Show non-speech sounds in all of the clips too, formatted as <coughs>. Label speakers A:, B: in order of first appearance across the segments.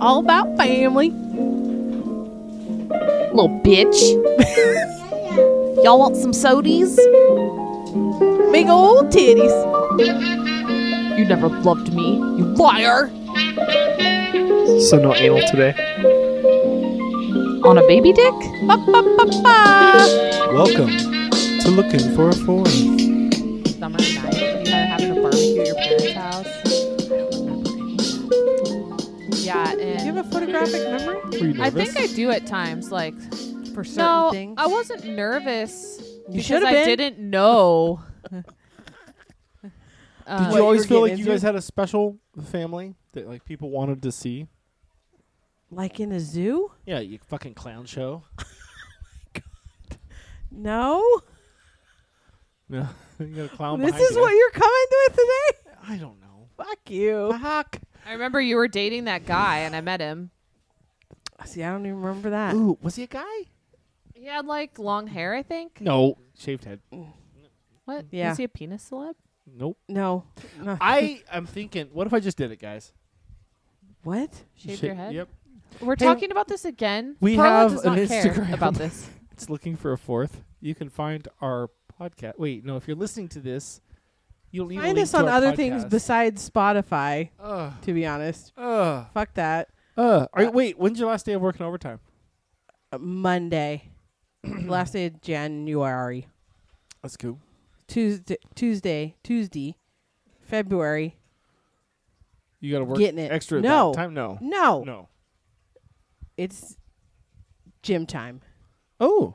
A: All about family.
B: Little bitch. Y'all want some sodies?
A: Big old titties.
B: You never loved me, you liar!
C: So no anal today.
B: On a baby dick?
A: Ba, ba, ba, ba.
D: Welcome to Looking for a Foreign.
E: summer night. You had having a barbecue at your parents' house. Yeah,
A: Do you
E: and
A: have a photographic memory?
D: Were you
E: I think
D: nervous?
E: I do at times. Like,
A: For certain
E: no,
A: things.
E: I wasn't nervous
A: You
E: because
A: should
E: I
A: have been.
E: didn't know. Um,
D: Did
A: what
D: you
A: you
D: always
A: were
D: feel like
A: getting
D: you
A: into?
D: guys had a special family that like people wanted to see?
A: Like in a zoo?
D: Yeah, you fucking clown <laughs> show.
A: No.
D: No, <laughs> you got a clown.
A: this
D: behind
A: is
D: you.
A: what you're coming with today?
D: I don't know.
A: Fuck you.
D: Fuck.
E: I remember you were dating that guy, and I met him.
A: See, I don't even remember that.
D: Ooh, was he a guy?
E: He had like long hair, I think.
D: No, shaved head.
E: What?
A: Yeah.
E: Was he a penis celeb?
D: Nope.
A: No. No.
D: <laughs> I am thinking, what if I just did it, guys?
A: what?
E: Shaved
D: Sha-
E: your head.
D: Yep.
E: We're
D: Hey,
E: talking about this again.
D: we
E: Perla
D: have
E: does
D: an
E: not care
D: Instagram.
E: about
D: <laughs>
E: this.
D: It's looking for a fourth. You can find our podcast. Wait, no, if you're listening to this, you'll need
A: Find
D: a link
A: us
D: to
A: on
D: our
A: other
D: podcast.
A: things besides Spotify,
D: Ugh.
A: to be honest.
D: Ugh.
A: Fuck that.
D: Ugh. Are you- Uh, wait, when's your last day of working overtime?
A: Uh, Monday. <clears throat> Last day of January.
D: That's cool.
A: Tuesday Tuesday. Tuesday. February.
D: You got to work
A: Getting it.
D: extra
A: No.
D: that time? No.
A: No.
D: No.
A: It's gym time.
D: Oh.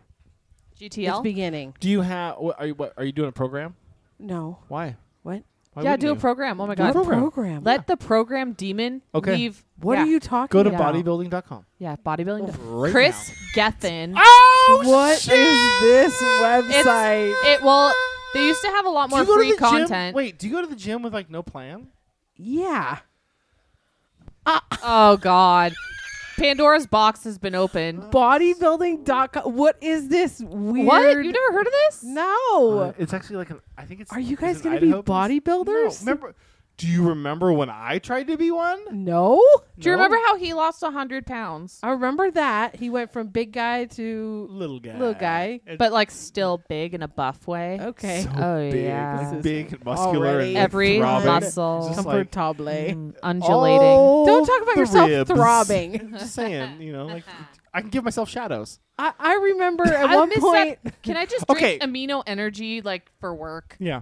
E: GTL.
A: It's beginning.
D: Do you have what are you what are you doing a program?
A: No.
D: Why?
A: What?
D: Why
E: yeah,
D: wouldn't
E: do a
D: you?
E: program. Oh my
D: Do a
E: god.
D: program.
A: Program.
E: Let the program demon
D: Okay.
E: leave.
A: what are
E: yeah.
A: you talking
D: Go to
A: about?
D: bodybuilding.com.
E: Yeah, bodybuilding.
D: Oh, Right
E: Chris Gethin.
D: Oh
A: What is this website?
E: It will. They used to have a lot more free
D: Gym?
E: content.
D: Wait, do you go to the gym with like no plan?
A: yeah.
E: Oh God. Pandora's box has been opened.
D: Oh.
A: Bodybuilding.com. What is this weird?
E: What? You've never heard of this?
A: No.
D: Uh, it's actually like an I think it's
A: Are you
D: is
A: guys
D: it
A: gonna be
D: Idaho based?
A: bodybuilders?
D: No, remember Do you remember when I tried to be one?
A: no. Uh,
E: Do you
D: No.
E: remember how he lost hundred pounds,
A: I remember that. He went from big guy to
D: Little guy.
A: Little guy,
D: It's
E: but like still big in a buff way?
A: okay.
D: so
E: Oh,
D: big,
E: yeah.
D: like,
A: This is
D: big and muscular
A: already
D: and
E: Every
D: throbbing.
E: muscle.
D: Just like,
A: Comfortable.
E: Mm,
A: Oh,
E: undulating.
D: all
A: Don't talk about
D: Oh, the
A: yourself
D: ribs. <laughs>
A: throbbing.
D: Just
A: <laughs>
D: saying, you know, like
E: <laughs>
D: I can give myself shadows.
A: I, I remember at
E: I
A: one
E: miss
A: point.
E: that. Can I
A: <laughs>
E: just drink
D: Okay.
E: amino energy like for work?
D: Yeah.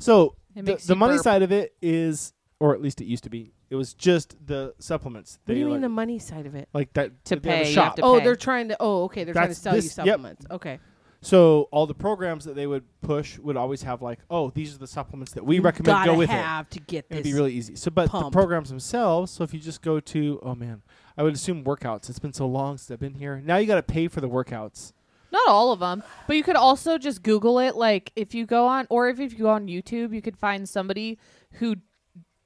D: So
E: It
D: the,
E: makes
D: the
E: you
D: money
E: burp.
D: side of it is, or at least it used to be, it was just the supplements.
A: What do you
D: like,
A: mean the money side of it?
D: like that
E: To
D: they have a
E: pay, you have
D: shop.
E: to
A: Oh,
E: pay.
A: they're trying to. Oh, okay. They're trying to
D: That's
A: sell you
D: this- yep.
A: supplements. Okay.
D: So all the programs that they would push would always have like, oh, these are the supplements that we recommend.
A: Gotta
D: Go with
A: have to get
D: it.
A: this.
D: It'd be really easy. So, but the
A: pump.
D: programs themselves. So if you just go to, oh man, I would assume workouts. It's been so long since I've been here. Now you got to pay for the workouts.
E: Not all of them, but you could also just Google it. Like if you go on, or if, if you go on YouTube, you could find somebody who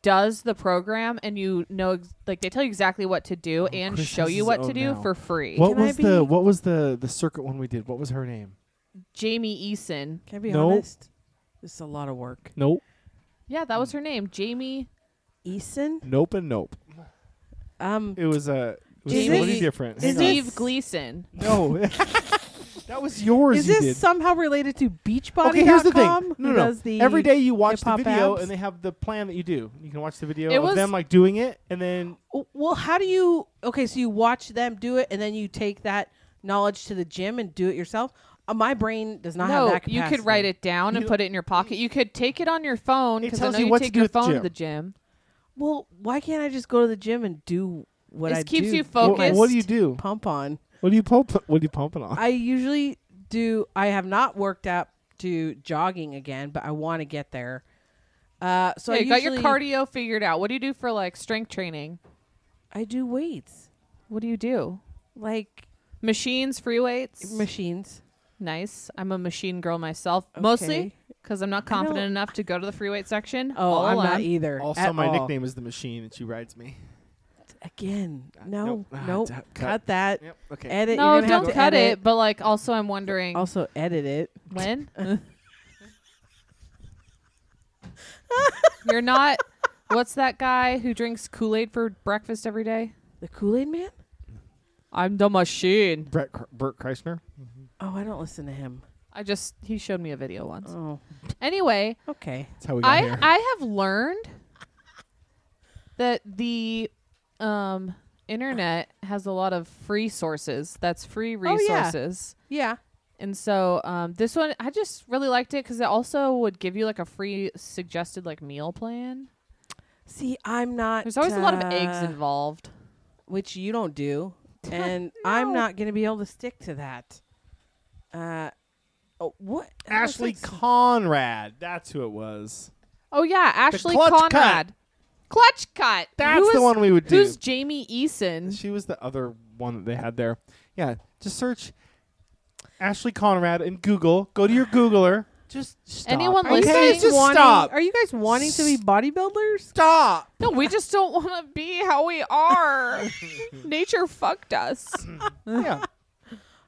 E: does the program, and you know, ex- like they tell you exactly what to
A: Oh,
E: do and
D: Chris
E: show
D: has
E: you
D: his
E: what to
D: own
E: do
D: now.
E: for free.
D: What
A: Can I
D: was the
A: be-
D: what was the the circuit one we did? What was her name?
E: Jamie Eason.
A: Can I be
D: No.
A: honest? This is a lot of work.
D: Nope,
E: Yeah, that was her name, Jamie.
A: Eason.
D: nope, and nope.
A: Um.
D: It was a. It was
A: Is
D: somebody
A: it-
D: different.
A: is
D: Hang on.
A: it-
E: Steve Gleason.
D: No, <laughs> that was yours.
A: Is
D: you
A: this
D: did.
A: somehow related to Beachbody.com?
D: okay, here's the thing.
A: who
D: No, no, no.
A: does the
D: Every day you watch the
A: hip-hop
D: video,
A: abs?
D: and they have the plan that you do. You can watch the video
E: It
D: of
E: was-
D: them like doing it, and then
A: W- Well, how do you? Okay, so you watch them do it, and then you take that knowledge to the gym and do it yourself. Uh, my brain does not have
E: No,
A: that. Capacity.
E: you could write it down and
D: You-
E: put it in your pocket. You could take it on your phone
D: It
E: because I
D: tells
E: know
D: you
E: you,
D: what to
E: take
D: do
E: your
D: at the
E: phone to
D: gym.
E: the gym.
A: Well, why can't I just go to the gym and do what
E: This
A: I
E: keeps
A: do?
E: you
A: Put
D: what,
A: my
E: focused.
D: what do you do?
A: Pump on.
D: What do you pump? What are you pumping on?
A: I usually do. I have not worked up to jogging again, but I want to get there. Uh, so
E: yeah,
A: I
E: you got your
A: usually-
E: cardio figured out. What do you do for like strength training?
A: I do weights
E: What do you do?
A: like
E: Machines, free weights.
A: machines.
E: Nice. I'm a machine girl myself, mostly mostly
A: Okay.
E: because I'm not
A: don't-
E: confident enough to go to the free weight section.
A: Oh,
E: all
A: I'm
E: alone.
A: not either.
D: also,
A: at
D: my
A: all.
D: nickname is the machine, and she rides me.
A: Again, no,
D: nope. Ah,
A: nope.
D: d-
A: Cut.
D: cut.
A: that.
D: Yep. Okay.
A: Edit.
E: No,
A: You're gonna have
E: don't
A: to
E: cut
A: edit.
E: it. But like, also, I'm wondering
A: Also, <laughs> edit it. <laughs>
E: when you're not. What's that guy who drinks Kool Aid for breakfast every day?
A: The Kool Aid Man?
E: I'm the machine.
D: Brett, Kr- Bert Kreisner.
A: Oh, I don't listen to him.
E: I just he showed me a video once.
A: Oh,
E: Anyway,
A: okay.
D: That's how we got
E: I
D: here.
E: I have learned that the um internet has a lot of free sources. That's free
A: Oh, yeah.
E: resources.
A: Yeah.
E: And so um, this one, I just really liked it because it also would give you like a free suggested like meal plan.
A: See, I'm not.
E: There's always a lot of eggs
A: uh,
E: involved.
A: which you
E: <laughs>
A: don't do, and I'm
E: No.
A: not going to be able to stick to that. Uh, oh, what? That was
D: Ashley
A: like s-
D: Conrad. That's who it was.
E: Oh yeah, Ashley
D: clutch cut.
E: Conrad, clutch cut.
D: That's
E: Who
D: the
E: is-
D: one we would do.
E: Who's Jamie Eason?
D: She was the other one that they had there. Yeah, just search Ashley Conrad and Google. Go to your Googler. Just stop.
E: Anyone
A: Are you
E: listening?
A: guys
D: Okay, just
A: wanting,
D: stop.
A: Are you guys wanting to be bodybuilders?
D: Stop.
E: No, we just don't want to be how we are. Nature fucked
A: <clears throat>
E: us.
A: <laughs>
D: yeah.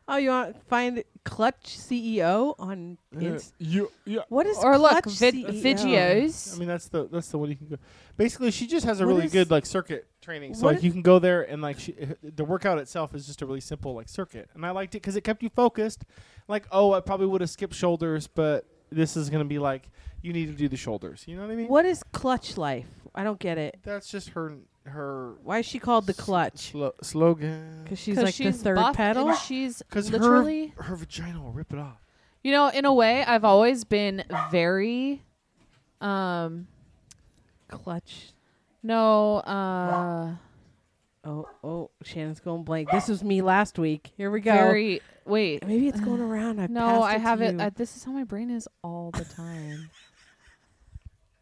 A: Oh, you want to find Clutch CEO on
D: Uh,
A: Insta?
D: You, yeah.
A: What is
E: or look,
A: Clutch E
E: vid-
A: CEO?
D: I
E: videos.
D: mean that's the that's the one you can go. Basically, she just has a
A: What
D: really
A: is-
D: good like circuit training. So
A: what
D: like
A: i-
D: you can go there and like she, uh, the workout itself is just a really simple like circuit, and I liked it because it kept you focused. Like oh, I probably would have skipped shoulders, but this is gonna be like you need to do the shoulders. You know what I mean?
A: What is Clutch Life? I don't get it.
D: That's just her her
A: Why is she called the Clutch?
D: slo- slogan.
A: Because she's like the third
E: buff
A: pedal.
E: and she's
D: Because
E: literally,
D: her her vagina will rip it off.
E: you know, in a way, I've always been very, um,
A: Clutch.
E: no, uh,
A: Oh, oh, Shannon's going blank. This was me last week. Here we go.
E: very. Wait,
A: Maybe it's going around. I
E: no,
A: passed
E: I
A: to
E: have it.
A: you.
E: I, this is how my brain is all the time.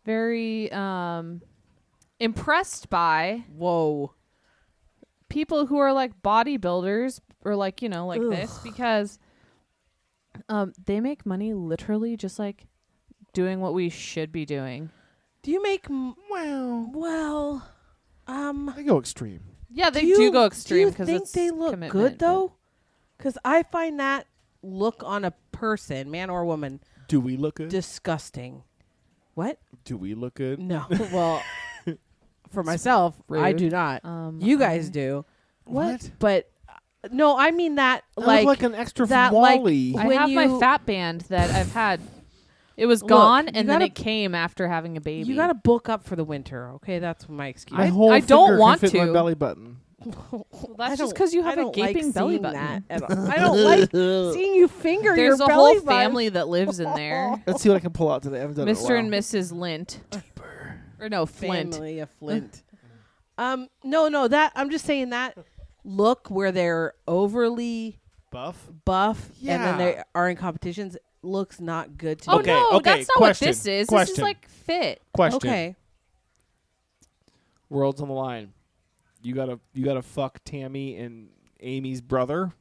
E: very um, impressed by
A: Whoa.
E: people who are like bodybuilders or like you know like this
A: Ugh.
E: because um they make money literally just like doing what we should be doing
A: Do you make m-
D: Wow.
A: well? Um,
D: They go extreme.
E: yeah they
A: do,
E: do,
A: you,
E: go extreme
A: Do you
E: because
A: think they look good though? Because I find that look on a person, man or woman,
D: Do we look good?
A: disgusting. What?
D: do we look good?
A: No. <laughs> well, for myself, I
E: rude.
A: do not.
E: um
A: you guys
E: I-
A: do,
D: What?
A: but uh, no, I mean that like,
D: I look like an extra
A: that, like,
D: Wally.
E: i
A: when
E: have
A: you-
E: my fat band that i've had it was
A: Look,
E: gone
A: you
E: and then
A: gotta-
E: it came after having a baby
A: you got to bulk up for the winter. Okay, that's my excuse.
D: My whole
E: I don't
D: finger can
E: want
D: fit my
E: to.
D: belly button.
E: Well, that's
A: I
E: just
A: don't-
E: because you
A: I
E: have a
A: don't like
E: gaping belly
A: seeing
E: button
A: that at <laughs> all. I don't
D: <laughs>
A: like seeing you finger
E: there's
A: your
E: a
A: belly
E: whole
A: button.
E: family that lives in there
D: Let's see what I can pull out today. I haven't done it in a
E: mr and
D: while.
E: mrs lint or no flint
A: <laughs> family of Flint. um, no, no, that I'm just saying that look where they're overly
D: Buff.
A: buff and then they
D: Yeah.
A: are in competitions looks not good to
E: Oh
A: me.
D: Okay,
E: no,
D: okay,
E: that's not
D: question,
E: what this is. This
D: question.
E: is like fit.
D: Question.
A: Okay.
D: World's on the line. You gotta you gotta fuck Tammy and Amy's brother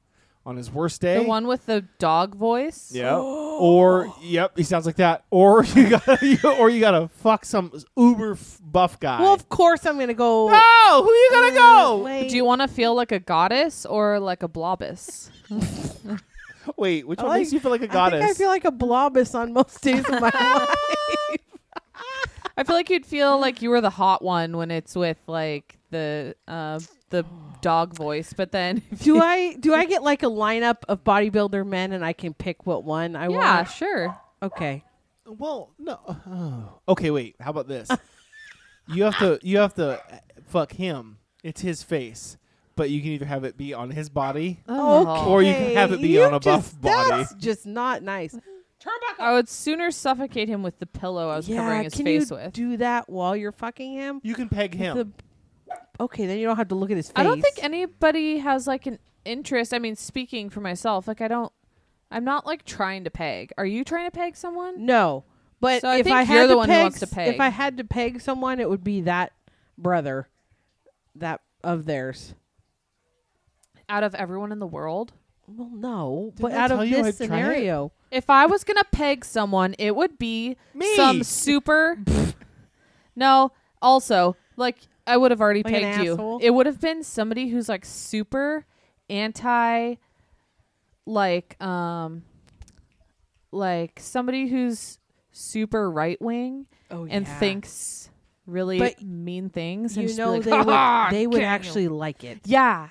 D: on his worst day.
E: The one with the dog voice. <gasps>
D: Yeah. Or yep, he sounds like that. Or <laughs> you gotta you, or you gotta fuck some uber f- buff guy.
A: Well, of course I'm gonna go.
D: no, who you gonna go?
A: Wait.
E: Do you want to feel like a goddess or like a blobus?
D: Wait, which
A: I
D: one makes
A: like-
D: you feel <laughs> like a
A: I
D: goddess?
A: think I feel like a blobus on most days of my life.
E: I feel like you'd feel like you were the hot one when it's with like the uh, the dog voice, but then <laughs>
A: Do I do I get like a lineup of bodybuilder men and I can pick what one I
E: yeah,
A: want?
E: sure.
A: Okay.
D: well, no. Oh. Okay, wait. How about <laughs> this? you have to you have to uh, fuck him. It's his face, but you can either have it be on his body.
E: Oh.
D: Or you can have it be
A: you
D: on a buff
A: just-
D: body.
A: That's just not nice.
E: I would sooner suffocate him with the pillow I was
A: yeah,
E: covering his
A: can
E: face
A: you
E: with.
A: do that while you're fucking him?
D: You can peg him.
A: The- okay, then you don't have to look at his face.
E: I don't think anybody has like an interest. I mean, speaking for myself, like I don't. I'm not like trying to peg. Are you trying to peg someone?
A: no, but
E: So I
A: if
E: think
A: I
E: you're
A: had
E: the
A: to
E: one who
A: peg,
E: wants to
A: if
E: peg.
A: I had to peg someone, it would be that brother, that of theirs.
E: out of everyone in the world.
A: Well, no,
D: Didn't
A: but
D: I
A: out of
D: tell you
A: this
D: I'd try it?
A: scenario,
E: If I was gonna peg someone, it would be
D: Me.
E: some
A: <laughs>
E: super. no, also like I would have already
A: Like an
E: pegged you.
A: asshole?
E: It would have been somebody who's like super anti, like um, like somebody who's super right wing
A: oh
E: and
A: yeah.
E: thinks really
A: But
E: mean things. And
A: you
E: just be
A: know
E: like,
A: they
E: "Ha ha,
A: would they would
E: can you?"
A: actually like it.
E: <laughs> yeah.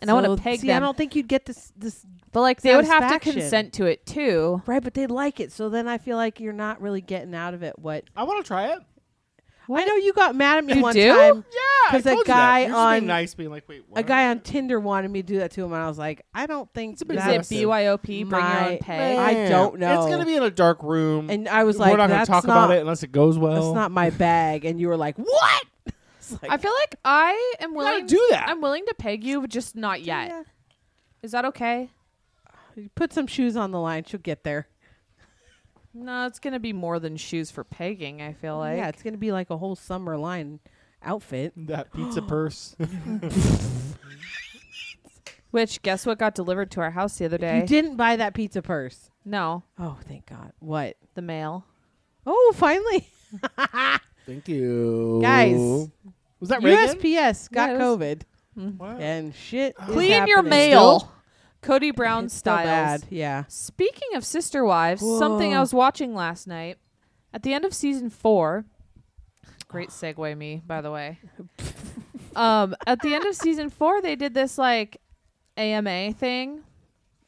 E: And I want
A: So,
E: to peg
A: see, I
E: them,
A: don't think you'd get this this
E: but like they would have to
A: satisfaction.
E: consent to it too.
A: right, but they like it. So then I feel like you're not really getting out of it what
D: I want to try it.
A: I know you got mad at me
E: You
A: one
E: do?
A: time.
D: Yeah, I
A: 'Cause a
D: told you that.
A: guy
D: You're just being
A: on-
D: nice, being like, wait, what?
A: A guy on Tinder wanted me to do that to him, and I was like, I don't think
D: It's a bit
A: that's.
E: Is it BYOP? Bring your
A: my-
E: own peg.
A: I don't know.
D: It's gonna be in a dark room.
A: and I was like,
D: we're not gonna
A: that's
D: talk
A: not,
D: about it unless it goes well.
A: That's not my bag. And you were like, what? <laughs> It's like,
E: I feel like I am
D: gotta
E: willing
D: do that.
E: I'm willing to peg you, but just not yet.
A: yeah.
E: Is that okay?
A: You Put some shoes on the line. She'll get there.
E: No, it's gonna be more than shoes for pegging. I feel like.
A: yeah, it's gonna be like a whole summer line outfit.
D: that pizza purse.
E: Which guess what got delivered to our house the other
A: You
E: day?
A: didn't buy that pizza purse.
E: No,
A: Oh, thank God. What?
E: the mail.
A: Oh,
E: <laughs>
A: finally,
D: Thank you,
A: Guys.
D: Was that Reagan?
A: USPS got
E: Yeah, it was- Oh.
A: COVID
D: What?
A: and shit. is
E: Clean your
A: happening.
E: mail. Cody Brown
A: <laughs> It's still
E: styles.
A: bad. Yeah.
E: Speaking of sister wives, something I
A: Whoa.
E: was watching last night at the end of season four. Great segue, me by the way. um, at the end of season four, they did this like AMA thing,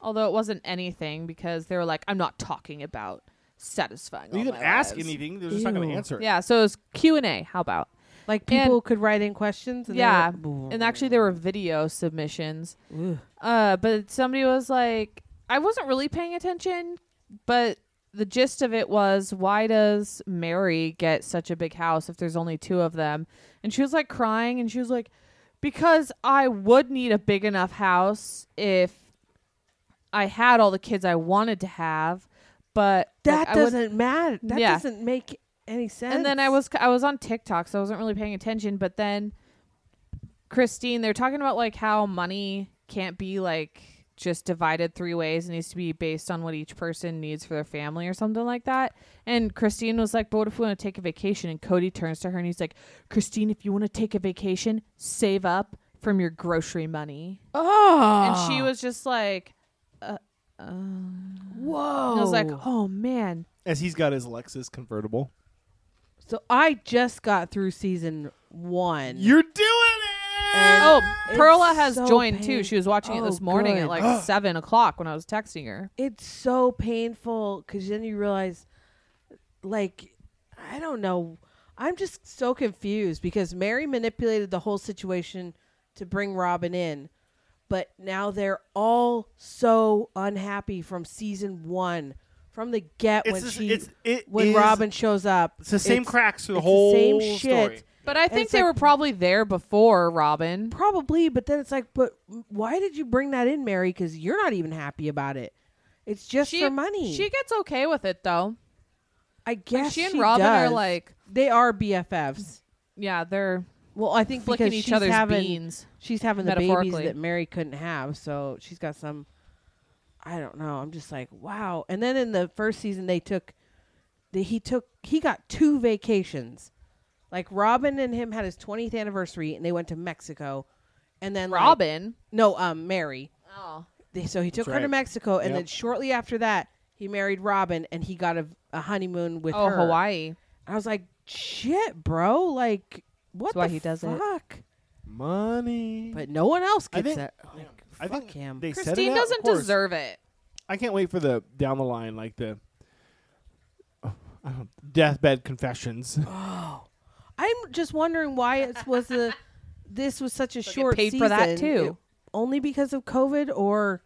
E: although it wasn't anything because they were like, "I'm not talking about satisfying." all
D: You can
E: my
D: ask
E: lives."
D: anything. They're just not gonna
A: Ew.
D: answer it.
E: Yeah, so it was Q and A. How about?
A: Like
E: And-
A: people could write in questions. And they
E: yeah,
A: would-
E: and actually there were video submissions.
A: Ugh.
E: Uh, but somebody was like, I wasn't really paying attention, but the gist of it was, why does Mary get such a big house if there's only two of them? And she was like crying, and she was like, because I would need a big enough house if I had all the kids I wanted to have, but like,
A: that
E: I would-
A: doesn't matter. That
E: Yeah.
A: doesn't make any sense.
E: and then I was I was on TikTok, so I wasn't really paying attention. But then Christine, they're talking about like how money can't be like just divided three ways. It needs to be based on what each person needs for their family or something like that. And Christine was like, "But what if we want to take a vacation?" And Cody turns to her and he's like, "Christine, if you want to take a vacation, save up from your grocery money."
A: Oh.
E: And she was just like, uh, uh,
A: Whoa.
E: and I was like, "Oh man,
D: As he's got his Lexus convertible.
A: So I just got through season one.
D: Mm. You're doing
A: And-
D: it.
E: Oh,
A: It's
E: Perla has
A: so
E: joined
A: pain-
E: too. She was watching it
A: Oh,
E: this morning
A: good.
E: at like seven o'clock when I was texting her.
A: it's so painful because then you realize, like, I don't know. I'm just so confused because Mary manipulated the whole situation to bring Robin in, but now they're all so unhappy from season one, from the get
D: It's
A: when
D: this-
A: she
D: it's- it
A: when
D: is-
A: Robin shows up.
D: It's the same cracks through the
A: it's
D: whole
A: same shit.
D: story.
E: But I think
A: it's
E: they
A: like-
E: were probably there before Robin.
A: Probably, but then it's like, but why did you bring that in, Mary? Because you're not even happy about it. It's just
E: She,
A: for money.
E: She gets okay with it though.
A: I guess
E: she and
A: she
E: Robin are
A: does.
E: like-
A: they are BFFs.
E: Yeah, they're
A: Well, I think
E: flicking
A: because
E: each
A: she's
E: other's
A: having
E: beans.
A: she's having the babies
E: metaphorically.
A: that Mary couldn't have, so she's got some. I don't know. I'm just like wow. And then in the first season, they took, the, he took he got two vacations. Like Robin and him had his 20th anniversary, and they went to Mexico, and then like-
E: Robin.
A: no, um, Mary.
E: Oh.
A: They, so he took her to
D: right.
A: Mexico, and
D: Yep.
A: then shortly after that, he married Robin, and he got a, a honeymoon with
E: Oh,
A: her.
E: Hawaii.
A: I was like, shit, bro. Like, what
E: That's why
A: the
E: he does it.
A: fuck?
D: Money.
A: But no one else
D: I
A: gets
D: think- <laughs>
A: that. Like,
D: I
A: fuck
D: think
A: him.
D: They set it
E: Christine
D: out, of
E: doesn't
D: course.
E: deserve it.
D: I can't wait for the down the line, like the oh, I don't- deathbed <gasps> confessions.
A: I'm just wondering why it was a. <laughs> This was such a
E: get
A: short
E: paid
A: season.
E: for that, too.
A: It- only because of COVID, or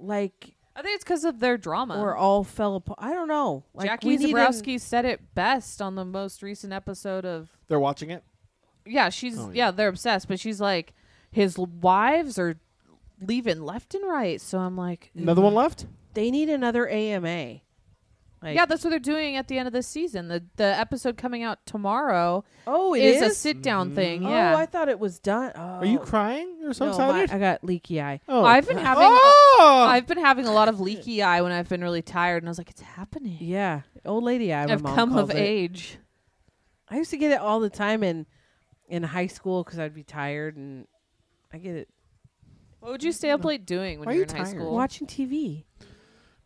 A: like,
E: I think it's because of their drama.
A: or all fell apart. I don't know. Like,
E: Jackie
A: we need an-
E: Zabrowski said it best on the most recent episode of
D: They're watching it.
E: yeah, she's
D: Oh,
E: yeah.
D: yeah.
E: they're obsessed, but she's like his l- wives are leaving left and right. So I'm like,
D: Another one left.
A: They need another AMA. Like,
E: yeah, that's what they're doing at the end of this season. The the episode coming out tomorrow
A: oh, it
E: is,
A: is,
E: a sit down thing. Yeah,
A: Oh, I thought it was done. Oh.
D: Are you crying? You're so
A: No, my-
D: excited.
A: I got leaky eye.
D: oh,
E: I've
D: <gasps>
E: been having
D: Oh!
E: I've been having a lot of leaky eye when I've been really tired, and I was like, it's happening.
A: Yeah, old lady eye. my
E: I've
A: mom
E: come
A: calls
E: of
A: it.
E: age.
A: I used to get it all the time in in high school because I'd be tired and I get it
E: What would you stay up late doing when
D: Why
E: you were in
D: are you
E: high
D: tired?
E: school?
A: watching TV.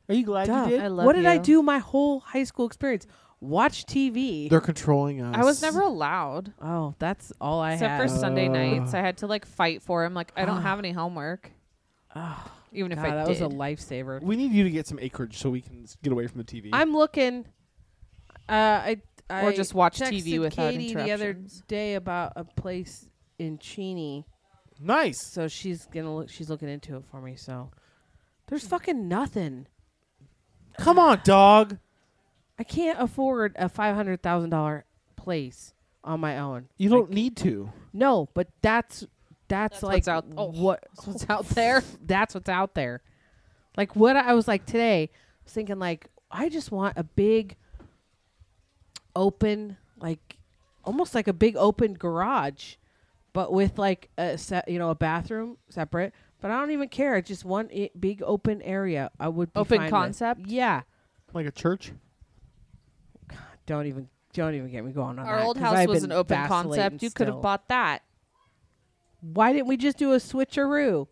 D: Are you glad
A: Duh.
D: you did?
E: I love
A: what did I
E: you.
A: do my whole high school experience? watch TV.
D: They're controlling us.
E: I was never allowed.
A: oh, that's all I
E: except
A: have.
E: for Sunday
D: Oh.
E: nights. I had to like fight for him. Like I don't have any homework.
A: Oh,
E: Even if
A: God,
E: I
A: that was
E: did.
A: a lifesaver.
D: We need you to get some acreage so we can s- get away from the TV.
A: I'm looking. Uh, I, I
E: Or just watch
A: texted
E: TV without
A: Katie the other
E: interruptions.
A: day about a place in Cheney,
D: nice.
A: so she's gonna look. She's looking into it for me. So there's fucking nothing.
D: Come on, dog.
A: I can't afford a five hundred thousand dollar place on my own.
D: You don't need to.
A: No, but that's that's,
E: That's
A: like
E: what's out- oh,
A: what
E: that's what's out there.
A: <laughs> That's what's out there. Like what I was like today, I was thinking like I just want a big open like almost like a big open garage but with like a set, you know, a bathroom separate, but I don't even care. I just want a big open area. I would be
E: Open
A: fine with.
E: concept?
A: Yeah.
D: Like a church?
A: Don't even don't even get me going on
E: Our
A: that,
E: old
A: 'cause
E: house
A: I've
E: was an
A: been
E: open
A: vacillating
E: concept. You could have
A: still.
E: bought that.
A: Why didn't we just do a switcheroo?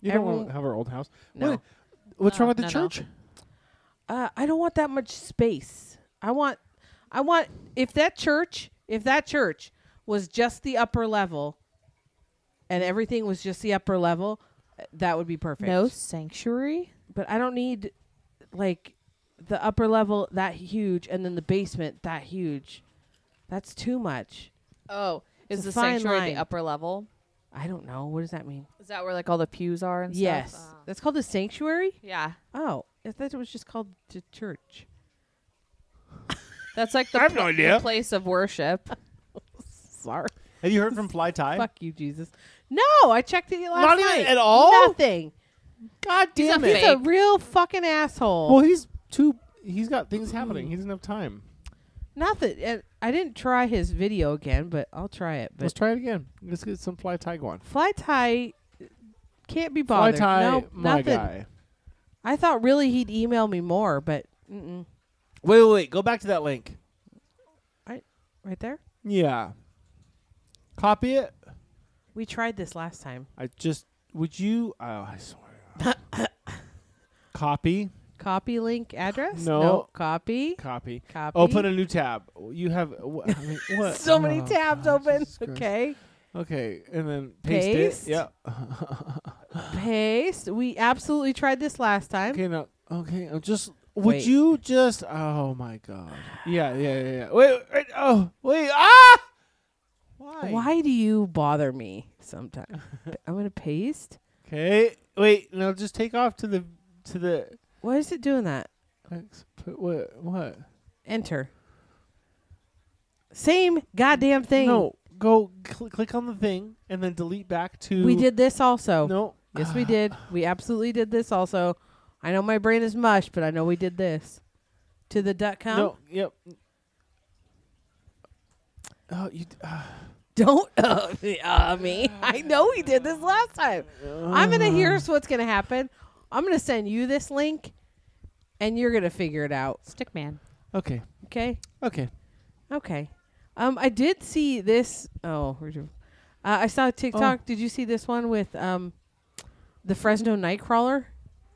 D: You don't
A: Everyone-
D: want to have our old house.
A: No.
D: What- what's
E: No,
D: wrong with the
E: no, no.
D: church?
A: uh, I don't want that much space. I want, I want if that church, if that church was just the upper level, and everything was just the upper level, uh, that would be perfect.
E: No sanctuary.
A: but I don't need like the upper level that huge, and then the basement that huge. That's too much.
E: Oh,
A: It's
E: is
A: a
E: the
A: fine
E: sanctuary
A: line.
E: the upper level?
A: I don't know. What does that mean?
E: Is that where like all the pews are and
A: yes,
E: stuff? Ah.
A: that's called a sanctuary.
E: Yeah,
A: Oh, I thought it was just called the church.
E: that's like the,
D: I have no
E: pl- the
D: idea.
E: place of worship.
A: Sorry.
D: Have you heard from Fly Tie?
A: Fuck you, Jesus. No, I checked it last
D: Not even
A: night.
D: at all?
A: Nothing.
D: God
E: He's
D: damn
E: a
D: it.
A: He's a
E: Fake.
A: real fucking asshole.
D: Well, he's too. He's got things
A: Mm.
D: happening. He doesn't have time.
A: Not that uh, I didn't try his video again, but I'll try it.
D: Let's
A: But
D: try it again. Let's get some Fly Tie going.
A: fly tie uh, can't be
D: Fly
A: bothered.
D: Tie,
A: Nope,
D: my
A: nothing.
D: guy.
A: I thought really he'd email me more, but mm-mm.
D: Wait, wait, wait. Go back to that link.
A: right there.
D: Yeah. Copy it.
A: We tried this last time.
D: I just. Would you? Oh, I swear.
A: <coughs>
D: copy.
A: Copy link address.
D: No.
A: Copy.
D: Copy.
A: Copy.
D: Open a new tab. You have wh- I mean, what?
A: <laughs> so many
D: Oh,
A: tabs
D: God,
A: open.
D: Jesus Christ.
A: Okay.
D: Okay, and then paste,
A: Paste.
D: it. Yep.
A: Paste. We absolutely tried this last time.
D: Okay, now. Okay, I'm just. Would
A: Wait.
D: you just? Oh my
A: <sighs>
D: God. Yeah, yeah, yeah. yeah. Wait, wait. Oh, wait. Ah. Why?
A: Why do you bother me
D: <laughs>
A: sometimes? I'm gonna paste.
D: Okay. Wait. Now just take off to the to the.
A: Why is it doing that?
D: X, put what? What?
A: Enter. Same goddamn thing.
D: No. Go cl- click on the thing and then delete back to.
A: We did this also.
D: No.
A: Yes,
D: <sighs>
A: we did. We absolutely did this also. I know my brain is mush, but I know we did this. To the dot com.
D: No. Yep. Oh, you. d-
A: <laughs> Don't uh, uh,
D: <laughs>
A: me. I know we did this last time. I'm
D: <sighs>
A: gonna here's what's gonna happen. I'm gonna send you this link and you're gonna figure it out.
E: Stickman.
D: Okay.
A: Okay?
D: Okay.
A: Okay. Um, I did see this. Oh, we're doing- uh, I saw TikTok. Did you see this one with um, the Fresno Nightcrawler?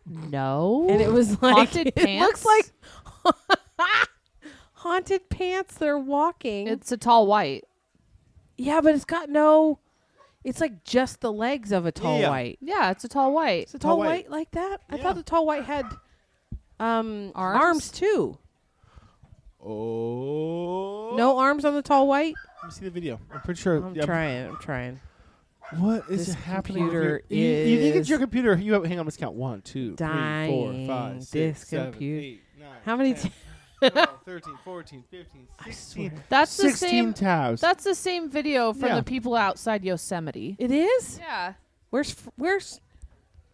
E: No.
A: And it was like
E: Haunted
A: <laughs> it
E: pants?
A: looks like haunted pants. They're walking.
E: it's a tall white.
A: yeah, but it's got no. It's like just the legs of a tall
D: Yeah.
A: white.
E: Yeah, it's a tall white.
A: It's a tall,
D: Tall
A: white.
D: white.
A: like that. I
D: Yeah.
A: thought the tall white had um,
E: Arms?
A: arms too.
D: Oh.
A: No arms on the tall white.
D: Let me see the video. I'm pretty sure.
A: I'm
D: yeah,
A: trying. I'm trying.
D: What is
A: This
D: happening? with
A: computer
D: your, you, you think it's
A: is
D: your computer? You have, hang on, let's count. One, two, three, four,
A: dying.
D: five, six,
A: This
D: seven,
A: computer-
D: eight, nine,
A: How
D: <laughs>
A: many
D: 10,
A: t- <laughs>
D: 12, 13, 14, 15, 16,
E: That's the
D: 16
E: same.
D: tabs.
E: That's the same video from
D: Yeah.
E: the people outside Yosemite.
A: It is.
E: Yeah.
A: Where's where's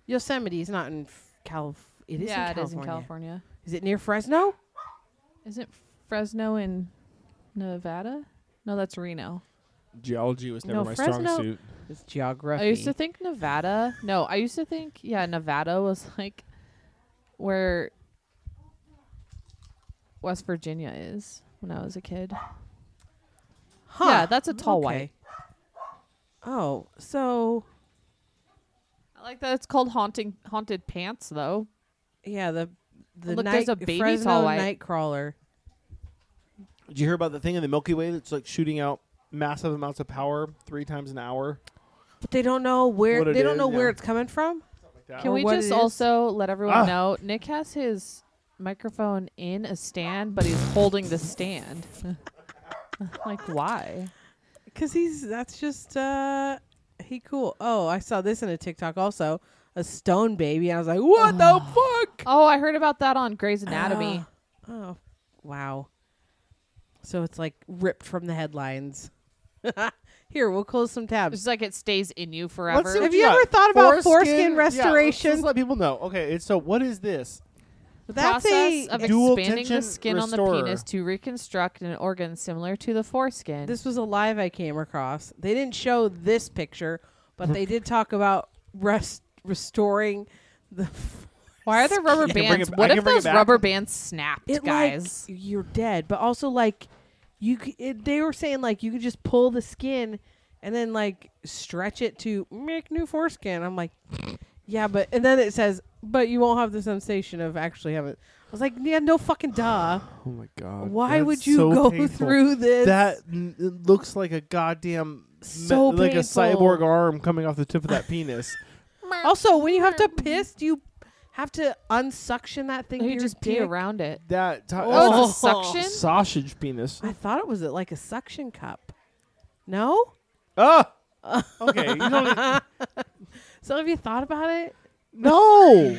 A: Yosemite? Is not in F- Calif. It is
E: yeah,
A: in
E: it is
A: California.
E: in California.
A: Is it near Fresno?
E: Isn't Fresno in Nevada? No, that's Reno.
D: Geology was never
A: No,
D: my
A: Fresno-
D: strong suit.
A: It's geography.
E: I used to think Nevada. No, I used to think yeah, Nevada was like where West Virginia is when I was a kid.
A: huh.
E: Yeah, that's a tall white.
A: Oh, so
E: I like that it's called haunting haunted pants though.
A: yeah, the the
E: Look,
A: night
E: there's a baby
A: Fresno
E: tall white.
A: Nightcrawler.
D: Did you hear about the thing in the Milky Way that's like shooting out massive amounts of power three times an hour?
A: But they don't know where
D: What it
A: they don't
D: is,
A: know where
D: yeah.
A: it's coming from.
D: Like that.
E: Can
A: Or
E: we
A: what it
E: just
A: is?
E: also let everyone
D: Ah.
E: know Nick has his microphone in a stand, but he's holding the stand. <laughs> like why?
A: Because he's that's just uh he cool. Oh, I saw this in a TikTok also. A stone baby. I was like, what the fuck?
E: Oh, I heard about that on Grey's Anatomy.
A: Oh. Oh, wow. So it's like ripped from the headlines. <laughs> Here, we'll close some tabs.
E: it's like it stays in you
D: Let's see
E: forever.
D: what
A: Have you ever
D: got.
A: thought about foreskin
D: Yeah, let's
A: restoration?
D: just let people know. Okay, it's, so what is this?
E: The
A: That's
E: process
A: a-
E: of
D: Dual
E: expanding the
D: tension
E: skin on the
D: restorer.
E: penis to reconstruct an organ similar to the foreskin.
A: This was a live I came across. They didn't show this picture, but they did talk about rest restoring the.
E: Why are there rubber
D: can bring
E: bands?
D: it- I
E: What
D: can
E: if
D: bring it
E: those
D: back.
E: rubber bands snapped,
A: It
E: guys?
A: like you're dead, but also like you. c- It, they were saying like you could just pull the skin and then like stretch it to make new foreskin. I'm like, yeah, but and then it says, but you won't have the sensation of actually having. it. I was like, yeah, no fucking duh.
D: Oh my god!
A: Why would you go through this?
D: That n- it looks like a goddamn me-
A: So
D: like a
A: painful.
D: cyborg arm coming off the tip of that <laughs> penis.
A: Also, when you have to piss, do you have to unsuction that thing? to
E: You
A: your
E: just pee
A: dick?
E: around it.
D: That ti-
E: Oh, it's a
A: Oh.
E: suction.
D: that's a sausage penis.
A: I thought it was uh, like a suction cup. No?
D: Ah. okay. You <laughs> don't, e,
A: So have you thought about it?
D: <laughs> no.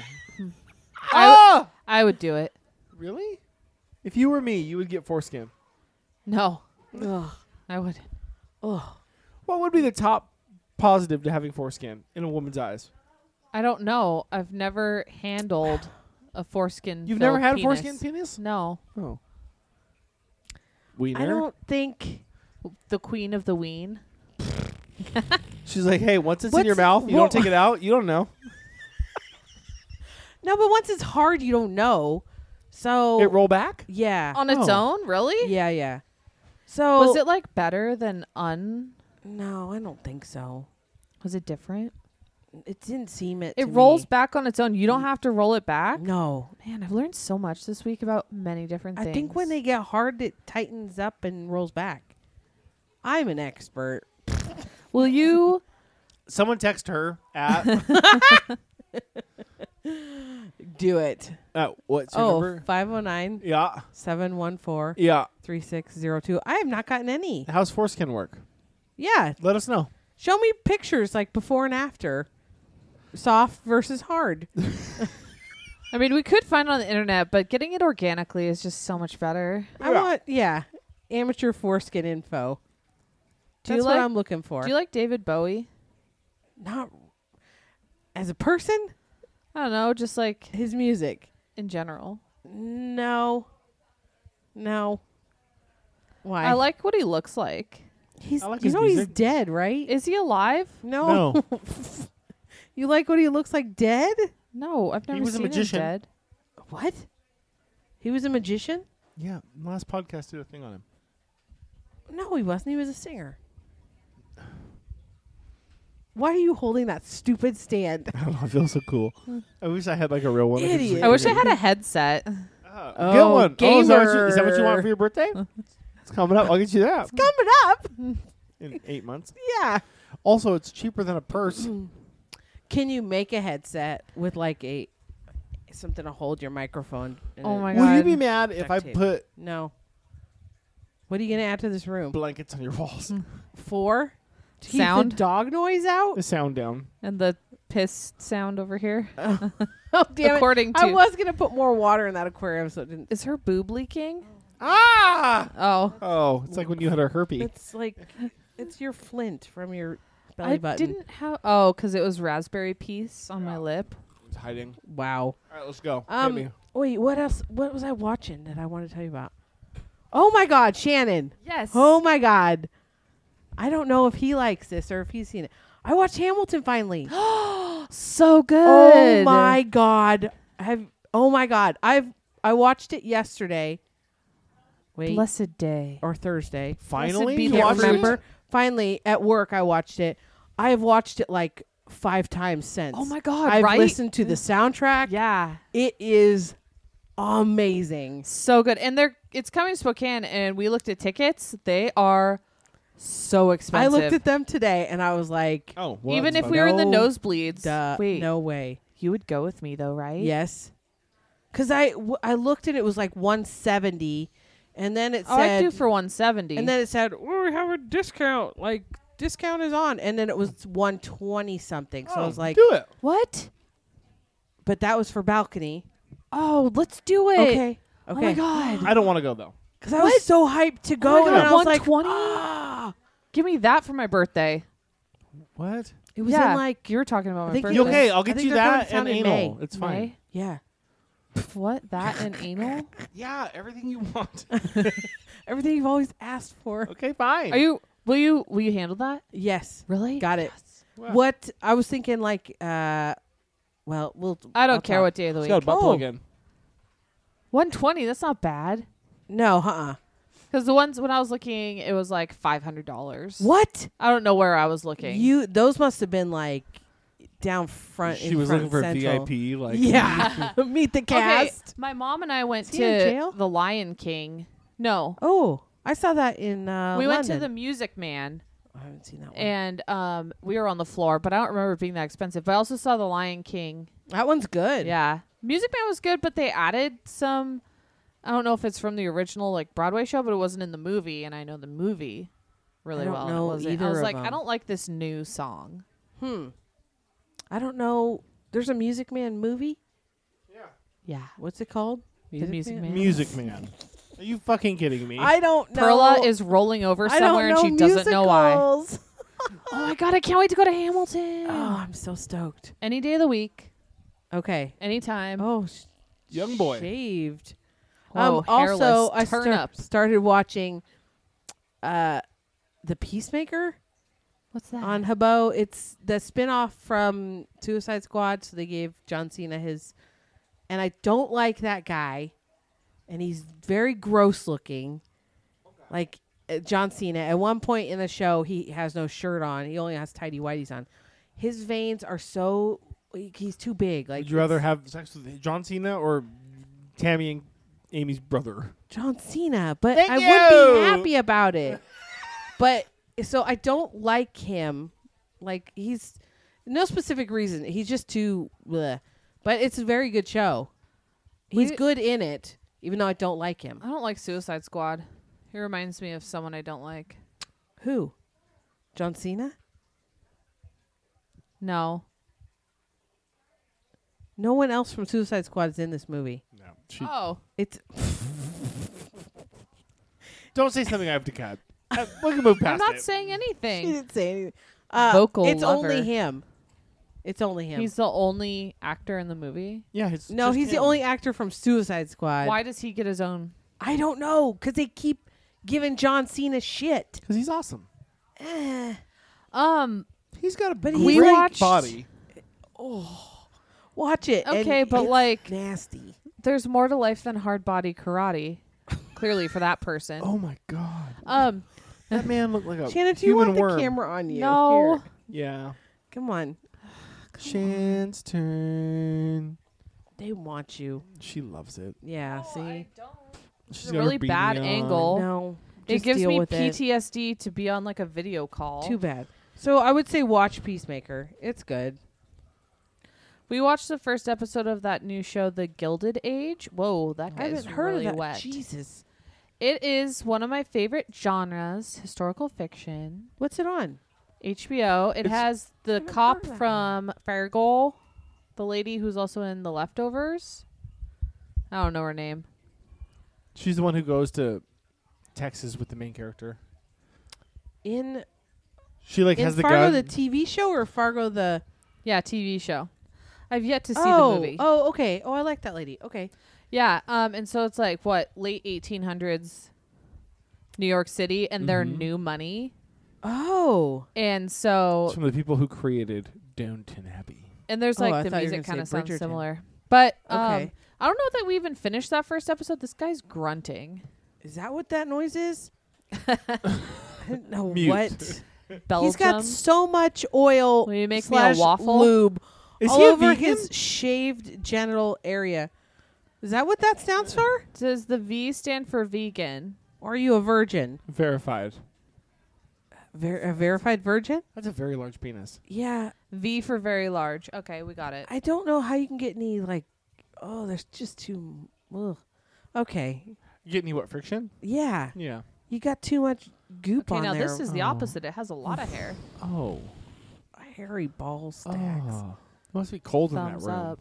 E: I, w- I would do it.
D: Really? If you were me, you would get foreskin.
E: No,
A: Ugh.
E: I wouldn't.
A: Ugh.
D: What would be the top positive to having foreskin in a woman's eyes?
E: I don't know. I've never handled a foreskin.
D: You've never
E: filled
D: had a
E: penis.
D: foreskin penis?
E: No,
D: Oh. Wiener.
A: I don't think.
E: the queen of the ween.
D: She's like, hey, once it's in
A: What's-
D: your mouth, you
A: what-
D: don't take it out. You don't know.
A: No, but once it's hard, you don't know. So.
D: It roll back.
A: yeah.
E: On its
D: Oh.
E: own, really?
A: Yeah, yeah. So.
E: Was it like better than un?
A: No, I don't think so.
E: Was it different?
A: It didn't seem it.
E: It
A: to
E: rolls
A: me.
E: back on its own. You don't have to roll it back.
A: No.
E: Man, I've learned so much this week about many different
A: I
E: things.
A: think when they get hard, it tightens up and rolls back. I'm an expert.
D: <laughs>
E: will you
D: Someone text her <laughs> at
A: Do it.
D: uh, what's your
A: Oh,
D: number?
A: 509
D: Yeah.
A: 714
D: Yeah.
A: 3602. I have not gotten any.
D: How's foreskin work?
A: Yeah.
D: Let us know.
A: Show me pictures like before and after. Soft versus hard.
E: I mean, we could find it on the internet, but getting it organically is just so much better.
A: I
D: Yeah.
A: want yeah. Amateur foreskin info.
E: Do you
A: That's
E: like-
A: what I'm looking for.
E: Do you like David Bowie?
A: Not as a person,
E: I don't know, just like
A: his music.
E: in general.
A: No. No. Why?
E: I like what he looks like.
A: he's
D: I like
A: you
D: his
A: know he's
D: music.
A: dead, right?
E: Is he alive?
A: no. <laughs> you like what he looks like dead?
E: No, I've never
D: was a
E: seen
D: magician.
E: him dead.
A: What? He was a magician?
D: Yeah. Last podcast did a thing on him.
A: No, he wasn't. He was a singer. Why are you holding that stupid <laughs> stand?
D: <laughs> I don't know. I feel so cool. I wish I had like a real one. could just, like,
A: Idiot.
E: I wish I had a headset.
D: Ah,
A: Oh,
D: get one. Oh, is, that what you, is that what you
A: gamer.
D: want for
E: <laughs>
D: your birthday? it's coming up. I'll get you that
A: Coming up.
D: in eight months.
A: Yeah.
D: Also, it's cheaper than a purse.
E: Oh
A: Can you make a headset with like a something to hold your microphone? in
E: Oh
A: it?
E: my
D: Will you
E: God.
D: be mad if
A: Duct
D: I
A: tape.
D: put
A: No. What are you gonna add to this room?
D: blankets on your walls?
E: Mm.
A: Four. To keep the
E: Sound?
A: dog noise out. <laughs>
D: the sound down.
E: and the piss sound over here.
A: Oh damn it.
E: According to
A: I was gonna put more water in that aquarium, so it <laughs> didn't.
E: Is her boob leaking?
D: Ah!
E: Oh.
D: Oh, it's like when you had a herpy.
A: It's like it's your flint from your belly
E: I
A: button.
E: didn't have Oh, cuz it was raspberry piece on my lip.
D: It's hiding.
A: Wow.
D: All right, let's go.
A: Um, Wait, what else? What was I watching that I want to tell you about? Oh my God, Shannon!
E: Yes.
A: Oh my God, I don't know if he likes this or if he's seen it. I watched Hamilton finally.
E: so good.
A: oh my God, have oh my God, I've I watched it yesterday. Wait,
E: blessed day.
A: or Thursday.
D: Finally,
E: be
D: you
E: there watched
A: Can't
D: watch
E: for
D: it?
E: me.
A: remember. Finally, at work, I watched it. I have watched it like five times since.
E: Oh my God,
A: I've
E: right?
A: listened to the soundtrack.
E: Yeah.
A: It is amazing.
E: So good. And they're it's coming to Spokane, and we looked at tickets. They are so
A: I
E: expensive.
A: looked at them today and I was like,
D: Oh, well,
E: even
D: that's
E: if
D: fine.
E: we were in the
A: No.
E: nosebleeds.
A: duh,
E: wait,
A: no way.
E: you would go with me though, right?
A: Yes. Cuz I w- I looked and it was like 170 and then it
E: Oh, I
A: said
E: do for one seventy.
A: and then it said, "Oh, we have a discount." Like discount is on and then it was 120 something. So I
D: Oh,
A: was like,
D: do it.
E: what?
A: but that was for balcony.
E: Oh, let's do it.
A: Okay. Okay.
E: Oh my god. Oh
D: I don't want to go though.
A: Cuz I was so hyped to go
E: my
A: and
E: God,
A: I was like
E: 120?
A: "Ah."
E: Give me that for my birthday.
D: What?
A: It was
E: yeah,
A: in like
E: you were talking about
A: I
E: my
A: think
E: birthday.
A: You
D: You okay?
A: okay? was- I'll
D: I'll
A: I get
D: get
A: think you
D: you
A: they're going
D: that
A: that down
D: and
A: and in anal.
D: anal.
A: May.
D: It's fine.
A: yeah.
E: What? That
A: <laughs>
E: and anal?
D: Yeah, everything you want.
A: Everything you've always asked for.
D: okay, fine.
E: Are you? Will you? Will you handle that?
A: Yes.
E: Really?
A: Got it.
D: Wow.
A: What I was thinking like uh well, we'll
E: I don't
A: I'll
E: care
A: talk.
E: what day of the
D: She's
E: week.
D: got a butt plug
A: Oh.
D: in.
E: One twenty. That's not bad.
A: No, uh-uh. huh?
E: Because the ones when I was looking, it was like five hundred dollars.
A: What?
E: I don't know where I was looking.
A: You those must have been like down front.
D: She
A: in
D: was
A: front
D: looking for
A: central.
D: VIP. Like,
A: yeah,
D: <laughs>
A: meet the
E: okay?
A: cast.
E: My mom and I went
A: Is he in jail?
E: to the Lion King. No,
A: Oh, I saw that in. Uh,
E: we went to the
A: London.
E: Music Man,
A: I haven't seen that one.
E: and um, we were on the floor, but I don't remember it being that expensive. But I also saw the Lion King.
A: that one's good.
E: Yeah, Music Man was good, but they added some. I don't know if it's from the original like Broadway show, but it wasn't in the movie, and I know the movie really
A: I don't
E: well. and it
A: know
E: wasn't.
A: either
E: I was
A: of
E: like, I
A: them.
E: don't like this new song.
A: I don't know. There's a Music Man movie.
E: Yeah,
A: What's it called?
E: the Music Man.
D: Music Man. Are you fucking kidding me?
A: I don't know.
E: Perla is rolling over
A: I don't
E: somewhere and
A: know
E: she doesn't know why.
A: musicals.
E: <laughs> Oh my god, I can't wait to go to Hamilton.
A: Oh, I'm so stoked.
E: Any day of the week,
A: Okay.
E: anytime.
A: Oh, sh-
D: Young boy.
A: shaved.
E: Whoa,
A: um, also,
E: Oh, hairless
A: I star-
E: turnips.
A: started watching uh, The Peacemaker
E: What's that?
A: on Habo. It's the spin off from Suicide Squad. So they gave John Cena his. And I don't like that guy. And he's very gross looking. Like uh, John Cena. At one point in the show, he has no shirt on. He only has tidy whities on. His veins are so. like, He's too big. Like
D: Would you rather have sex with John Cena or Tammy and Amy's brother?
A: John Cena, but
D: Thank
A: I would be
D: you.
A: happy about it. but <laughs> so I don't like him. Like he's no specific reason. He's just too. Bleh. But it's a very good show. He's
E: We-
A: good in it, even though I don't like him.
E: I
D: Oh.
E: don't like Suicide Squad. He reminds me of someone I don't like.
A: Who? John Cena?
E: No.
A: No one else from Suicide Squad is in this movie.
D: No. She,
E: Oh,
A: It's <laughs>
D: don't say something I have to cut. Uh, we can move past
E: I'm not
D: it.
E: saying
A: he
E: anything.
A: didn't say anything. Uh,
E: Vocal
A: It's only
E: lover.
A: him. It's only him.
E: He's the only actor in the movie.
D: yeah, it's
A: no,
D: just
A: he's the
D: him.
A: only actor from Suicide Squad.
E: Why does he get his own?
A: I don't know because they keep giving John Cena shit. Eh,
D: Because he's awesome.
E: Um.
D: He's got a but
E: he
D: great
E: watched-
D: body.
A: Watch it. and
E: Okay, but,
A: it's
E: like-
A: nasty.
E: There's more to life than hard body karate. Clearly, for that person.
D: Oh my god,
E: Um.
D: that man looked like a
A: Shannon, do you
D: human
A: want
D: worm.
A: the camera on you?
E: No.
A: Here.
D: Yeah,
A: come on.
D: Shan's turn.
A: They want you.
D: She loves it.
A: Yeah. see.
D: She's
E: a
D: got her
E: really
D: beanie
E: bad
D: on.
E: angle.
A: No.
E: It
A: just
E: gives
A: deal
E: me
A: with it.
E: PTSD to be on like a video call.
A: Too bad. So I would say watch Peacemaker. It's good.
E: We watched the first episode of that new show, The Gilded Age. Whoa, that
A: I
E: guy
A: haven't
E: is
A: heard
E: really
A: of that.
E: wet.
A: Jesus.
E: It is one of my favorite genres: historical fiction.
A: What's it on?
E: HBO. It
D: It's-
E: has the
A: haven't heard
E: cop
A: of that
E: from Fargo, the lady who's also in The Leftovers. I don't know her name.
D: She's the one who goes to Texas with the main character.
A: In
D: She like
A: in
D: has the
A: Fargo
D: gun.
A: the TV show or Fargo the
E: Yeah, TV show. I've yet to see
A: oh,
E: the movie.
A: Oh, okay. Oh, I like that lady. Okay.
E: Yeah, um, and so it's like what late 1800s New York City, and their
D: Mhm.
E: new money,
A: Oh.
E: and so
D: It's from the people who created Downton Abbey.
E: and there's
A: Oh,
E: like
A: I
E: the
A: thought you were
E: music
A: gonna
E: kind of
A: say
E: sounds
A: Bridgerton.
E: similar, but um,
A: Okay.
E: I don't know that we even finished that first episode. This guy's grunting.
A: Is that what that noise is? I don't know
D: Mute.
A: what.
E: Belgium.
A: He's got so much oil
E: Will you make me a
A: slash
E: waffle?
A: lube
D: Is
A: all
D: he a
A: over
D: vegan?
A: his shaved genital area. Is that what that stands for?
E: Does the V stand for vegan?
A: Or are you a virgin?
D: Verified.
A: Ver- a verified virgin?
D: That's a very large penis.
A: Yeah.
E: V for very large. Okay, we got it.
A: I don't know how you can get any, like, oh, there's just too. Ugh. Okay.
D: You get any what friction?
A: Yeah.
D: Yeah.
A: You got too much goop
E: okay,
A: on
E: now
A: there. Oh.
E: this is the opposite. It has a lot of
A: <sighs>
E: hair.
D: Oh.
A: hairy ball stacks.
D: Oh. Must be cold
E: Thumbs
D: in that room.
E: up.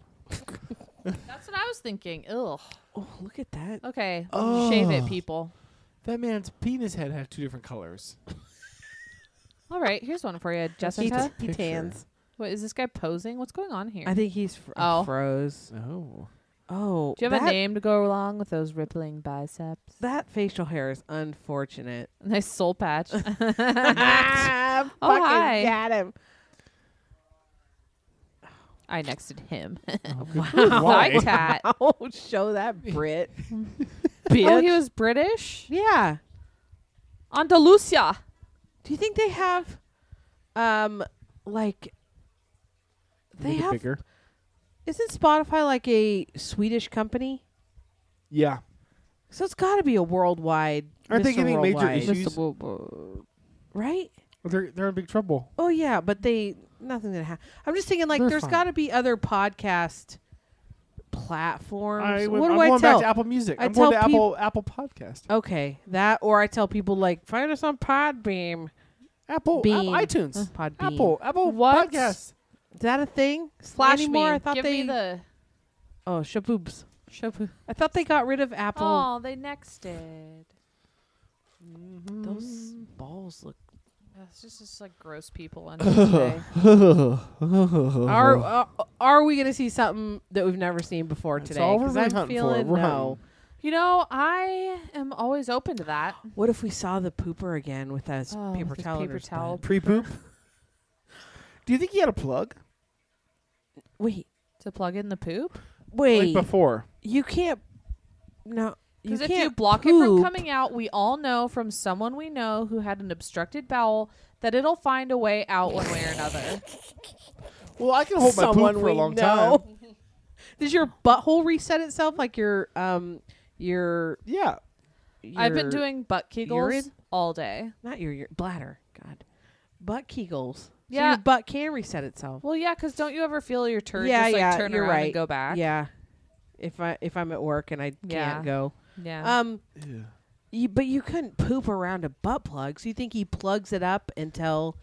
A: <laughs>
E: That's what I was thinking. Ugh.
A: Oh, look at that.
E: Okay.
A: Oh.
E: Shave it,
D: Ugh.
E: people.
D: That man's penis head had two different colors.
E: All right, here's one for you,
A: He,
E: Jessica.
A: he
D: Picture.
A: tans.
E: Wait, is this guy posing? What's going on here?
A: I think he's fr-
E: Oh.
A: froze.
D: Oh.
A: Oh,
E: Do you have
A: that,
E: a name to go along with those rippling biceps? <laughs>
A: That facial hair is unfortunate.
E: Nice soul
A: <laughs>
E: patch.
A: Ah,
E: Oh,
A: fucking
E: hi.
A: got him. <laughs>
E: I nexted him. <laughs>
D: Why?
E: Thigh
A: <laughs>
E: tat.
A: Oh, show
E: <laughs>
A: that Brit.
E: Oh, he was British.
A: yeah.
E: Andalusia.
A: Do you think they have, um, like, they
D: Make it
A: have?
D: bigger.
A: Isn't Spotify like a Swedish company?
D: Yeah.
A: So it's got to be a worldwide.
D: Aren't they
A: Mr.
D: getting major
A: Worldwide,
D: issues?
A: Right?
D: They're they're in big trouble.
A: Oh yeah, but they nothing's gonna happen. I'm just thinking like
D: They're
A: there's
D: fine.
A: got to be other podcast platforms.
D: went-
A: what do
D: I'm
A: I
D: going
A: tell?
D: back to Apple Music.
A: I
D: I'm going to
A: tell peop-
D: Apple Apple Podcast.
A: okay, that or I tell people like find us on Podbeam.
D: Apple,
A: Beam.
D: Apple iTunes.
A: Podbeam.
D: Apple Apple
E: What?
D: <laughs> Podcasts.
A: Is that a thing?
E: Flash
A: anymore?
E: me.
A: I thought
E: Give
A: they
E: me the
A: oh shaboobs.
E: shampoo.
A: I thought they got rid of Apple.
E: Oh, they nexted.
A: Those
E: mm.
A: balls look.
E: It's just, just like gross people.
A: <laughs>
E: on today.
A: Are uh, are we gonna see something that we've never seen before
D: That's
A: today?
D: all we're really
A: I'm
D: hunting for.
A: feeling
D: We're
A: no.
E: You know, I am always open to that.
A: What if we saw the pooper again with that
E: Oh,
A: paper
E: with his
A: towel? in
E: paper
A: his
E: towel.
A: butt?
D: Pre <laughs> poop. Do you think he had a plug?
A: Wait,
E: To plug in the poop?
A: wait.
D: Like before.
A: you can't. No, you
E: Because
A: can't
E: if you block it
A: poop.
E: from coming out, we all know from someone we know who had an obstructed bowel that it'll find a way out one way or another.
D: Well, I can hold my
A: Someone
D: poop for
A: we
D: a long
A: know.
D: time.
A: <laughs> Does your butthole reset itself like your um your?
D: Yeah.
E: I've been
A: your-
E: doing butt kegels
A: urine?
E: all day.
A: not your your bladder. God, butt kegels. so
E: Yeah.
A: your butt can reset itself.
E: Well, yeah, because don't you ever feel your turd
A: yeah,
E: just like
A: yeah,
E: turn
A: you're
E: around
A: right.
E: and go back?
A: Yeah, if I if I'm at work and I
E: Yeah.
A: can't go,
E: Yeah.
A: um,
D: <gasps>
A: you, but you couldn't poop around a butt plug. So you think he plugs it up until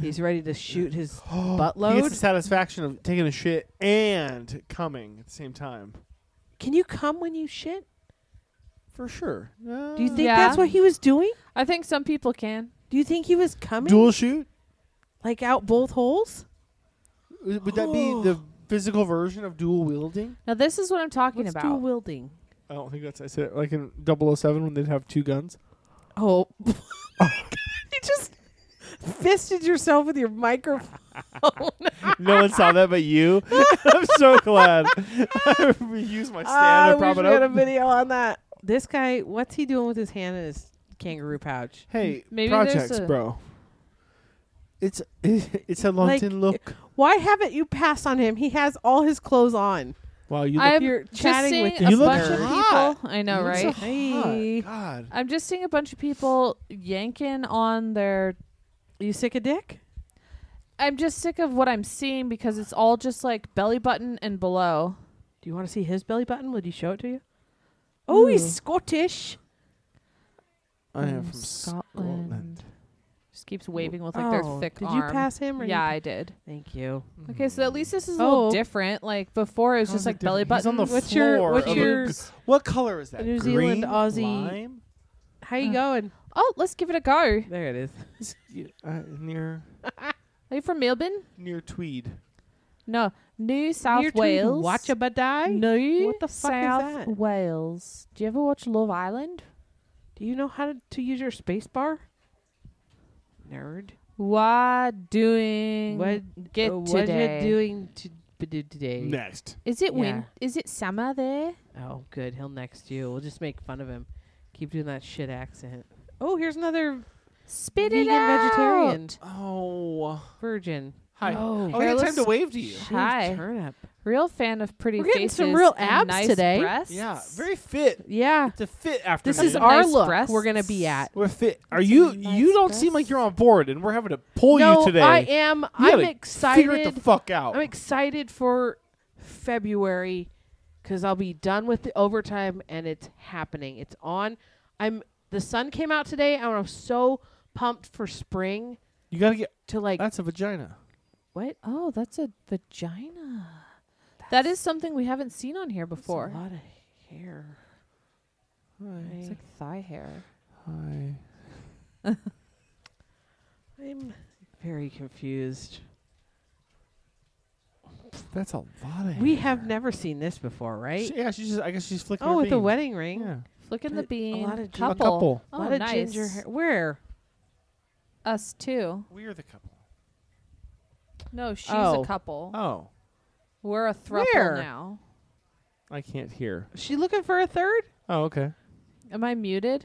A: he's ready to shoot his
D: <laughs>
A: butt
D: He gets
A: load?
D: the satisfaction of taking a shit and coming at the same time.
A: Can you come when you shit?
D: For sure.
A: Do you
D: Uh,
A: think
E: Yeah.
A: that's what he was doing?
E: I think some people can.
A: Do you think he was coming
D: dual shoot?
A: like out both holes?
D: Would would that <gasps> be the physical version of dual wielding?
E: Now, this is what I'm talking
A: What's dual
E: about.
A: wielding?
D: I don't think that's I said it. like in 007 when they'd have two guns.
A: Oh, <laughs> you just fisted yourself with your microphone.
D: no one saw that but you. I'm so glad. <laughs> I used my stand
A: Ah, I
D: to prop
A: wish
D: it
A: we had a
D: up.
A: video on that. This guy, what's he doing with his hand in his kangaroo pouch?
D: Hey,
E: Maybe there's
D: projects,
E: a-
D: bro. It's <laughs> it's a London look.
A: Why haven't you passed on him? He has all his clothes on.
D: Wow, you look
E: I'm
A: you're
E: just
A: chatting
E: seeing
A: with
E: a
D: You look
E: bunch of
D: hot.
E: people. I know,
D: you look
E: right?
D: so hot.
A: Hey.
D: God,
E: I'm just seeing a bunch of people yanking on their.
A: You sick of dick?
E: I'm just sick of what I'm seeing because it's all just like belly button and below.
A: Do you want to see his belly button? Would he show it to you? Oh,
E: Ooh.
A: he's Scottish.
D: I am
E: Mm,
D: from Scotland.
E: Scotland. Just keeps waving with like their
A: Oh,
E: thick
A: Did
E: arm.
A: you pass him? Or you
E: Yeah,
A: pa-
E: I did.
A: Thank you.
E: Okay,
D: Mm.
E: so at least this is a
A: Oh.
E: little different. Like before, it was
D: How's
E: just
D: it
E: like belly
D: Oh, different?
E: button.
D: He's on the
A: What's
D: floor
A: your what's
D: of a
A: your
D: g- What color is that?
A: New Zealand
D: Green?
A: Aussie.
D: Lime?
A: how you
E: Uh,
A: going?
E: oh, let's give it a go. Are
A: There it is.
D: It's, uh, near
E: you from Melbourne?
D: near Tweed.
E: No, New South
A: You're trying to
E: Wales.
A: Watch a die.
E: New
A: What the fuck is
E: South
A: that?
E: Wales. Do you ever watch Love Island?
A: Do you know how to, to use your space bar? Nerd.
E: What doing?
A: What-
E: get
A: Uh, what
E: today?
A: are you doing to b- do today?
D: Next.
E: Is it win?
A: Yeah.
E: Is it summer there?
A: Oh, good. He'll next you. We'll just make fun of him. Keep doing that shit accent. Oh, here's another
E: Spit
A: vegan
E: it out.
A: vegetarian
D: Oh.
A: virgin.
D: Hi.
A: Oh,
D: Oh, I had time
E: Hairless-
D: to wave to you.
A: Shaved
E: Hi.
A: turnip.
E: Real fan of pretty
A: We're getting
E: faces.
A: some real
E: and
A: abs
E: nice
A: today.
E: breasts.
D: Yeah, very fit.
A: Yeah.
D: It's a fit after
A: This is
E: Some
A: our
E: nice
A: look
E: breasts.
A: we're going to be at.
D: We're fit. Are
B: It's a
D: you?
B: nice
D: you don't
B: dress.
D: seem like you're on board, and we're having to pull
A: no,
D: Oh, you today.
A: I am.
D: You
A: I'm
D: gotta Figure it
A: excited.
D: the fuck out.
A: I'm excited for February because I'll be done with the overtime and it's happening. It's on. I'm. The sun came out today and I'm so pumped for spring
D: you gotta get.
A: to like
D: That's a vagina.
A: what?
E: Oh, that's a vagina. That's something we haven't seen on here
A: That's a
E: before.
A: lot of hair.
E: It's like thigh hair.
D: Hi.
A: I'm very confused.
D: That's a lot of.
A: We
D: hair.
A: have never seen this before, right?
D: She- yeah, she's just. I guess she's flicking.
A: oh,
D: her
A: with the
D: bean.
A: wedding ring.
D: Yeah.
E: Flicking the
A: But a
E: bean.
A: lot of gin-
D: A
E: couple.
D: couple.
A: A
E: Oh,
A: lot of
E: nice.
A: ginger hair. Where?
E: Us too.
D: We're the couple.
E: No, she's
A: Oh.
E: a couple.
D: Oh,
E: We're a throuple
A: Where?
E: now.
D: I can't hear.
A: Is she looking for a third?
D: Oh, okay.
E: Am I muted?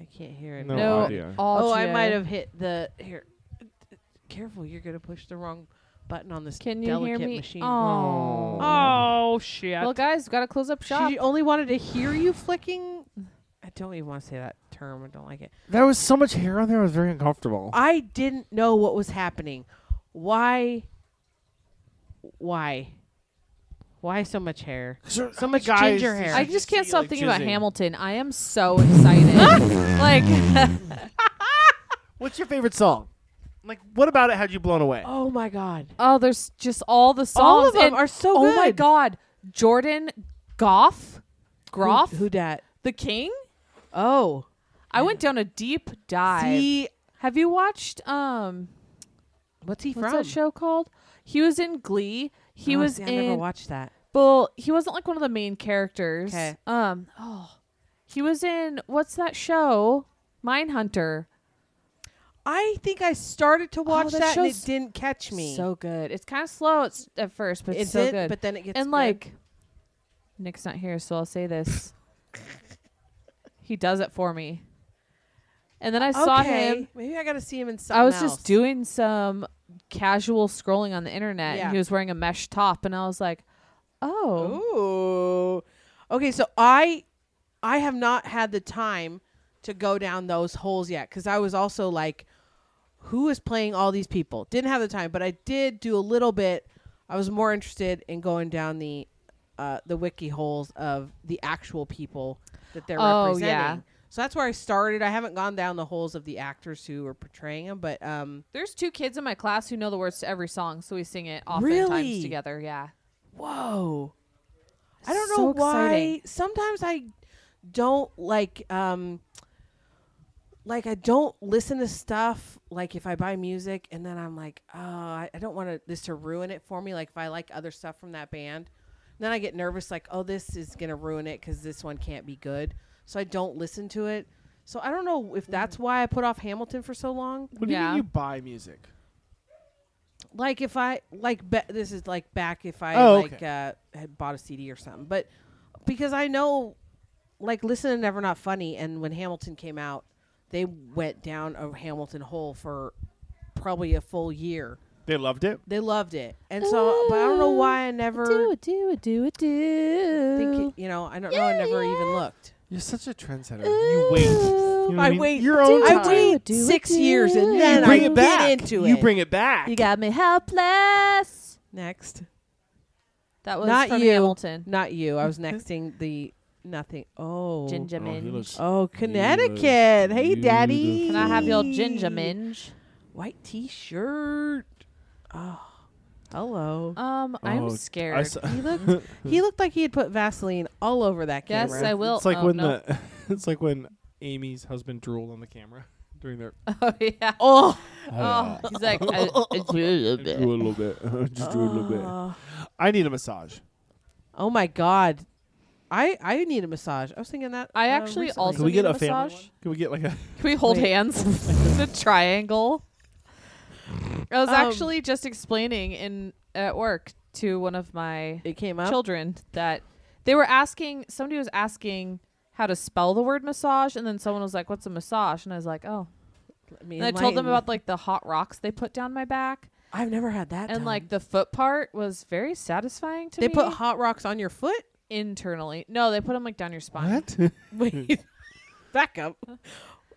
A: I can't hear it.
D: No
E: no.
D: audio.
A: Oh, I
E: audio.
A: might have hit the here. Careful, you're gonna push the wrong button on this
E: Can you
A: delicate
E: hear me?
A: machine.
E: Oh.
A: Oh, shit!
E: Well, guys, gotta close up shop.
A: she only wanted to hear you flicking. I don't even want to say that term. I don't like it.
D: There was so much hair on there. I was very uncomfortable.
A: I didn't know what was happening. Why? Why? Why so much hair?
D: So,
A: much ginger hair.
E: I just can't stop
D: like,
E: thinking about
D: jizzing.
E: Hamilton. I am so excited. like,
D: What's your favorite song? Like, what about it had you blown away?
A: Oh my god!
E: oh, there's just all the songs.
A: All of them
E: and-
A: are so
E: Oh my
A: good.
E: God, Jordan Goff, Groff,
A: Who, who dat?
E: the King.
A: Oh,
E: I went down a deep dive.
A: see,
E: Have you watched um
A: what's he
E: what's
A: from?
E: that show called? He was in Glee. He
A: Oh,
E: was
A: see, I never
E: in
A: watched that.
E: well, he wasn't like one of the main characters.
A: 'Kay.
E: Um oh. He was in what's that show? Mindhunter.
A: I think I started to watch
E: Oh, that
A: that, and it
E: show's
A: didn't catch me.
E: So good. It's kind of slow at, s- at first, but it's
A: Is
E: so
A: it?
E: good.
A: But then it gets
E: and
A: good.
E: like Nick's not here, so I'll say
A: <laughs>
E: this. he does it for me. And then I saw
A: okay,
E: him
A: Maybe I got to see him in something.
E: I was
A: else.
E: just doing some casual scrolling on the internet,
A: Yeah.
E: and he was wearing a mesh top, and I was like, "Oh,
A: Ooh. Okay, so I, I have not had the time to go down those holes yet because I was also like, who is playing all these people? Didn't have the time, but I did do a little bit. I was more interested in going down the, uh, the wiki holes of the actual people that they're
E: Oh,
A: representing.
E: yeah.
A: So that's where I started. I haven't gone down the holes of the actors who are portraying them, but um,
E: there's two kids in my class who know the words to every song, so we sing it oftentimes
A: Really?
E: together." Yeah,
A: whoa i don't
E: So
A: know why
E: exciting.
A: sometimes i don't like um like i don't listen to stuff like if i buy music and then i'm like oh i, I don't want to this to ruin it for me like if i like other stuff from that band then i get nervous like oh this is gonna ruin it because this one can't be good so i don't listen to it so i don't know
E: Mm-hmm.
A: if that's why i put off hamilton for so long
D: What do you
E: Yeah.
D: mean you buy music?
A: like if I like ba- this is like back if I
D: Oh,
A: like uh, had bought a CD or something, but because I know like listen to Never Not Funny, and when Hamilton came out, they went down a Hamilton hole for probably a full year.
D: They loved it.
A: They loved it, and so but I don't know why I never
E: do it, do it, do it, do.
A: think it, you know I don't know I never even looked.
D: You're such a trendsetter. You wait. You know what
A: I
D: mean?
A: wait.
D: Your own
A: I
D: time.
A: wait
E: Do it,
A: six
E: do
A: years and
E: it.
A: then
D: You bring
A: I
D: it
A: get
D: back.
A: into it.
D: You bring it back.
E: you got me helpless.
A: next.
E: That was
A: Not
E: from
A: you.
E: Hamilton.
A: Not you. I
D: <laughs>
A: was nexting the nothing. Oh,
E: Ginger
D: Oh, Oh, he
E: minge.
D: looks-
A: Oh, Connecticut. Hey, Daddy.
E: Can I have your ginger minge?
A: White t shirt. Oh, hello.
E: Um,
D: Oh,
E: I'm
D: I
E: scared.
D: saw-
A: he looked he looked like he had put Vaseline all over that
E: yes,
A: camera.
E: I will.
D: It's like
E: oh,
D: when
E: no.
D: the. <laughs> It's like when Amy's husband drooled on the camera <laughs> during their.
E: <laughs> oh yeah.
A: oh,
E: Oh, he's
D: <laughs>
E: like, I, it's really
D: I drew a little bit. <laughs> Just drew a little bit.
A: Oh.
D: I need a massage.
A: Oh my god. I I need a massage. I was thinking that.
E: I
A: uh,
E: actually
A: recently.
E: also
D: Can we
E: need
D: get a
E: massage.
D: family? One? Can we get like a?
E: Can we hold
A: Wait.
E: hands <laughs> in a triangle? I was
A: Um,
E: actually just explaining in at work to one of my
A: it came up.
E: children that they were asking somebody was asking how to spell the word massage and then someone was like what's a massage and I was like oh
A: Let me
E: and I told them
A: enlighten.
E: about like the hot rocks they put down my back
A: I've never had that.
E: and
A: done.
E: like the foot part was very satisfying to
A: they
E: me.
A: put hot rocks on your foot. <laughs>
E: internally. No, they put them like down your spine.
D: <laughs> What? Hmm.
A: Wait, <laughs> back
E: <laughs>
A: up.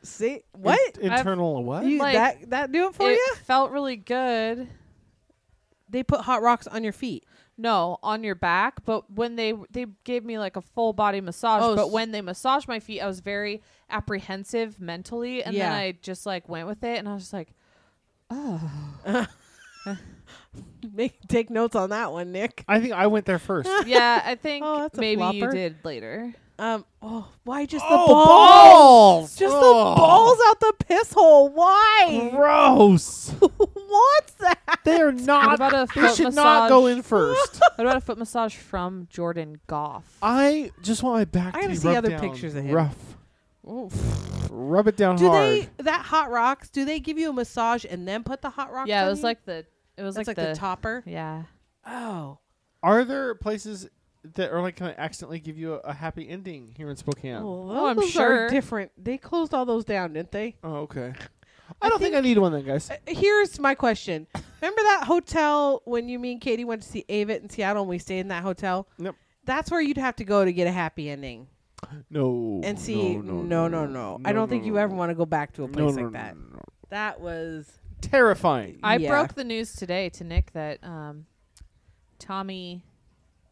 A: See what?
D: In-
E: I've-
D: internal what?
A: You-
E: like-
A: that that do it for
E: it
A: you?
E: felt really good.
A: They put hot rocks on your feet.
E: No, on your back. But when they they gave me like a full body massage,
A: Oh,
E: but
A: s-
E: when they massaged my feet, I was very apprehensive mentally, and
A: Yeah.
E: then I just like went with it, and I was just like,
A: Make, take notes on that one, Nick.
D: I think I went there
A: <laughs>
D: first.
E: yeah, I think
A: Oh, that's a
E: maybe you
A: flopper.
E: did later.
A: Um. Oh, why just
D: Oh,
A: the balls?
D: balls!
A: Just
D: Oh.
A: the balls out the piss hole. Why? <laughs>
D: Gross.
A: What's that?
D: They are
E: What
D: not.
E: about a
D: They
E: foot
D: should
E: massage?
D: not go in first.
E: What about a foot massage from Jordan Goff?
D: I just want my back to
A: I gotta
D: be
A: see
D: rubbed
A: other
D: down
A: pictures of him.
D: Rough. Rub it down
A: Do
D: hard.
A: they that hot rocks? Do they give you a massage and then put the hot rocks?
E: yeah,
A: on
E: it was
A: you?
E: like the it was
A: that's
E: like,
A: like, the, topper.
E: Yeah.
A: Oh,
D: Are there places that are like kind of accidentally give you a, a happy ending here in Spokane? Oh,
A: well,
E: Oh, I'm
A: those are
E: sure.
A: different. They closed all those down, didn't they?
D: Oh, okay. I, don't think, I need one then, guys.
A: Uh, Here's my question. Remember that hotel when you, me, and Katie went to see Avett in Seattle, and we stayed in that hotel.
D: Yep.
A: That's where you'd have to go to get a happy ending.
D: No.
A: And see, no, no, no, I don't think you ever want to go back to a place like that. That was
D: Terrifying.
E: I
A: Yeah.
E: broke the news today to Nick that um, Tommy,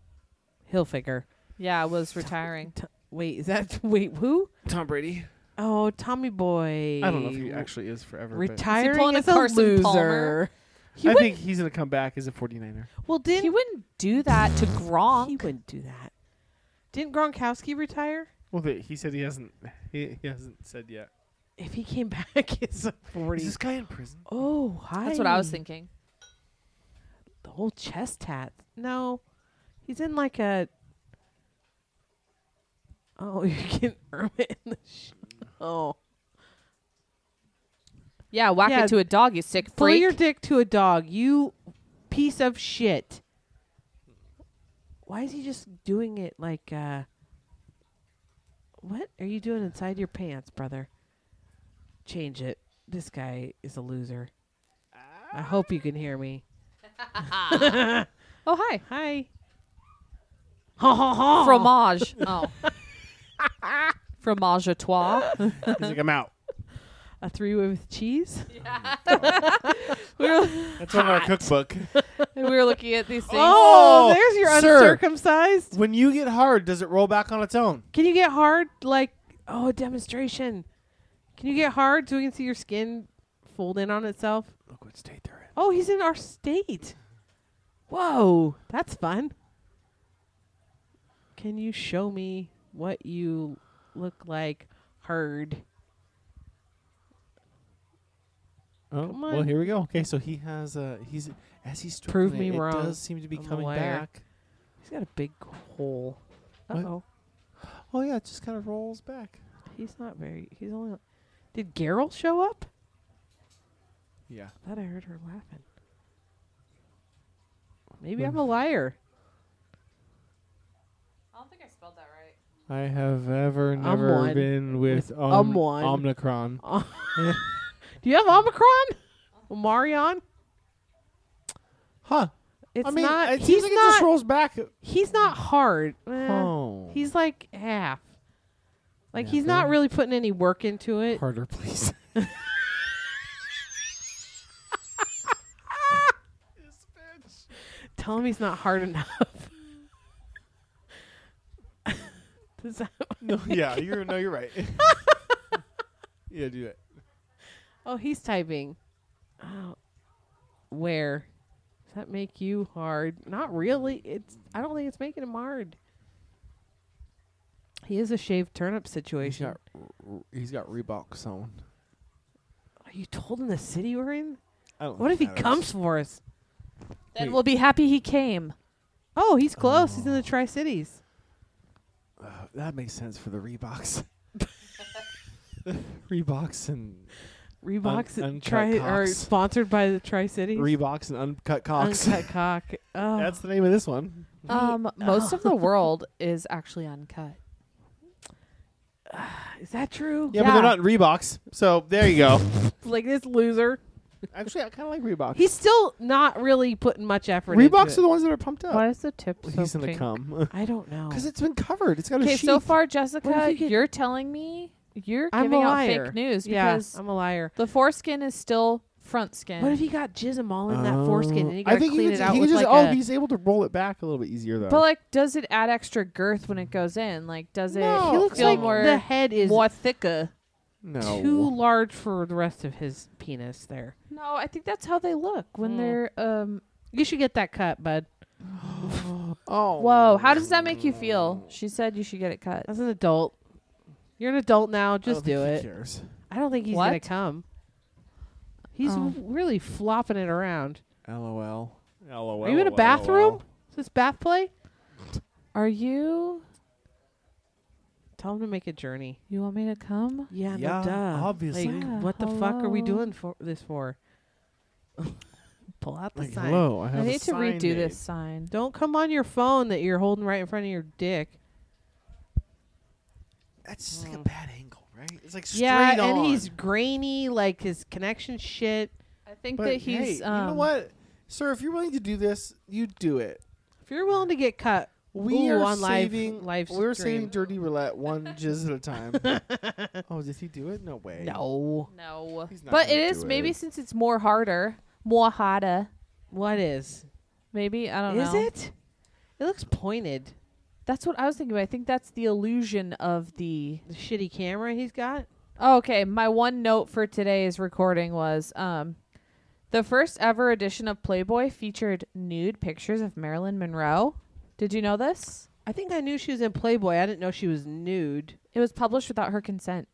A: <laughs> Hilfiger.
E: yeah, was retiring.
A: T- wait, is that <laughs> wait who?
D: Tom Brady.
A: Oh, Tommy Boy.
D: I don't know if he actually is forever. but
E: Is he
A: retiring
E: pulling a
A: as a
E: Carson
A: loser.
E: Palmer?
A: He
D: I
A: wouldn't.
D: think he's going to come back as a 49er.
A: well, didn't
E: He wouldn't do that to
A: he
E: Gronk.
A: wouldn't do that? Didn't Gronkowski retire?
D: Well, they, he said he hasn't. He, he hasn't said yet.
A: If he came <laughs> back as a forty,
D: Is this guy in prison?
A: oh, hi.
E: That's what I was thinking.
A: The whole chest tat. No, he's in like a. Oh, <laughs> you can earn it in the. Sh- oh,
E: Yeah, whack
A: Yeah.
E: it to a dog, you sick
A: pull
E: freak.
A: your dick to a dog, you piece of shit. Why is he just doing it like? uh What are you doing inside your pants, brother? Change it. This guy is a loser. I hope you can hear me.
E: oh hi,
A: Hi. Ha ha ha. <laughs>
E: fromage. oh, fromage à
A: <laughs>
E: toi.
D: He's like, I'm out.
A: a three way with cheese.
D: That's on our cookbook.
E: we were looking at these things.
A: Oh, there's your
D: sir.
A: uncircumcised.
D: When you get hard, does it roll back on its own?
A: Can you get hard like oh a demonstration? Can you get hard so we can see your skin fold in on itself?
D: Look what state they're in.
A: Oh, he's in our state. Whoa, that's fun. Can you show me what you look like hard?
D: Oh,
A: Come
D: well,
A: on.
D: here we go. Okay, so he has. Uh, he's as he's
A: Prove
D: struggling,
A: me
D: it,
A: wrong.
D: It does seem to be
A: I'm a
D: coming
A: liar.
D: back.
A: He's got a big hole. Uh
D: What?
A: oh,
D: Oh yeah, it just kind of rolls back.
A: he's not very. He's only. Did Geralt show up?
D: Yeah.
A: I thought I heard her laughing. Maybe I'm a liar.
E: I don't think I spelled that right.
D: I have ever never
A: one
D: been with,
A: with
D: om-
A: one.
D: Omnicron.
A: Do you have Omicron? Omarion?
D: Huh.
A: It's
D: I mean,
A: not.
D: it
A: he's
D: seems like it
A: not.
D: just rolls back.
A: he's not hard. Eh,
D: oh.
A: He's like half. Like he's
D: Yeah,
A: not
D: fair.
A: really putting any work into it.
D: harder,
A: <laughs>
D: please. <laughs>
A: Tell him he's not hard enough. <laughs> Does that-
D: <laughs> no, yeah, you're no, you're right. <laughs> yeah, do that.
A: <laughs> oh, he's typing. Oh, where? Does that make you hard? Not really. It's. I don't think it's making him hard. He is a shaved turnip situation.
D: he's got Reeboks on.
A: Are you told in the city we're in?
D: I don't
A: What if
D: think
A: he
D: that matters.
A: comes for us?
E: Then
D: Wait.
E: we'll be happy he came.
A: Oh, he's close. He's in the Tri Cities.
D: Uh, that makes sense for the
A: <laughs>
D: Reeboks. <laughs> Reeboks and
A: Reeboks
D: uncut
A: tri- are
D: cocks.
A: sponsored by the Tri Cities.
D: Reeboks and uncut cocks. <laughs>
A: Uncut cock. Oh,
D: That's the name of this one.
E: Um, most of the world is actually uncut.
A: is that true?
D: Yeah, but
E: Yeah.
A: <laughs>
D: they're not in Reeboks. So there you go.
A: Like this loser.
D: Actually, I kind of like Reebok.
A: He's still not really putting much effort.
D: Reeboks are
A: into
D: the
A: it.
D: ones that are pumped
A: Oh.
D: up.
E: Why is the tip so
D: He's gonna
E: pink?
D: <laughs> come
A: I don't know.
D: because it's been covered. It's got a
E: Okay,
D: sheath.
E: so far,
A: What
E: Jessica,
A: if you get-
E: you're telling me you're
A: I'm
E: giving
A: a
E: out
A: liar.
E: fake news
A: yeah,
E: because
A: I'm a liar.
E: the foreskin is still front skin.
A: What if he got jism all in
D: Oh.
A: that foreskin and he got
D: I think
A: clean
D: he
A: it
D: could,
A: out
D: he
A: with
D: could just
A: like
D: oh,
A: a?
D: he's able to roll it back a little bit easier though.
E: but like, does it add extra girth when it goes in? Like, does
D: No.
E: it
A: he looks
E: feel
A: like
E: more
A: the head is
E: more thicker?
D: no,
A: too large for the rest of his penis. There,
E: No, I think that's how they look when
A: Hmm.
E: they're um.
A: you should get that cut, bud.
D: oh,
E: Whoa, how does that make you feel? She said you should get it cut.
A: As an adult, you're an adult now.
D: I don't
A: Just
D: think
A: do
D: he
A: it.
D: cares.
A: I don't think he's gonna
E: What?
A: come. He's
E: Oh.
A: w- really flopping it around.
D: LOL. LOL.
A: Are you in a bathroom? Is this bath play?
E: Are you?
A: Tell him to make a journey.
E: You want me to come?
A: Yeah,
D: Yeah,
A: no duh.
D: obviously.
A: Like,
E: Yeah,
A: what the fuck are we
E: hello.
A: doing for this for? <laughs> Pull out the
D: Like,
A: sign.
D: hello, I
E: I
D: have a
E: need to
D: sign
E: redo
D: made.
E: this sign.
A: Don't come on your phone that you're holding right in front of your dick.
D: That's just like a bad angle, right? It's like straight
A: yeah,
D: on.
A: and he's grainy, like his connection shit.
E: I think
D: but
E: that he's.
D: hey,
E: um,
D: you know what, sir? If you're willing to do this, you do it.
A: If you're willing to get cut,
D: We
A: Ooh,
D: are
A: on live-
D: saving.
A: live
D: we're
A: stream.
D: saving dirty roulette one jizz at a
A: <laughs>
D: time. oh, did he do it? No way.
A: no.
E: No.
D: He's not
E: But it
D: gonna
E: is
D: do
E: maybe
D: it.
E: since it's more harder, more harder.
A: What is?
E: Maybe I don't
A: Is
E: know.
A: it? It looks pointed.
E: That's what I was thinking. About. I think that's the illusion of the.
A: The shitty camera he's got.
E: Oh, okay, my one note for today's recording was um, the first ever edition of Playboy featured nude pictures of Marilyn Monroe. Did you know this?
A: I think I knew she was in Playboy. I didn't know she was nude.
E: It was published without her consent.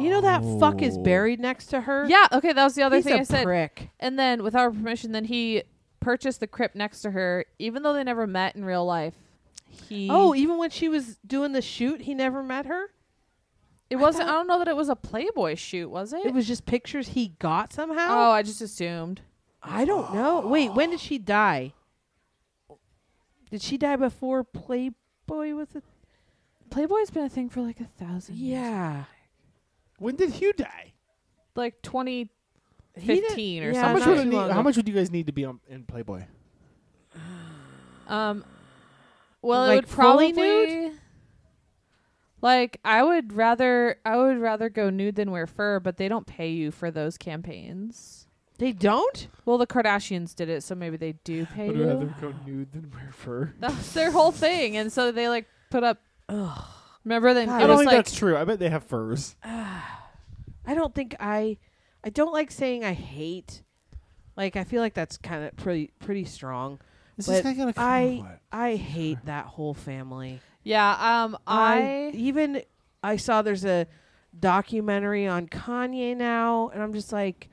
A: You know that fuck is
D: Oh.
A: buried next to her.
E: Yeah. Okay, that was the other
A: He's
E: thing
A: a
E: I said.
A: prick.
E: And then, without her permission, then he purchased the crypt next to her, even though they never met in real life. He
A: Oh, even when she was doing the shoot, he never met her.
E: It wasn't. I don't know that it was a Playboy shoot, was it?
A: It was just pictures he got somehow.
E: Oh, I just assumed.
A: I don't know. Wait, when did she die? Did she die before Playboy was a?
E: Playboy's been a thing for like a thousand. years.
A: Yeah,
D: When did Hugh die?
E: like twenty.
A: He didn't-
E: 15 or
A: yeah,
E: something.
D: How much
A: not
D: would it
A: too
D: need,
A: long ago.
D: how much would you guys need to be on in Playboy?
E: Um. Well, it
A: Like
E: would probably
A: fully nude?
E: Like I would rather I would rather go nude than wear fur, but they don't pay you for those campaigns.
A: They don't.
E: Well, the Kardashians did it, so maybe they do pay
D: I'd
E: you.
D: rather go nude than wear fur.
E: That was their whole thing, and so they like put up.
A: Ugh.
E: Remember then?
A: God.
E: It
D: I don't
E: was
D: think
E: like
D: that's true. I bet they have furs.
A: I don't think I. I don't like saying I hate. Like I feel like that's kind of pretty pretty strong.
D: Is
A: this
D: this
A: guy
D: guy gonna come
A: I I hate that whole family.
E: yeah. Um, I
A: even I saw there's a documentary on Kanye now, and I'm just like,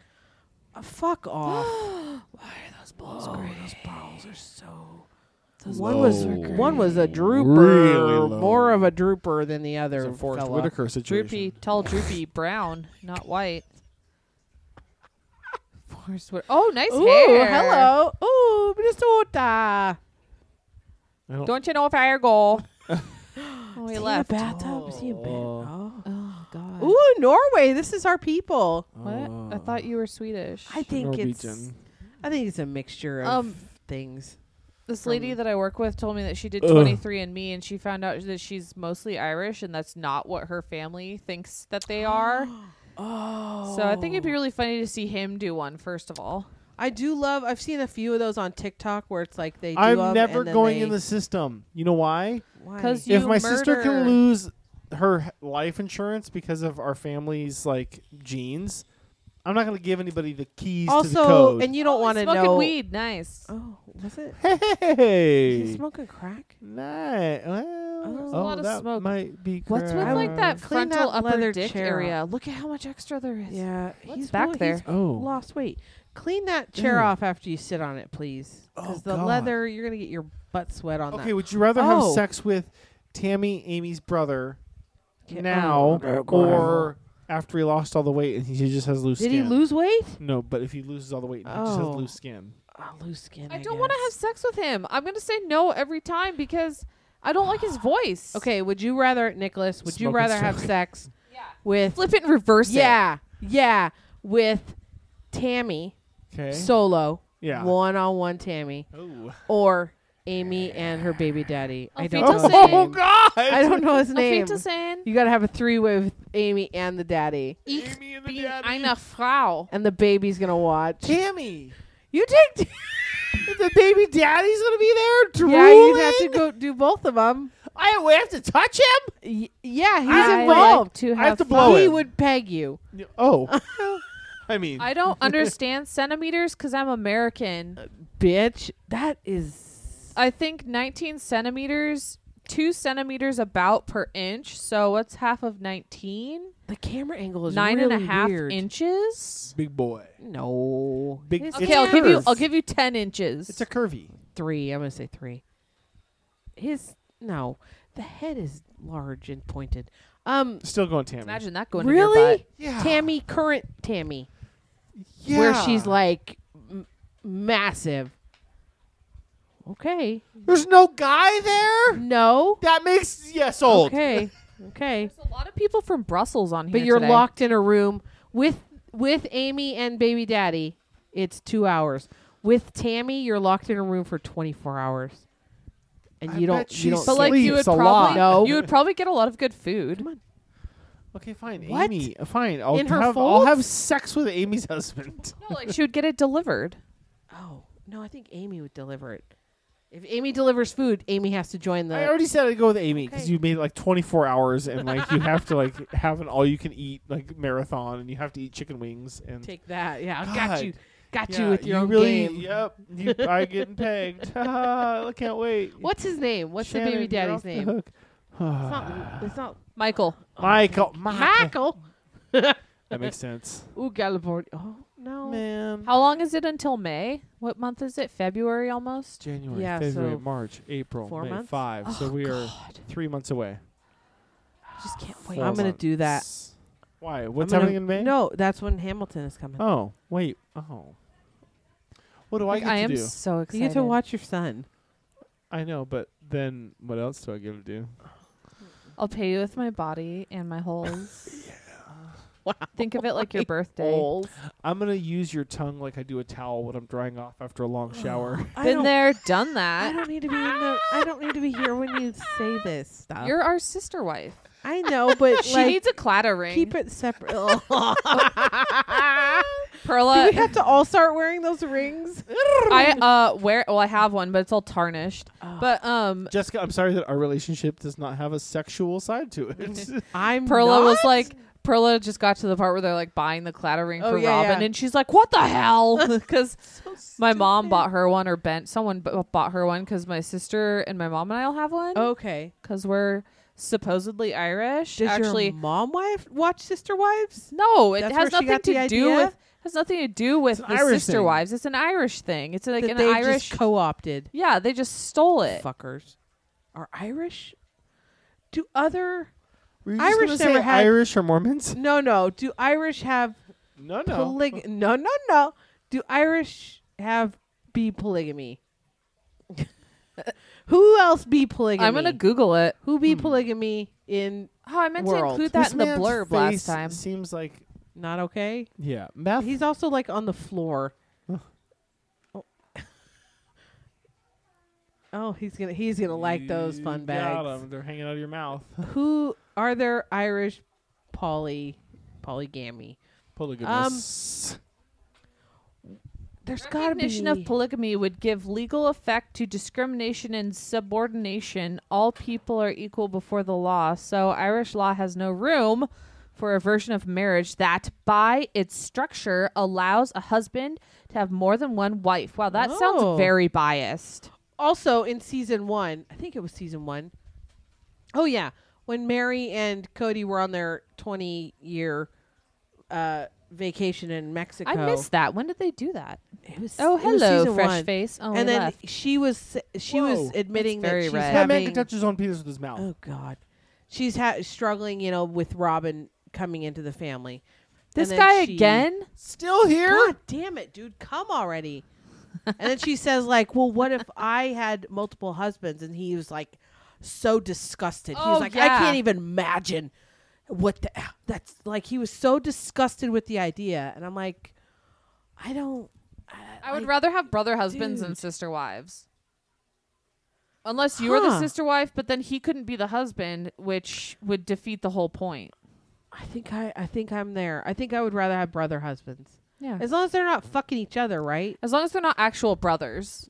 A: uh,
E: <gasps>
A: fuck off. Why are those balls gray? Oh, Those balls are so. one was
D: balls are gray.
A: one was a drooper,
D: Really low.
A: more of a drooper than the other
D: It's a Forrest
A: fella.
D: Whitaker situation.
E: droopy, tall, droopy, brown, not white. Forrest Whit- Oh, nice
A: Ooh,
E: hair.
A: hello. Ooh, Minnesota.
E: Don't you know if I
A: <laughs>
E: go? oh, he
A: Is he in a
E: left.
A: bathtub? Is he in bed?
D: Oh.
A: Oh.
E: Oh God.
A: Ooh, Norway. This is our people.
E: What? I thought you were Swedish.
A: I think it's.
D: Norwegian.
A: I think it's a mixture of
E: Um,
A: things.
E: this lady that I work with told me that she did
D: Ugh.
E: 23andMe and she found out that she's mostly Irish and that's not what her family thinks that
A: <gasps>
E: they <gasps> are.
A: Oh.
E: So I think it'd be really funny to see him do one first of all.
A: I do love. I've seen a few of those on TikTok where it's like they. Do
D: I'm
A: 'em
D: never
A: and then
D: going
A: they,
D: in the system. You know why?
A: Why?
E: 'Cause
D: if
E: You
D: my sister
E: murder-
D: can lose her h- life insurance because of our family's like genes, I'm not gonna give anybody the keys to the
A: also,
D: code.
A: and you don't
E: Oh,
A: want to
E: smoking
A: know.
E: weed, nice.
A: Oh, was it? He's
D: <laughs> hey,
A: smoking crack.
D: nice. Well,
A: There's
E: a
D: oh,
E: lot of
D: that
E: smoke.
D: might be.
E: What's with like that
D: correct.
A: Clean
E: frontal
A: that
E: upper
A: leather
E: dick
A: chair
E: area? Look at how much extra there is.
A: Yeah,
E: What's
A: he's
E: back
A: well,
E: there?
A: He's
D: Oh,
A: lost weight. Clean that chair
D: Ew.
A: off after you sit on it, please. Because
D: Oh,
A: the
D: God.
A: leather, you're gonna get your butt sweat on
D: Okay, would you rather have
A: Oh.
D: sex with Tammy, Amy's brother,
A: that.
D: now
A: Oh.
D: or after he lost all the weight and he just has loose
A: Did he
D: skin?
A: lose weight?
D: No, but if he loses all the weight, and he just has
A: Oh.
D: loose skin.
A: Oh, loose skin.
E: Uh, I
A: I
E: don't want to
A: guess.
E: have sex with him. I'm going to say no every time because I don't <gasps> like his voice.
A: Okay, would you rather, Nicholas? Would you
D: Smoking
A: rather have
D: stock.
A: sex with
E: Flip it and reverse it.
A: Yeah, yeah. With Tammy
D: Okay.
A: solo,
D: Yeah.
A: one on one Tammy,
D: oh.
A: or Amy and her baby daddy. I don't know.
E: Alfito
A: his
E: Sane.
A: name.
D: Oh, God!
A: I don't know his name.
E: Alfita San.
A: You got to have a three way with Amy and the daddy,
E: Ich
D: Amy and the
E: bin
D: daddy.
E: eine Frau.
A: and the baby's gonna watch.
D: Tammy.
A: You take.
D: the baby daddy's gonna be there. Drooling.
A: <laughs> yeah, you'd have to go do both of them.
D: I would have to touch him.
A: Y- yeah, he's
D: I like
A: involved.
E: to
D: I have
E: have
D: to blow
A: he
D: him.
A: would peg you.
D: Oh.
A: <laughs>
D: I mean,
E: I <laughs> don't understand centimeters because I'm American.
A: Bitch, that is.
E: I think 19 centimeters, two centimeters about per inch. So what's half of 19?
A: The camera angle is
E: Nine and a
A: really
E: half
A: weird.
E: inches.
D: big boy.
A: No,
D: Big.
A: It's
E: Okay,
A: a
E: I'll give you.
A: curve.
E: I'll give you 10 inches.
D: It's a curvy.
A: three. I'm gonna say three. His no, the head is large and pointed. Um,
D: Still going Tammy.
E: Imagine that going in your
A: really,
E: butt.
D: Yeah.
A: Tammy, current Tammy,
D: Yeah.
A: where she's like m- massive. Okay,
D: there's no guy there.
A: no,
D: That makes yeah sold.
A: okay, okay,
E: There's a lot of people from Brussels on here.
A: but you're
E: today.
A: locked in a room with with Amy and baby daddy. It's two hours. With Tammy, you're locked in a room for 24 hours, and
D: I
A: you don't.
D: bet
A: you
D: she
A: don't.
E: But like you would
D: Sleeps a
E: probably
D: lot.
A: No.
E: you would probably get a lot of good food.
D: Okay, fine.
A: What?
D: Amy, fine. I'll
A: In her
D: have I'll have
A: folds?
D: sex with Amy's
A: <laughs>
D: husband.
E: No, like she would get it delivered.
A: Oh no, I think Amy would deliver it. If Amy delivers food, Amy has to join the.
D: I already said I'd go with Amy because
A: Okay.
D: you made it like 24 hours and like you have to like have an all you can eat like marathon and you have to eat chicken wings and
A: take that. Yeah, I
D: God.
A: got you, got
D: Yeah,
A: you with your own
D: really,
A: game.
D: Yep, you, I
A: <laughs>
D: getting pegged. <laughs> I can't wait.
A: What's his name? What's the
D: Shannon,
A: baby
D: you're
A: daddy's
D: off the
A: name?
D: hook. <sighs>
A: It's not. It's not
E: Michael.
D: Michael, Michael.
A: Michael.
D: That makes sense,
A: Ooh, Gallipold. Oh no.
D: man.
E: How long is it until May? What month is it? February almost?
D: January,
A: Yeah,
D: February,
A: so
D: March, April,
A: four
D: May,
A: months? Oh,
D: five. so we are three months away.
E: Just can't
A: I'm gonna do that.
D: Why? What's
A: I'm gonna-
D: happening in May?
A: No, that's when Hamilton is coming.
D: Oh, wait. Oh. What do I
E: Like,
D: get
E: I
D: to
E: am
D: do?
E: so excited.
A: you get to watch your son.
D: I know, but then what else do I get to do?
E: I'll pay you with my body and my
A: <laughs>
E: holes. Think of it like your birthday.
D: I'm gonna use your tongue like I do a towel when I'm drying off after a
A: <sighs>
D: long shower.
A: I
E: Been
A: don't,
E: there, done
A: I
E: that.
A: don't need to be in the. I don't need to be here when you say this stuff.
E: You're our sister wife.
A: I know, but
E: <laughs> She
A: like,
E: needs a clatter ring.
A: keep it separate. <laughs>
E: Perla.
A: Do we <laughs> have to all start wearing those rings?
E: <laughs> I uh wear well I have one, but it's all tarnished.
A: Oh.
E: But um
D: Jessica, I'm sorry that our relationship does not have a sexual side to
A: Mm-hmm.
D: it.
A: I'm
E: Perla
A: not?
E: was like Perla just got to the part where they're like buying the clatter ring
A: Oh,
E: for
A: yeah,
E: Robin,
A: yeah.
E: and she's like, "What the
A: <laughs>
E: hell?" <laughs> Because my mom bought her one, or bent someone b- bought her one because my sister and my mom and I will have one
A: okay.
E: because we're supposedly Irish.
A: Oh. Does
E: Actually,
A: your mom wife watch Sister Wives?
E: no, it
A: That's
E: has
A: where she
E: nothing
A: got
E: to
A: the
E: do
A: idea?
E: with has nothing to do with
D: It's
E: the
D: an Irish
E: sister
D: thing.
E: wives. It's an Irish thing. It's like
A: that
E: an
A: they
E: Irish.
A: just co-opted.
E: yeah, they just stole it.
A: Fuckers are Irish. Do other
D: <laughs> Were you
A: Irish
D: gonna
A: never had-
D: Irish or Mormons?
A: no no? Do Irish have
D: No,
A: polyg? No no no. Do Irish have be polygamy? <laughs> Who else be polygamy?
E: I'm gonna Hmm. Google it.
A: Who be polygamy in
E: Oh, I meant to
A: World.
E: include that in the blurb last time.
D: Seems like
A: not okay?
D: yeah, meth.
A: He's also like on the floor. Oh. <laughs> Oh, he's gonna he's gonna like those fun bags.
D: They're hanging out of your mouth.
A: who are there Irish poly polygamy? Um,
D: Polygamous.
A: There's gotta be
E: Recognition of polygamy would give legal effect to discrimination and subordination. All people are equal before the law, so Irish law has no room for a version of marriage that, by its structure, allows a husband to have more than one wife. Wow, that
A: Oh.
E: sounds very biased.
A: also in season one. I think it was season one. Oh yeah, when Mary and Cody were on their 20 year uh, vacation in Mexico.
E: I missed that. When did they do that?
A: It was,
E: Oh,
A: it was
E: hello,
A: season
E: fresh
A: one.
E: face. Oh, we
A: and then
E: left.
A: she was she
D: Whoa.
A: was admitting
E: That's
A: that
E: very
A: she's
E: red.
D: That man
A: having
D: can touch his own penis with his mouth.
A: Oh God, she's ha- struggling, you know, with Robin coming into the family. And
E: This
A: then
E: guy
A: she-
E: again?
D: Still here?
A: God damn it, dude, come already! and then she says, like, well, what if I had multiple husbands? And he was like, so disgusted. he
E: Oh,
A: was like, I
E: yeah.
A: can't even imagine <sighs> what the that's like. He was so disgusted with the idea, and I'm like, I don't.
E: I would
A: like,
E: rather have brother husbands than
A: dude.
E: sister wives. Unless you were the
A: Huh.
E: sister wife, but then he couldn't be the husband, which would defeat the whole point.
A: I think I. I think I'm there. I think I would rather have brother husbands,
E: Yeah.
A: as long as they're not fucking each other, right?
E: As long as they're not actual brothers.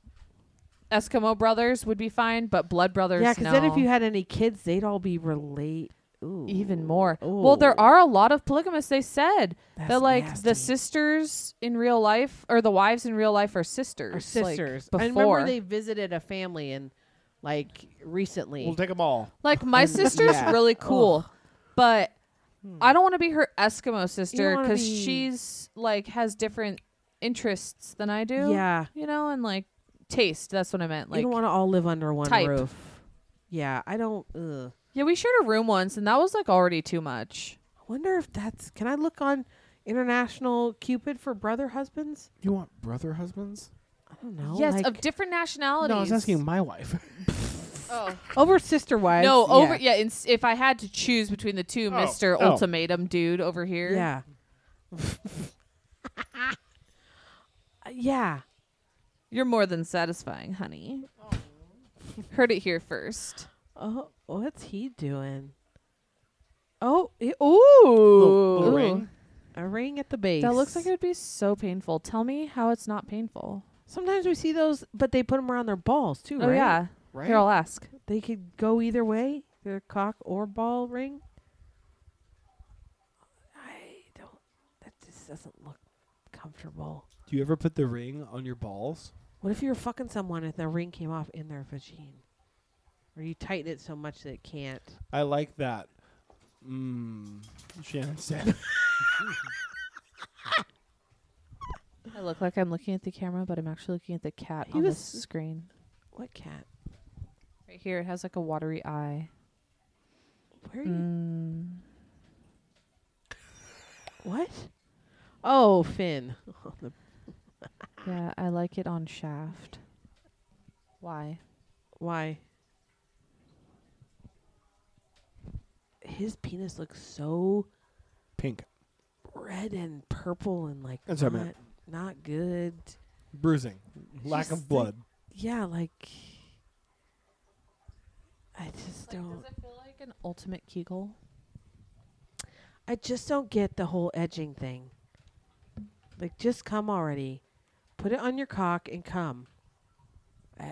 E: Eskimo brothers would be fine, but blood brothers.
A: yeah, because
E: no.
A: then if you had any kids, they'd all be relate. Ooh,
E: even more. Well, there
A: Ooh.
E: are a lot of polygamists. They said
A: That's
E: that like
A: nasty.
E: the sisters in real life or the wives in real life are sisters.
A: Or
E: like,
A: sisters. I
E: before,
A: remember they visited a family and like recently.
D: We'll take them all.
E: like my
A: And-
E: sister's
A: yeah.
E: really cool, but I don't want to be her Eskimo sister
A: Hmm. wanna
E: because
A: be-
E: she's like has different interests than I do.
A: yeah,
E: you know, and like taste. That's what I meant.
A: you
E: Like
A: don't want to all live under one
E: type.
A: roof. Yeah, I don't. Ugh.
E: yeah, we shared a room once, and that was like already too much.
A: I wonder if that's. Can I look on International Cupid for brother husbands?
D: You want brother husbands?
A: I don't know.
E: yes,
A: like-
E: of different nationalities.
D: No, I was asking my wife. <laughs>
E: Oh.
A: over sister wives.
E: No,
A: yeah.
E: over yeah. ins if I had to choose between the two,
D: Oh,
E: Mister
D: oh.
E: Ultimatum dude over here.
A: Yeah. <laughs> Uh, yeah.
E: you're more than satisfying, honey. Heard it here first.
A: Oh, what's he doing? Oh, he, ooh,
D: little ring.
A: a ring at the base.
E: That looks like it would be so painful. Tell me how it's not painful.
A: Sometimes we see those, but they put them around their balls too,
E: Oh
A: right?
E: yeah,
D: Right?
E: here I'll ask.
A: They could go either way, their cock or ball ring. I don't. That just doesn't look comfortable.
D: Do you ever put the ring on your balls?
A: What if you were fucking someone and the ring came off in their vagina? Or you tighten it so much that it can't.
D: I like that. Mm. Shannon said.
E: I look like I'm looking at the camera, but I'm actually looking at the cat
A: He
E: on
A: was-
E: this screen
A: What cat?
E: right here. It has like a watery eye.
A: Where are you?
E: Mm.
A: What? Oh, Finn.
E: Yeah, I like it on Shaft. Why?
A: Why? His penis looks so
D: <laughs> Pink.
A: red and purple and like
D: That's
A: not,
D: what I meant.
A: not good.
D: Bruising. Lack
A: Just
D: of blood.
A: Yeah, like I just don't
E: does it feel like an ultimate Kegel?
A: I just don't get the whole edging thing. Like, just come already. Put it on your cock and come. Uh,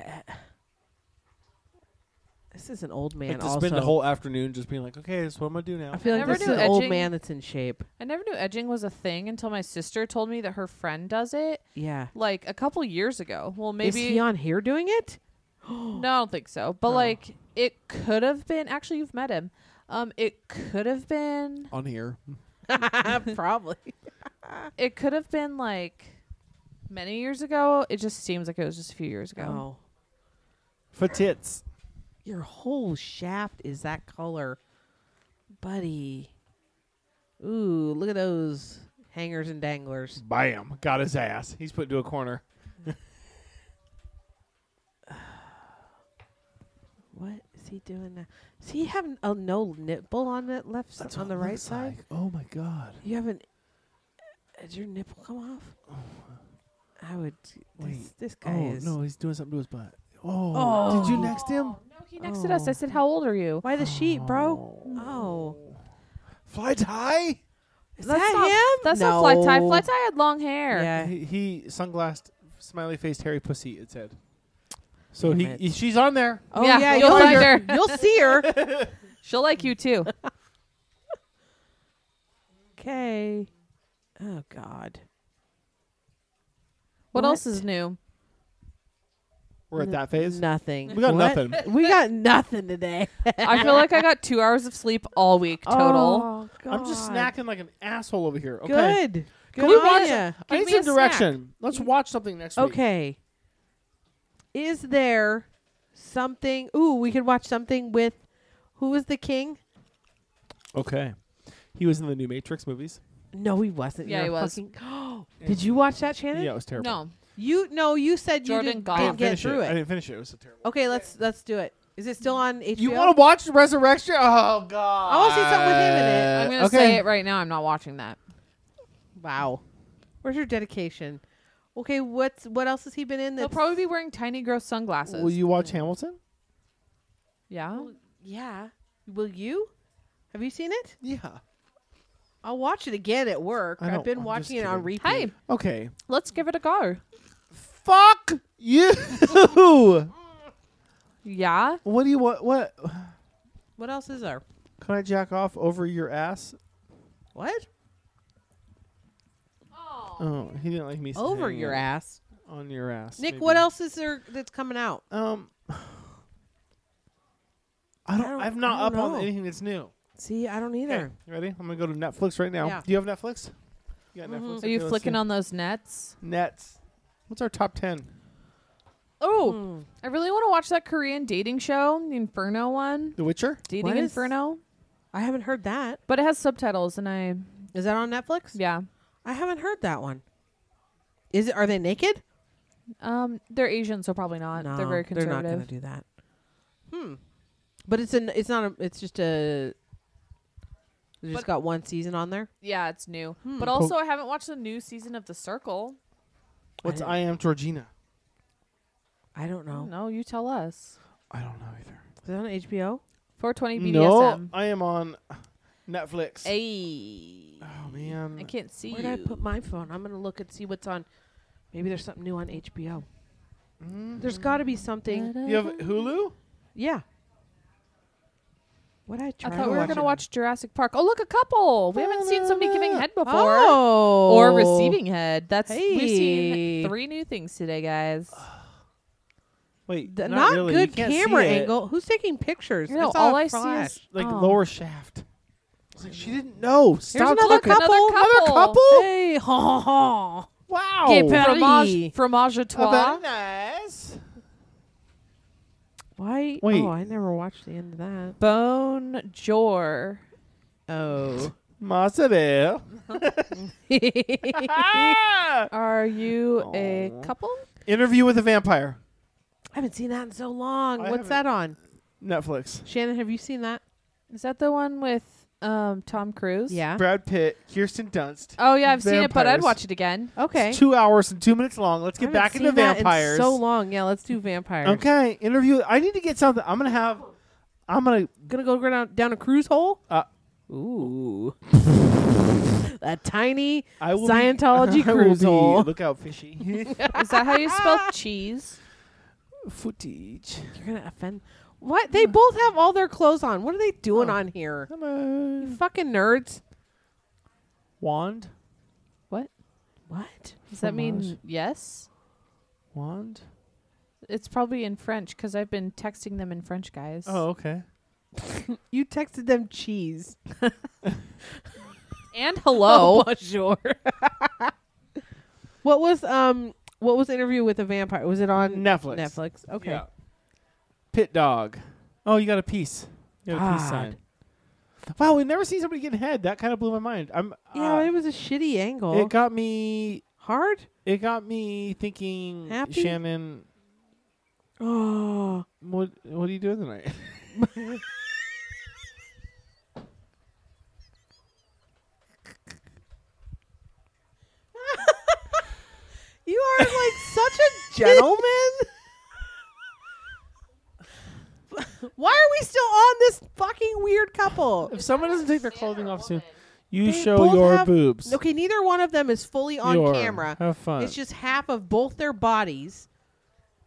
A: this is an old man.
D: like to
A: also,
D: spend the whole afternoon just being like, okay, that's what I'm gonna do
A: I
D: now.
A: feel like
E: Never
A: this is
E: do
A: an old
E: edging.
A: man that's in shape.
E: I never knew edging was a thing until my sister told me that her friend does it
A: Yeah.
E: like a couple years ago. Well, maybe
A: is he on here doing it? <gasps>
E: no, I don't think so. But
A: Oh.
E: like it could have been. Actually, you've met him. Um, it could have been.
D: On here.
E: <laughs>
A: Probably.
E: It could have been like many years ago. It just seems like it was just a few years ago.
A: Oh,
D: For tits.
A: your whole shaft is that color, buddy. Ooh, look at those hangers and danglers.
D: Bam. Got his ass. He's put into a corner.
A: What is he doing now? Is he having a no nipple on the left si- on the right side?
D: Oh my god.
A: You haven't. Did your nipple come off? I would. This,
D: Wait. Oh,
A: this guy is.
D: he's doing something to his butt. Oh,
A: Oh.
D: did you next him?
E: No, he nexted us. I
A: Oh.
E: said, "How old are you?"
A: Why the sheet, bro? Oh,
D: Fly tie?
A: is
E: That's
A: that
E: not-
A: him?
E: That's
A: no.
E: not fly tie. Fly tie had long hair.
A: Yeah.
D: He, he sunglassed, smiley faced hairy pussy. It said. So he,
A: Damn it.
D: he- she's on there.
A: Oh
E: Yeah,
A: yeah,
E: you'll
A: you'll,
E: find
A: see her.
E: her.
A: you'll see her.
E: She'll like you too.
A: Okay. Oh God.
E: what else
A: What?
E: is new?
D: We're at that phase.
A: Nothing.
D: We got
A: What?
D: nothing.
A: We got nothing today. <laughs>
E: I feel like I got two hours of sleep all week total.
A: Oh, God.
D: I'm just snacking like an asshole over here. Okay.
A: Good. Good
D: we
A: on
D: watch-
A: ya.
D: I
E: Give
D: need
E: me
D: some
E: a snack.
D: direction. Let's watch something next week.
A: Okay. Is there something? Ooh, we could watch something with who was the king?
D: Okay. He was in the new Matrix movies.
A: No, he wasn't.
E: Yeah,
A: You're
E: he
A: a
E: was.
A: fucking- <gasps> did you watch that, Shannon?
D: Yeah, it was terrible.
E: No.
A: You no, you said you
E: Jordan
A: didn't,
E: Goff.
D: I
E: didn't
D: didn't
A: didn't get
D: finish
A: through
D: it. I
A: it.
D: didn't finish it. It was so terrible.
A: Okay, let's let's do it. Is it still on HBO?
D: You want to watch Resurrection? Oh God!
A: Uh, I wanna see something with him in it.
E: I'm gonna
D: okay.
E: say it right now. I'm not watching that.
A: wow. Where's your dedication? Okay, what's what else has he been in?
E: They'll
A: That's
E: probably be wearing tiny gross sunglasses.
D: Will you watch Hamilton?
E: yeah.
A: yeah. Will you? Have you seen it?
D: Yeah.
A: I'll watch it again at work.
D: I
A: I've
D: don't- I'm
A: been
D: just
A: watching it on
D: kidding.
A: repeat.
E: Hey,
D: Okay.
E: let's give it a go.
D: Fuck you. <laughs>
E: Yeah.
D: what do you want? What?
A: What else is there?
D: Can I jack off over your ass?
A: What?
D: Oh, he didn't like me. saying
A: Over your
D: it.
A: ass.
D: On your ass.
A: Nick,
D: maybe.
A: what else is there that's coming out?
D: Um. <sighs> I don't.
A: don't-
D: I'm not
A: I
D: up
A: don't
D: on
A: know.
D: anything that's new.
A: See, I don't
D: Okay,
A: either.
D: you ready? I'm gonna go to Netflix right now.
A: Yeah. Mm-hmm.
D: Do you have Netflix? You got Netflix?
E: Are you
D: Okay, let's
E: flicking
D: see.
E: on those nets?
D: Nets? What's our top ten?
E: Oh,
A: Hmm.
E: I really want to watch that Korean dating show, the Inferno one.
D: The Witcher.
E: Dating
A: What is-
E: Inferno.
A: I haven't heard that.
E: But it has subtitles and I
A: Is that on Netflix?
E: yeah.
A: I haven't heard that one. Is it? Are they naked?
E: Um they're Asian, so probably not. Uh, they're very
A: They're not going
E: conservative.
A: to do that. Hmm. But it's an. It's not a. It's just a. It's just
E: But-
A: got one season on there.
E: yeah, it's new.
A: Hmm.
E: But
D: Po-
E: also I haven't watched the new season of The Circle.
D: What's
A: I-
D: I, am Georgina?
A: I don't know.
E: Hmm, No, you tell us.
D: I don't know either.
E: Mm.
A: Is it on HBO?
E: 420
D: No,
E: BDSM.
D: I am on Netflix.
E: Hey.
D: oh man.
E: I can't see
A: Where
E: you.
A: did I put my phone? I'm going to look and see what's on. Maybe there's something new on HBO.
D: Mm.
A: There's got to be something.
D: You have Hulu?
A: Yeah. What I
E: I
A: try.
E: thought
A: to
E: we were
A: watch
E: gonna
A: it?
E: watch Jurassic Park. Oh, look, a couple. We haven't seen somebody giving head before
A: Oh.
E: or receiving head. That's we've
A: Hey.
E: seen three new things today, guys.
D: Wait,
A: The-
D: not,
A: not
D: really. You
A: good
D: can't see
A: camera
D: it.
A: angle. Who's taking pictures?
E: You know,
A: saw
E: all
A: a
E: I see
A: flash.
E: is
D: Like
E: Oh.
D: lower shaft. It's like she didn't know. Stop
E: another
D: looking.
E: couple.
D: Another
E: Another
D: couple?
A: Hey, ha ha <laughs> ha.
D: Wow.
A: Get back. Paris.
E: Fromage, fromage à
D: Oh,
E: trois.
D: very nice.
A: Why?
D: Wait.
A: Oh, I never watched the end of that.
E: Bone jor.
A: Oh. <laughs>
D: Mozzarella. <laughs>
A: I
E: Are you a
D: Aw.
E: couple?
D: Interview with a Vampire.
A: haven't seen that in so long.
D: I haven't.
A: What's that on?
D: Netflix.
A: Shannon, have you seen that?
E: Is that the one with um Tom Cruise?
A: Yeah.
D: Brad Pitt, Kirsten Dunst.
E: Oh yeah, I've seen it, but I'd
D: Vampires.
E: watch it again.
A: Okay.
D: It's two hours and two minutes long. Let's get
A: I haven't
D: back into
A: seen that in
D: vampires.
A: so long. Yeah, let's do vampires.
D: okay, interview. I need to get something. I'm gonna have. I'm gonna.
A: Gonna go gr- down, down a cruise hole?
D: Uh, <laughs>
A: Ooh. a tiny
D: I will.
A: Scientology
D: be, <laughs> I will
A: cruise
D: be-
A: hole.
D: Look out, fishy.
A: <laughs>
E: Is that how you spell
D: <laughs>
E: cheese?
D: Footage.
A: You're gonna offend. What? They both have all their clothes on. What are they
D: Oh.
A: doing on here?
D: Hello.
A: Fucking nerds.
D: Wand.
A: What?
E: Does that
D: Fromage.
E: mean yes?
D: Wand.
E: It's probably in French because I've been texting them in French, guys.
D: Oh, okay.
A: You texted them cheese.
D: <laughs>
A: Oh,
E: and hello.
A: sure. what was um what was the interview with a vampire? Was it on
D: Netflix.
A: Netflix. Okay.
D: Yeah. Pit dog. Oh, you got a piece. You got a peace
A: God.
D: sign. Wow, we've never seen somebody get head. That kind of blew my mind. I'm.
A: Yeah,
D: uh,
A: it was a shitty angle.
D: it got me.
A: Hard?
D: <gasps>
A: <laughs>
D: It got me thinking.
A: Happy?
D: Shannon.
A: Oh.
D: What What are you doing <laughs> tonight?
A: You are like
D: <laughs>
A: such a gentleman. Why are we still on this fucking weird couple?
D: if someone doesn't take their clothing off soon, you
A: They
D: show
A: both
D: your
A: have-
D: boobs.
A: Okay, neither one of them is fully on
D: Your-
A: camera.
D: Have fun.
A: It's just half of both their bodies,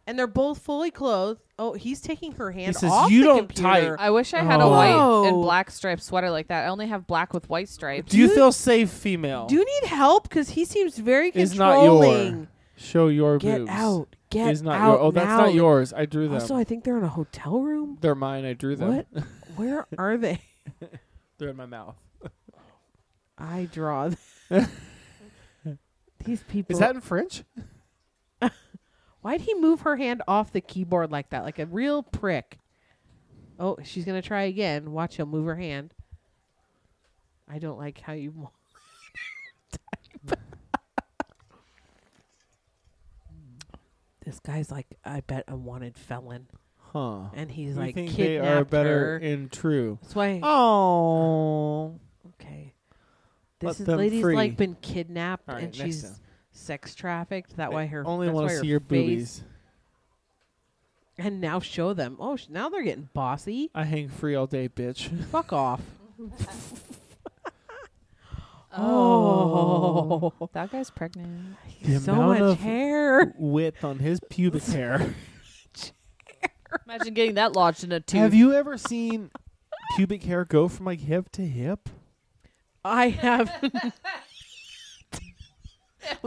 A: and they're both fully clothed. Oh, he's taking her hand
D: says,
A: off
D: "You
A: the
D: don't
A: computer.
E: I wish I had a
D: Oh.
E: white and
A: Whoa.
E: black striped sweater like that. I only have black with white stripes.
D: Do you
A: Dude-
D: feel safe, female?
A: Do you need help? Because he seems very
D: Is not your
A: controlling.
D: show your
A: Get
D: boobs.
A: out. Get
D: is not
A: out.
D: your. Oh, that's
A: now.
D: not yours. I drew them.
A: Also, I think they're in a hotel room.
D: They're mine. I drew them.
A: What?
D: <laughs>
A: Where are they?
D: They're in my mouth.
A: I draw.
D: <laughs>
A: them. These people.
D: Is that in French?
A: Why'd he move her hand off the keyboard like that? Like a real prick. Oh, she's gonna try again. Watch him move her hand. I don't like how you. <laughs> mo- type. this guy's like, I bet a wanted felon,
D: Huh.
A: and he's
D: We
A: like
D: think
A: kidnapped
D: they are better
A: her.
D: in true.
A: That's why.
D: Oh.
A: Okay.
D: Let
A: This is,
D: them
A: lady's
D: free.
A: like been kidnapped,
D: All right,
A: and
D: next
A: she's
D: time.
A: sex trafficked. That way her
D: only
A: that's
D: want
A: why
D: to
A: her
D: see your
A: face-
D: boobies.
A: And now show them. Oh, sh- now they're getting bossy.
D: I hang free all day, bitch.
A: Fuck off.
E: Oh. That guy's pregnant.
D: <laughs> The
A: so
D: amount
A: much
D: of-
A: hair.
D: Width on his
A: <laughs>
D: pubic hair.
E: Imagine getting that lodged in a tooth. <laughs>
D: Have you ever seen pubic hair go from like hip to hip?
A: I <laughs> have. well,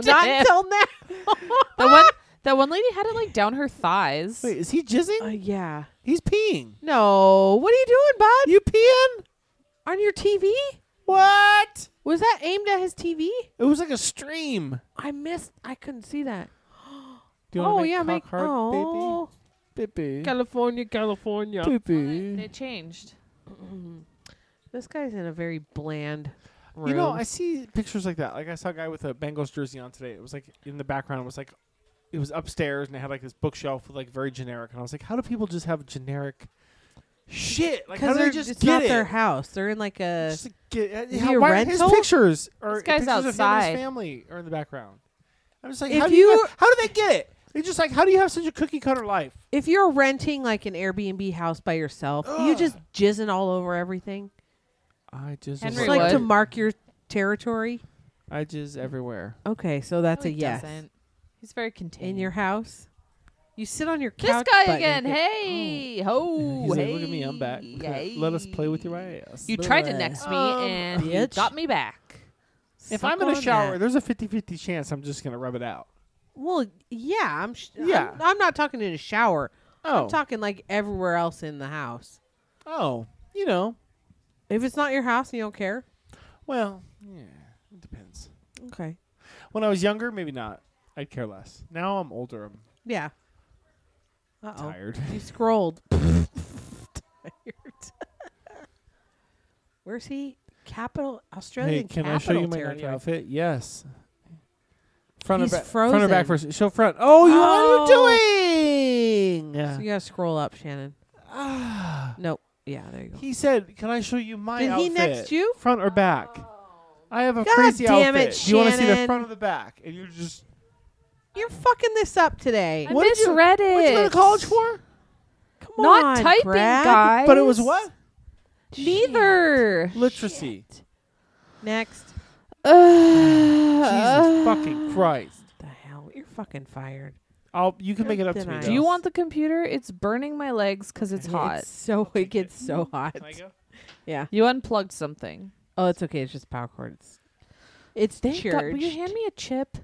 A: not until now.
E: That one, that one lady had it like down her thighs.
D: Wait, is he jizzing?
A: Uh, yeah.
D: He's peeing.
A: No. What are you doing, bud?
D: You peeing?
A: On your TV?
D: What?
A: Was that aimed at his TV?
D: It was like a stream.
A: I missed. I couldn't see that.
D: Do you
A: oh
D: want to make
A: yeah,
D: cock
A: make
D: hard,
A: oh,
D: baby? Baby.
A: California, California. Mm-hmm.
E: They
D: Baby.
E: changed.
A: This guy's in a very bland. Room.
D: You know, I see pictures like that. Like I saw a guy with a Bengals jersey on today. It was like in the background. It was like it was upstairs, and it had like this bookshelf with like very generic. And I was like, how do people just have generic shit? Like, how
A: because
D: do they
A: they're
D: just
A: it's
D: get
A: not
D: it?
A: their house. They're in like a.
D: Just, like, get- uh,
A: Is
D: how-
A: he a
D: why are his
A: rental?
D: pictures or
E: This guy's
D: pictures of him and his
E: outside.
D: family are in the background. I'm just like,
A: If
D: how do you?
A: you-
D: guys- how do they get it? They're just like, how do you have such a cookie cutter life?
A: if you're renting like an Airbnb house by yourself, you just jizzing all over everything.
D: I just
E: Henry
A: It's
E: Very
A: like to
E: wood.
A: mark your territory.
D: I just everywhere.
A: Okay, so that's
E: No,
A: a
E: he
A: yes.
E: doesn't. He's very contained.
A: In your house, you sit on your
E: this
A: couch.
E: guy
A: butt
E: again.
A: naked.
E: Hey, ho,
D: He's
E: hey,
D: like, look at me, I'm back.
E: hey.
D: Let us play with your ass.
E: You tried to next me
D: Um,
E: and you
A: bitch.
E: got me back.
D: if
A: Suck
D: I'm in a
A: on
D: shower,
A: that.
D: there's a 50-50 chance I'm just gonna rub it out.
A: well, yeah, I'm. Sh-
D: Yeah.
A: I'm, I'm not talking in a shower.
D: Oh,
A: I'm talking like everywhere else in the house.
D: oh, you know.
A: If it's not your house and you don't care,
D: Well, yeah, it depends.
A: okay.
D: When I was younger, maybe not. I'd care less. Now I'm older. I'm
A: Yeah. Uh oh.
D: tired.
A: You
D: <laughs>
A: scrolled. <laughs> Tired. Where's he? Capital Australian
D: Hey, can I show
A: capital
D: you my
A: territory.
D: new outfit? Yes. Front
A: He's
D: or back? Front or back
A: frozen.
D: first? Show front. Oh, you, what are you doing?
A: Oh. So you gotta scroll up, Shannon.
D: Ah.
A: Nope. Yeah, there you go.
D: He said, "Can I show you my
A: Did
D: outfit?
A: he next you?
D: Front or back? I have a
A: God
D: crazy
A: damn
D: outfit.
A: it,
D: Do you wanna see the
A: Shannon.
D: front or the back?" And you're just
A: You're fucking this up today.
E: I
D: What did you-
E: misread it.
D: what did you go to college for?
A: Come
E: Not
A: on,
E: typing,
A: Brad.
E: guys.
D: But it was what?
E: Neither.
D: Literacy.
A: Next. Uh.
D: Jesus fucking Christ!
A: The hell, you're fucking fired.
D: I'll you can make it up to
A: Then
D: me.
A: I-
D: though.
E: Do you want the computer? It's burning my legs because it's hot.
A: It's so it gets so hot.
D: Can I go?
A: Yeah.
E: You unplugged something.
A: Oh, it's okay. It's just power cord. It's, it's
E: Thank God. Will you
A: charged.
E: hand me a chip?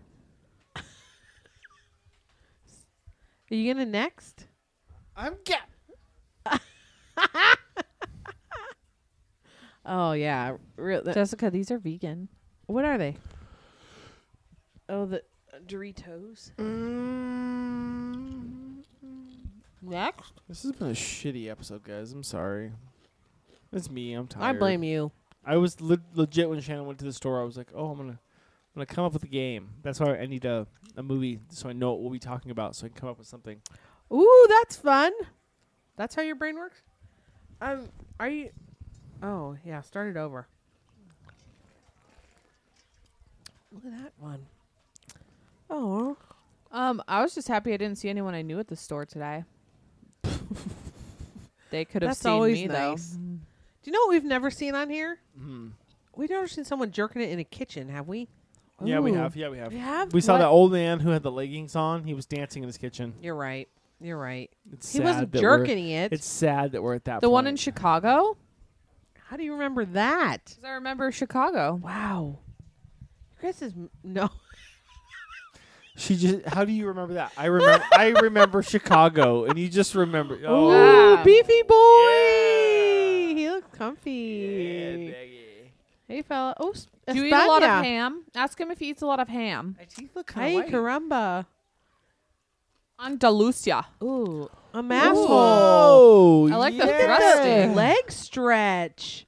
A: Are you gonna next?
D: I'm ga-
A: Oh yeah. Real, th-
E: Jessica, these are vegan.
A: what are they? Oh, the uh, Doritos. Next.
D: Mm. This has been a shitty episode, guys. I'm sorry. It's me. I'm tired.
A: I blame you.
D: I was le- legit when Shannon went to the store. I was like, "Oh, I'm gonna, I'm gonna come up with a game." That's why I need a, a movie so I know what we'll be talking about, so I can come up with something.
A: Ooh, that's fun. That's how your brain works. Um, are you? Oh yeah, start it over. Look at that one. Oh,
E: Um, I was just happy I didn't see anyone I knew at the store
A: <laughs>
E: today. they could have
A: that's
E: seen
A: always
E: me
A: nice. Do you know what we've never seen on here?
D: Mm.
A: We've never seen someone jerking it in a kitchen, have we?
D: Yeah, we
E: Ooh.
D: have. Yeah, we have.
A: We have.
D: We saw
A: What?
D: that old man who had the leggings on. He was dancing in his kitchen.
A: You're right. You're right.
D: It's
A: He
D: sad
A: wasn't
D: that we're-
A: jerking it.
D: It's sad that we're at that.
E: though. The one in
D: point.
E: Chicago?
A: How do you remember that?
E: Because I remember Chicago.
A: Wow. Chris is m- no.
D: she just. How do you remember that? I remember. I
E: <laughs>
D: remember Chicago, and you just remember.
A: Ooh,
D: Oh,
E: Ah.
A: beefy
D: yeah.
A: boy.
D: E.
A: He looks comfy.
E: E.
D: baggy.
A: hey fella. Oh, s-
E: Do you eat a lot of
A: España.
E: ham? Ask him if he eats a lot of ham.
D: My teeth look kinda
A: Ay,
D: white.
A: caramba.
E: Andalusia.
A: Ooh, a asshole.
D: Whoa!
E: I like the
D: yeah. Oh,
E: thrusting.
A: Leg stretch.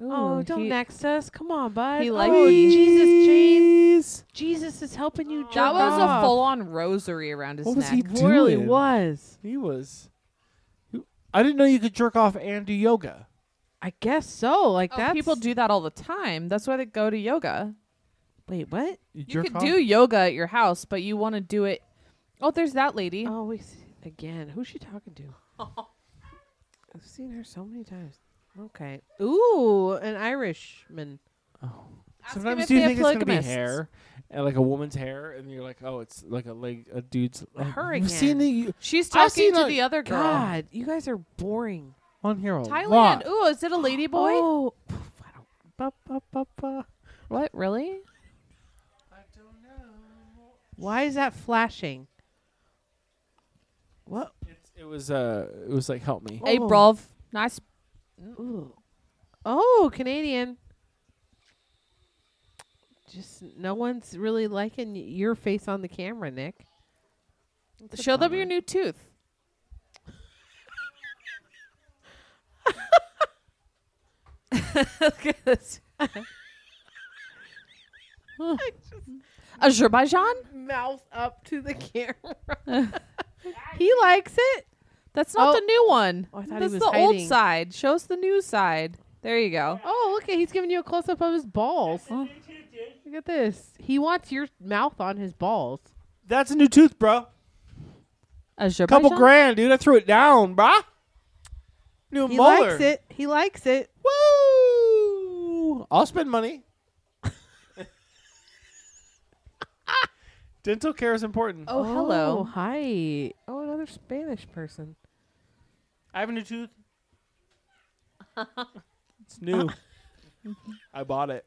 A: oh,
E: Ooh,
A: don't
E: he-
A: next us. Come on, bud.
E: he
A: oh,
E: likes-
A: Jesus, James. Jesus is helping you.
E: That
A: jerk
E: was a
A: off.
E: full on rosary around his
D: What was
E: neck.
D: he
A: Really
D: doing?
A: was.
D: He was. I didn't know you could jerk off and do yoga.
A: I guess so. Like
E: Oh,
A: that's
E: people do that all the time. That's why they go to yoga.
A: Wait, what?
D: You,
E: You
D: jerk
E: could
D: off?
E: do yoga at your house, but you want to do it. Oh, there's that lady.
A: Oh, we see, again. Who's she
E: <laughs>
A: talking to? I've seen her so many times. Okay. Ooh, an Irishman.
E: Ask him
D: Sometimes
E: if
D: do you
E: they have
D: think it's gonna be
E: polygamists.
D: hair, and like a woman's hair, and you're like, oh, it's like a leg, a dude's.
A: A hurricane.
D: You've seen the you-
E: She's
D: I've
E: talking
D: seen
E: to
D: a-
E: the other girl.
A: God, you guys are boring.
D: on here a
E: Thailand.
D: lot.
E: Ooh, is it a lady boy?
A: Oh,
D: Ba, ba, ba, ba.
E: What really?
A: why is that flashing? What?
D: It's, it was uh, it was like help me.
E: Hey,
A: Oh.
E: bruv. Nice.
A: Ooh. Oh, Canadian. Just no one's really liking y- your face on the camera, Nick. That's a
E: Show them
A: bummer.
E: your new tooth. Look at this. <laughs>
A: <laughs>
E: Azerbaijan?
A: mouth up to <laughs> the camera. <laughs> he likes it.
E: That's not
A: Oh.
E: the new one.
A: Oh, I thought he
E: That's
A: was
E: the
A: hiding.
E: old side. Show us the new side. There you go.
A: Oh, look at he's giving you a close up of his balls. Look at this. He wants your mouth on his balls.
D: That's a new tooth, bro.
E: Azerbaijan.
D: Couple grand, dude. I threw it down, bruh. New
A: He
D: molar.
A: likes it. He likes it.
D: Woo! I'll spend money. <laughs> Dental care is important.
E: Oh,
A: Oh,
E: hello.
A: hi. Oh, another Spanish person.
D: I have a new tooth. it's new. <laughs> I bought it.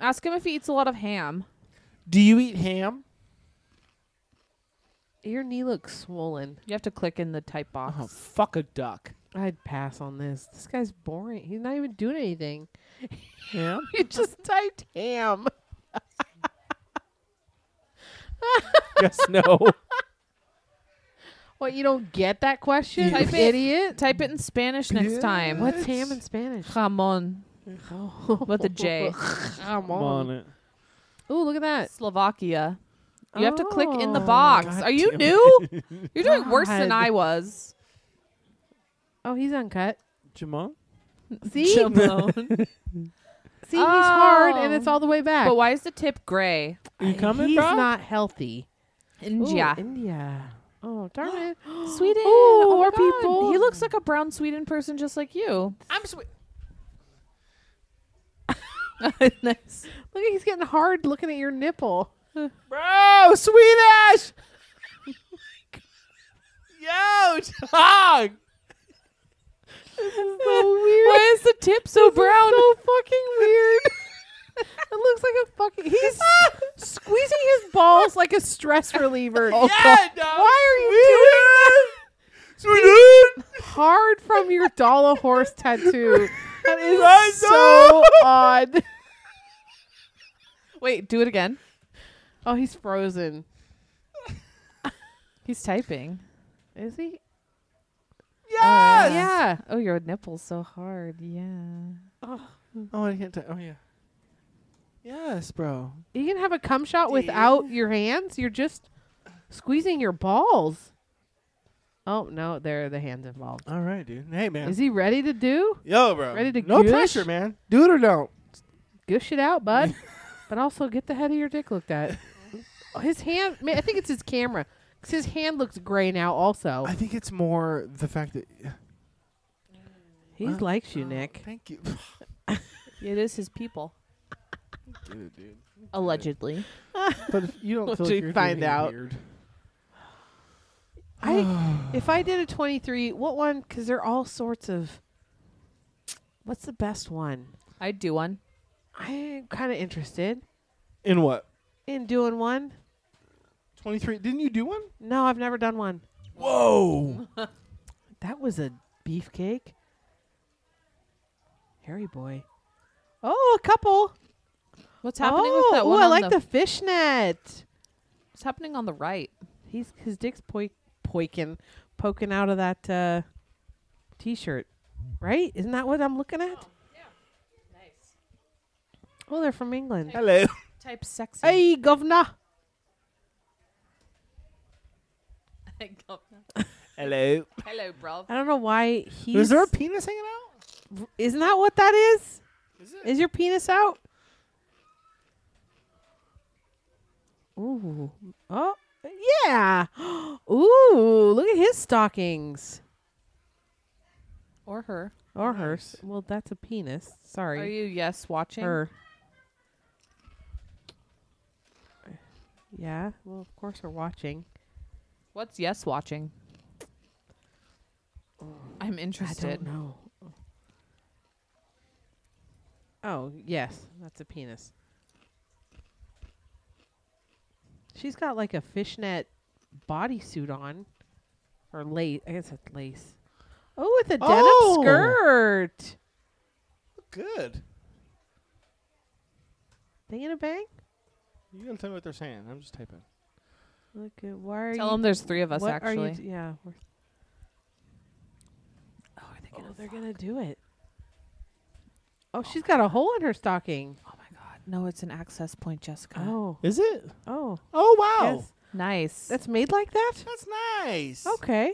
E: Ask him if he eats a lot of ham.
D: Do you eat ham?
A: Your knee looks swollen.
E: You have to click in the type box. <laughs>
D: Oh, fuck a duck.
A: I'd pass on this. This guy's boring. He's not even doing anything.
D: Ham?
A: He just typed <laughs> ham.
D: yes, <laughs> no.
A: What, you don't get that
E: <laughs>
A: question?
E: Type it.
A: idiot.
E: Type it in Spanish next
D: Yeah.
E: time.
A: What's ham in Spanish?
E: <laughs> Jamon.
A: Oh.
E: With a
A: <laughs>
E: J.
A: Come
D: I'm
A: on.
D: on it.
A: Ooh, look at that.
E: Slovakia. You have to click in the
A: Oh.
E: box.
D: God
E: Are you
D: damn
E: new? <laughs> You're doing worse than
A: God.
E: I was.
A: Oh, he's uncut.
E: <laughs>
D: Jamon?
A: See?
E: Jamon.
A: See, he's hard and
E: Oh.
A: it's all the way back.
E: but why is the tip gray?
D: You coming,
A: He's
D: bro?
A: not healthy. Ooh,
E: India.
A: India. Oh, darn it.
E: <gasps> Sweden.
A: Ooh,
E: Oh my
A: more
E: God.
A: people.
E: He looks like a brown Sweden person just like you. <laughs>
D: I'm sweet.
E: nice.
A: Look, he's getting hard looking at
E: <laughs>
A: your nipple.
D: Bro, Swedish! <laughs> Yo, dog!
A: so weird.
E: Why is the tip so brown?
A: So fucking weird. <laughs> it looks like a fucking. He's squeezing his balls like a stress reliever.
D: Yeah, dog!
A: Why
D: Oh, are you <laughs> doing
A: are you hard from your doll a horse tattoo?
D: <laughs>
A: That is
D: Right,
A: <laughs> so odd.
E: Wait, do it again.
A: Oh, he's frozen.
E: He's typing.
A: Is he?
D: Yes!
A: Yeah.
E: Oh, your nipple's so hard. Yeah.
D: Oh, I can't. T- oh, yeah. Yes, bro.
A: You can have a cum shot without your hands. You're just squeezing your balls. Oh no, there are the hands involved.
D: All right, dude. Hey, man.
A: Is he ready to do?
D: Yo, bro.
A: Ready to
D: No
A: goosh?
D: pressure, man. Do it or don't.
A: Gush it out,
D: <laughs>
A: bud. but also get the head of your dick looked at. Oh, his hand, man, I think it's his camera. 'Cause his hand looks gray now. Also,
D: I think it's more the fact that.
A: he
D: Uh,
A: likes you,
D: Oh, <sighs>
A: Nick.
D: Thank you. <laughs>
E: It is his people.
D: Get it, dude.
E: Allegedly.
D: But if you don't
A: Once
D: feel
A: we
D: like you're
A: find
D: doing
A: out.
D: weird.
A: I, if I did a twenty-three, what one? Because they're all sorts of. What's the best one?
E: I'd do one.
A: I'm kind of interested
D: In what?
A: in doing one.
D: 23. Didn't you do one?
A: No, I've never done one.
D: Whoa.
A: That was a beefcake. Harry boy. Oh, a couple.
E: What's happening
A: oh,
E: with that
A: ooh,
E: one?
A: I
E: on
A: like the fishnet.
E: What's happening on the right?
A: He's his dick's poi- poiking, poking out of that uh, t-shirt, right? Isn't that what I'm looking at?
E: Nice.
A: Oh, they're from England.
D: Hello.
E: Type sexy.
A: Hey, governor.
D: Hello.
E: <laughs> Hello, bro.
A: I don't know why he's.
D: Is there a penis hanging out?
A: isn't that what that is?
D: Is it?
A: Is your penis out? Ooh. Oh, yeah. <gasps> Ooh, look at his stockings.
E: Or her.
A: Or hers. Well, that's a penis. Sorry.
E: Are you yes watching?
A: her. Yeah. Well, of course we're watching.
E: What's yes watching? I'm
A: I
E: interested.
A: don't know. Oh, yes. That's a penis. She's got like a fishnet bodysuit on. Or lace. I guess it's lace. Oh, with a denim
D: Oh!
A: skirt.
D: Good.
A: Thing in a bang?
D: You gotta tell me what they're saying. I'm just typing.
A: Look at why are
E: Tell
A: you
E: them there's three of us
A: what Are
E: actually.
A: you d- yeah. We're
E: oh, are they
A: oh,
E: gonna
A: they're
E: fuck?
A: gonna do it. Oh, she's got a hole in her stocking.
E: Oh my god. No, it's an access point, Jessica.
A: Oh,
D: Is it?
A: oh,
D: Oh wow.
A: yes.
E: nice.
A: that's made like that.
D: That's nice.
A: Okay.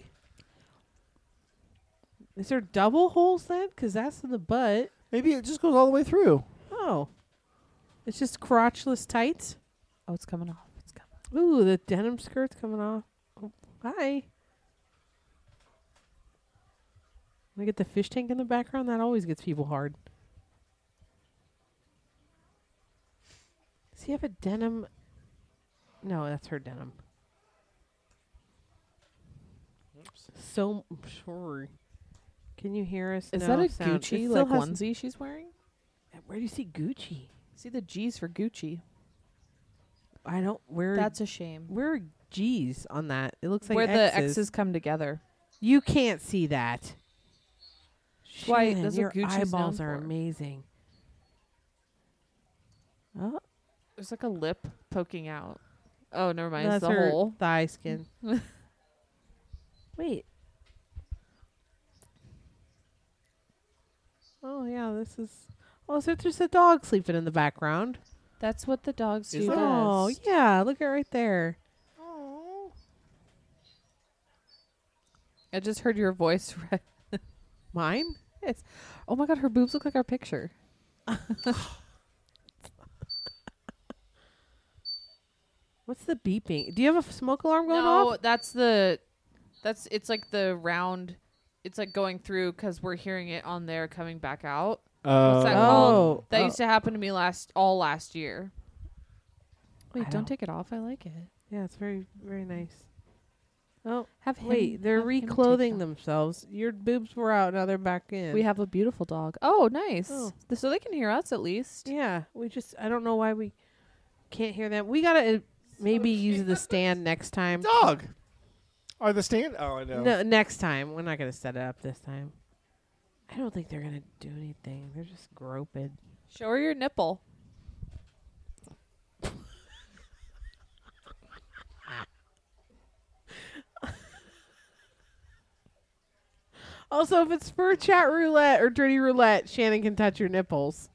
A: Is there double holes then? Because that's in the butt.
D: Maybe it just goes all the way through.
A: Oh, it's just crotchless tights.
E: oh, it's coming off. It's coming.
A: Ooh, the denim skirt's coming off. Oh, hi. We get the fish tank in the background. That always gets people hard. Does he have a denim? No, that's her denim. So sorry. Can you hear us?
E: Is
A: No
E: that a
A: sound. It
E: Gucci
A: still
E: like
A: has-
E: onesie she's wearing?
A: Where do you see Gucci?
E: See the G's for Gucci.
A: I don't. Where?
E: That's a shame.
A: where are G's on that? It looks like
E: Where the
A: X's.
E: X's come together.
A: You can't see that.
E: why-
A: Shannon,
E: that's what
A: your
E: Gucci's known
A: eyeballs are
E: for.
A: amazing. Oh,
E: There's like a lip poking out. Oh, never mind.
A: that's
E: it's the
A: her
E: hole. <laughs>
A: thigh skin. Wait. Oh yeah, this is. Oh, so there's a dog sleeping in the background.
E: That's what the dogs
D: Is
E: do.
D: that-
A: Oh
E: best.
A: yeah, look at right there.
E: I just heard your voice. <laughs> Right.
A: Mine.
E: It's, oh my god, her boobs look like our picture.
A: What's the beeping? Do you have a smoke alarm going
E: no,
A: off?
E: that's the, that's it's like the round, it's like going through because we're hearing it on there coming back out. What's that
A: Oh,
E: called? That
A: oh.
E: used to happen to me last all last year. Wait,
A: I
E: don't,
A: don't-
E: take it off. I like it.
A: Yeah, it's very very nice. Oh,
E: Have him,
A: Wait, they're
E: have him take it
A: reclothing
E: off.
A: themselves. Your boobs were out, now they're back in.
E: We have a beautiful dog. Oh, nice.
A: Oh.
E: Th- So they can hear us at least.
A: yeah. We just I don't know why we can't hear them. We gotta uh,
E: <laughs>
A: maybe use the stand next time.
D: Dog. Are the stand? Oh, I know.
A: No, next time we're not gonna set it up this time. I don't think they're gonna do anything. They're just groping.
E: Show her your nipple.
A: Also, if it's for chat roulette or dirty roulette, Shannon can touch your nipples.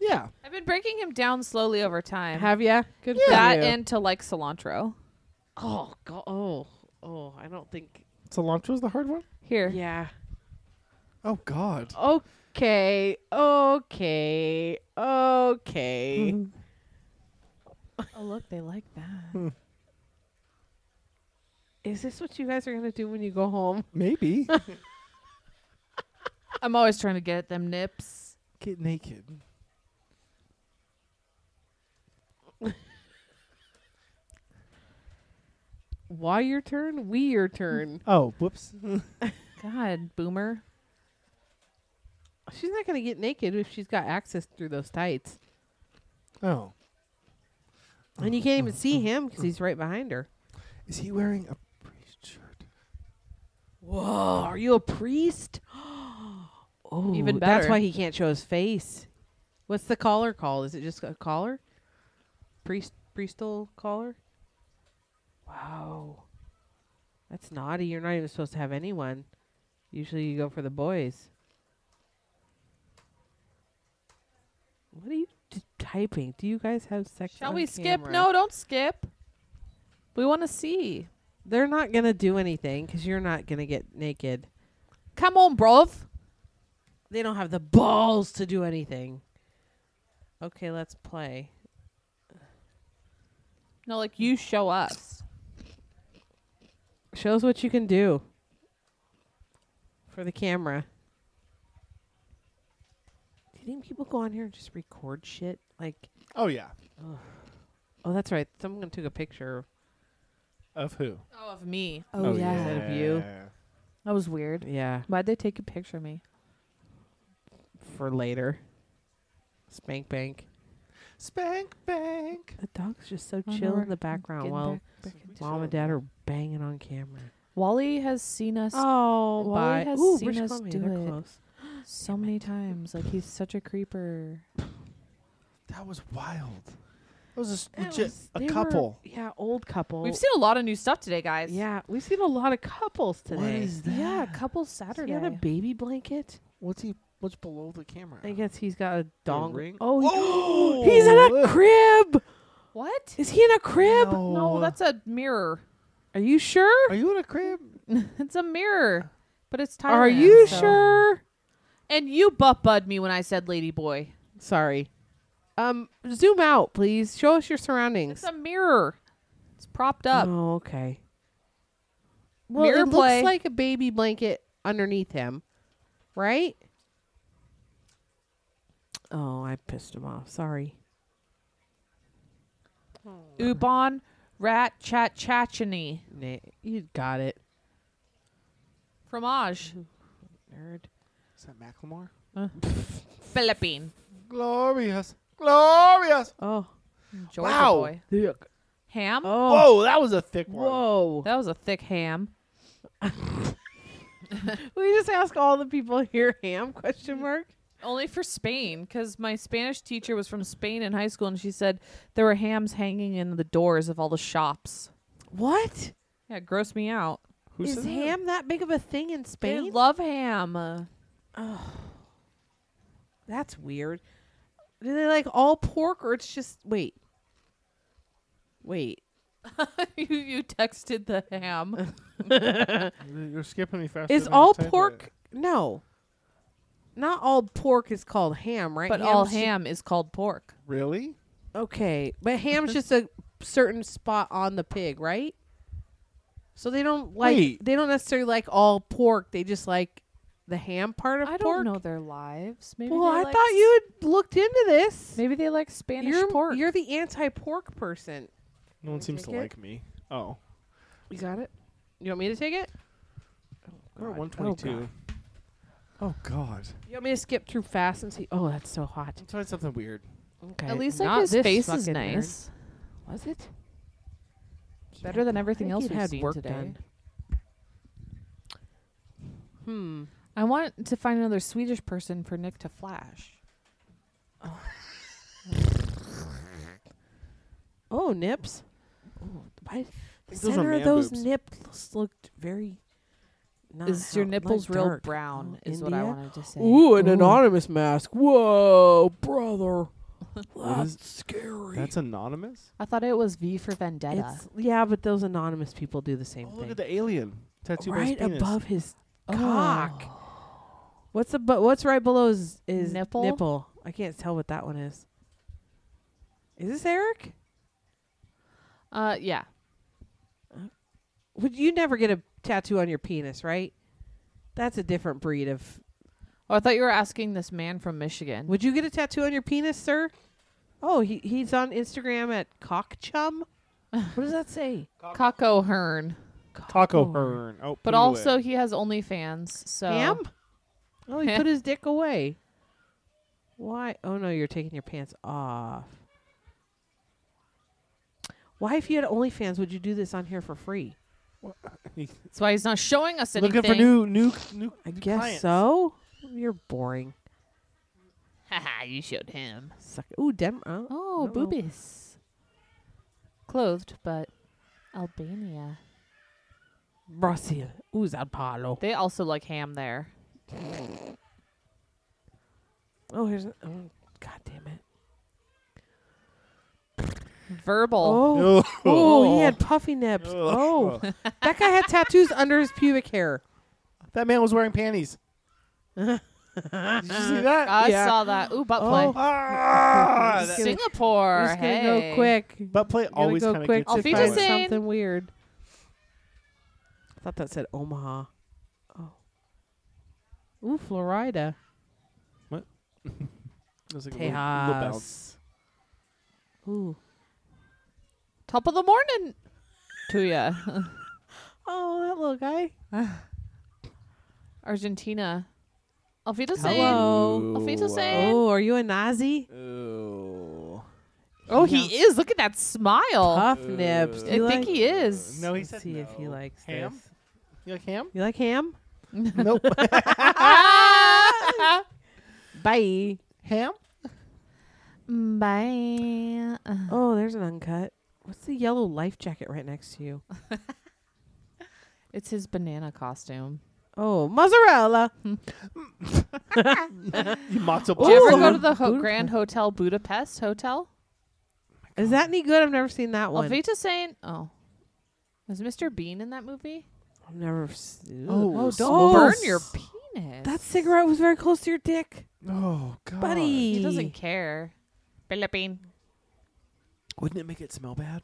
D: Yeah.
E: I've been breaking him down slowly over time.
A: Have ya? Good for
E: that
A: you.
E: and to like cilantro.
A: oh, go- oh, oh! I don't think.
D: Cilantro's the hard one.
E: Here.
A: Yeah.
D: Oh God.
A: Okay. Okay. Okay.
E: Oh, look, they like that.
A: Is this what you guys are gonna do when you go home?
D: <laughs> Maybe.
E: I'm always trying to get them nips.
D: Get naked.
A: Why your turn? We your turn.
D: Oh, whoops.
E: God, boomer.
A: She's not gonna get naked if she's got access through those tights,
D: <laughs> oh.
A: and you can't even see him because he's right behind her.
D: Is he wearing a priest shirt?
A: Whoa! Are you
E: <gasps>
A: a priest? oh,
E: Even
A: That's
E: better.
A: why he can't show his face. What's the collar called? Is it just a collar? Priest, priestal collar. Wow, that's naughty. You're not even supposed to have anyone. Usually, you go for the boys. What are you t- typing? Do you guys have sex?
E: Shall
A: on
E: we skip?
A: camera?
E: No, don't skip. We want to see.
A: they're not gonna do anything because you're not gonna get naked.
E: Come on, bruv.
A: They don't have the balls to do anything. Okay, let's play.
E: No, like you show us.
A: Shows what you can do for the camera. Do you think people go on here and just record shit? Like,
D: Oh yeah.
A: oh, that's right. Someone took a picture.
D: Of who?
E: Oh, of me.
A: Oh, yeah. Is that of you?
E: That was weird.
A: Yeah,
E: Why'd they take a picture of me?
A: for later. Spank bank.
D: Spank bank.
A: The dog's just so
E: I know
A: chill
E: we're
A: in the background
E: Getting
A: while
E: back- back into-
A: mom and dad are banging on camera.
E: Wally has seen us
A: Oh,
E: Wally
A: bye.
E: has
A: Ooh,
E: seen
A: British
E: us
A: Columbia,
E: do
A: they're
E: it.
A: close.
E: so many times. Like he's such a creeper.
D: That was wild. That was a s-
A: That
D: legit
A: was-
D: a
A: they were-
D: couple.
A: yeah, old couple.
E: We've seen a lot of new stuff today, guys.
A: Yeah, we've seen a lot of couples today.
D: What is that?
E: Yeah, couple
A: Is
E: Saturday.
A: he on a baby blanket?
D: What's he? What's below the camera? <gasps>
A: I guess he's got a dong.
D: ring?
A: Oh, he-
D: Oh,
A: he's in a crib.
E: what?
A: Is Oh. he in a crib?
E: No, that's a mirror.
A: Are you sure?
D: Are you in a crib?
E: It's a mirror. But it's Thailand.
A: Are you
E: so-
A: sure?
E: And you butt bud me when I said lady boy.
A: Sorry. Um, zoom out, please. Show us your surroundings.
E: It's a mirror. It's propped up.
A: Oh, okay. Well,
E: Mirror
A: it
E: play.
A: looks like a baby blanket underneath him, right? Oh, I pissed him off. Sorry.
E: Oh. Ubon rat chat chachini.
A: Nah, you got it,
E: Fromage.
A: nerd.
D: Is that Macklemore?
E: Philippine.
D: Glorious, glorious.
A: Oh,
E: Georgia
D: Wow.
E: boy.
A: look.
E: Ham.
A: Oh,
D: Whoa, that was a thick one.
A: whoa.
E: That was a thick ham.
A: We just ask all the people here ham question mark.
E: Only for Spain, because my Spanish teacher was from Spain in high school, and she said there were hams hanging in the doors of all the shops.
A: What?
E: Yeah, it grossed me out.
D: Who
A: Is
D: said that?
A: ham that big of a thing in
E: They
A: Spain?
E: love ham. <laughs>
A: That's weird. Do they like all pork or it's just wait. Wait.
E: you, you texted the ham.
D: You're- You're skipping me faster.
A: Is
D: than
A: all
D: you typed
A: pork
D: it.
A: no. Not all pork is called ham, right?
E: But all
A: Ham's ju-
E: ham is called pork.
D: Really?
A: Okay. But <laughs> ham's just a certain spot on the pig, right? So they don't like
D: Wait.
A: they don't necessarily like all pork. They just like the ham part of
E: I
A: pork.
E: don't know their lives. Maybe
A: Well,
E: they
A: I
E: like
A: thought
E: s-
A: you had looked into this.
E: Maybe they like Spanish
A: You're
E: pork.
A: you're the anti-pork person.
D: No one seems to
A: take it?
D: like me. Oh,
A: You got it. You want me to take it?
D: we're at
A: God.
D: 122. Oh God.
A: You want me to skip through fast and see? Oh, that's so hot.
D: I'm trying something weird.
A: Okay.
E: At least like
A: not
E: his
A: this
E: face is
A: fucking nerd.
E: nice.
A: Was it
E: Better than everything else
A: you
E: we've
A: had
E: seen
A: work
E: today.
A: done. Hmm.
E: I want to find another Swedish person for Nick to flash.
A: Oh, nips. Oh, why, the
D: those are
A: center of
D: man
A: those
D: boobs.
A: nips looked very. Not
E: Is your
A: out-
E: nipples
A: like
E: real
A: dark.
E: brown?
A: Oh,
E: is what I
A: India?
E: wanted to say.
A: Ooh, an anonymous mask. Whoa, <laughs> brother.
D: What is-
A: That's scary.
D: That's anonymous.
E: I thought it was V for Vendetta.
A: It's, yeah, but those anonymous people do the same
D: Oh,
A: thing.
D: look at the alien tattoo by his
A: right
D: penis.
A: above his
E: Oh.
A: cock. What's above? What's right below his, his
E: Nipple?
A: Nipple. I can't tell what that one is. Is this Eric?
E: Uh, yeah.
A: Would you never get a tattoo on your penis? Right. That's a different breed of.
E: Oh, I thought you were asking this man from Michigan.
A: Would you get a tattoo on your penis, sir? Oh, he he's on Instagram at
E: <laughs>
A: cockchum. what does that say?
E: Cock O'Hearn.
D: Taco Hearn. Oh,
E: But
D: poo
E: also,
D: it.
E: he has OnlyFans. So
A: Ham? Oh, he
E: Heh.
A: put his dick away. Why? Oh no, you're taking your pants off. Why, if you had OnlyFans, would you do this on here for free?
E: that's why he's not showing us anything.
D: looking for new new new.
A: I
D: new
A: guess
D: clients.
A: so. You're boring.
E: <laughs> Haha, you showed him.
A: Suck. Ooh, Dem. Oh,
E: Oh,
A: No.
E: boobies. Clothed, but Albania.
A: Brazil. Ooh, Sao Paulo.
E: They also like ham there.
A: Oh, here's. An, oh, God damn it.
E: Verbal.
D: <laughs>
A: Oh.
D: Ew.
A: Oh, he had puffy
D: <laughs>
A: nips. Oh,
D: Ugh.
A: that guy had tattoos under his pubic hair. <laughs>
D: <laughs> that man was wearing panties. Did you see that?
E: I
A: Oh, Yeah.
E: saw that. Ooh, butt play.
A: Oh.
D: Ah,
A: <laughs> Just
D: that-
A: gonna-
E: Singapore.
A: We're just gonna
E: hey.
A: go quick.
D: butt play
A: We're gonna
D: always
A: go
D: kind of
A: quick
D: gets you
A: to
E: Auf
A: find
D: going.
E: Wiedersehen.
A: something weird. I thought that said Omaha. Oh. Ooh, Florida.
D: It was like a little- little bounce.
A: Tejas. Ooh.
E: Top of the morning to ya. <laughs>
A: Oh, that little guy.
E: Argentina. Auf Wiedersehen.
A: Hello.
E: Auf Wiedersehen.
A: Oh, are you a Nazi?
D: Ooh.
E: Oh, he is. Look at that smile.
A: Puff nibs. Do
E: I
A: you
E: think
A: like-
E: he
A: <laughs>
E: is.
D: No, Uh, Oh, he
A: Let's
D: said
A: see if he
D: no.
A: likes
D: Ham?
A: this.
D: You like
A: <laughs>
D: ham?
A: You like ham?
D: nope.
E: Ah!
A: Bye.
D: Ham?
E: <laughs> Bye.
A: Oh, there's an uncut. What's the yellow life jacket right next to you?
E: It's his banana costume.
A: Oh, mozzarella.
D: You matzo
E: Did you ever go
A: Ooh.
E: to the ho-
A: Beautiful.
E: Grand Hotel Budapest Hotel?
A: Is that any good? I've never seen that one.
E: Alvita saying, "Oh, was Mr. Bean in that movie?
A: I've never. s-
D: Oh,
A: Ugh.
D: oh, don't
A: Oh,
E: Burn
A: s-
E: your penis.
A: That cigarette was very close to your dick,
D: <laughs> Oh, God.
A: buddy.
E: he doesn't care. Philippine.
D: Wouldn't it make it smell bad?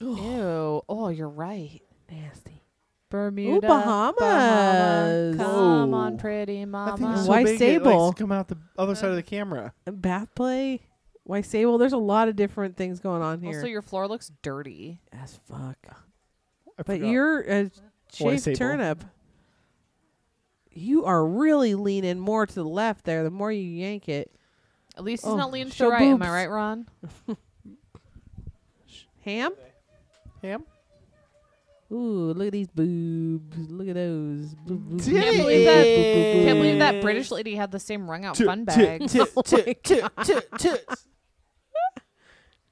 E: Ew. Oh, you're right.
A: Nasty.
E: Bermuda.
A: Bahamas.
E: Bahama. Come
D: Whoa.
E: on, pretty mama.
A: it's so Why
D: big it likes
A: sable?
D: to come out the other side of the camera.
A: And bath play. Why say? Well, there's a lot of different things going on here.
E: Also, your floor looks dirty.
A: As fuck.
D: I
A: But
D: forgot.
A: you're a shaved
D: sable?
A: turnip. You are really leaning more to the left there. The more you yank it,
E: At least
A: Oh,
E: he's not leaning to
A: show
E: the right. Am
A: boobs.
E: I right, Ron?
A: ham.
D: ham.
A: <laughs> Ooh, look at these boobs. Look at those. Boob, boob,
D: Can't
A: boob,
E: believe
A: boob,
E: that-
A: boob, boob, boob.
E: Can't
A: <laughs>
E: believe that British lady had the same rung out fun bag.
A: Oh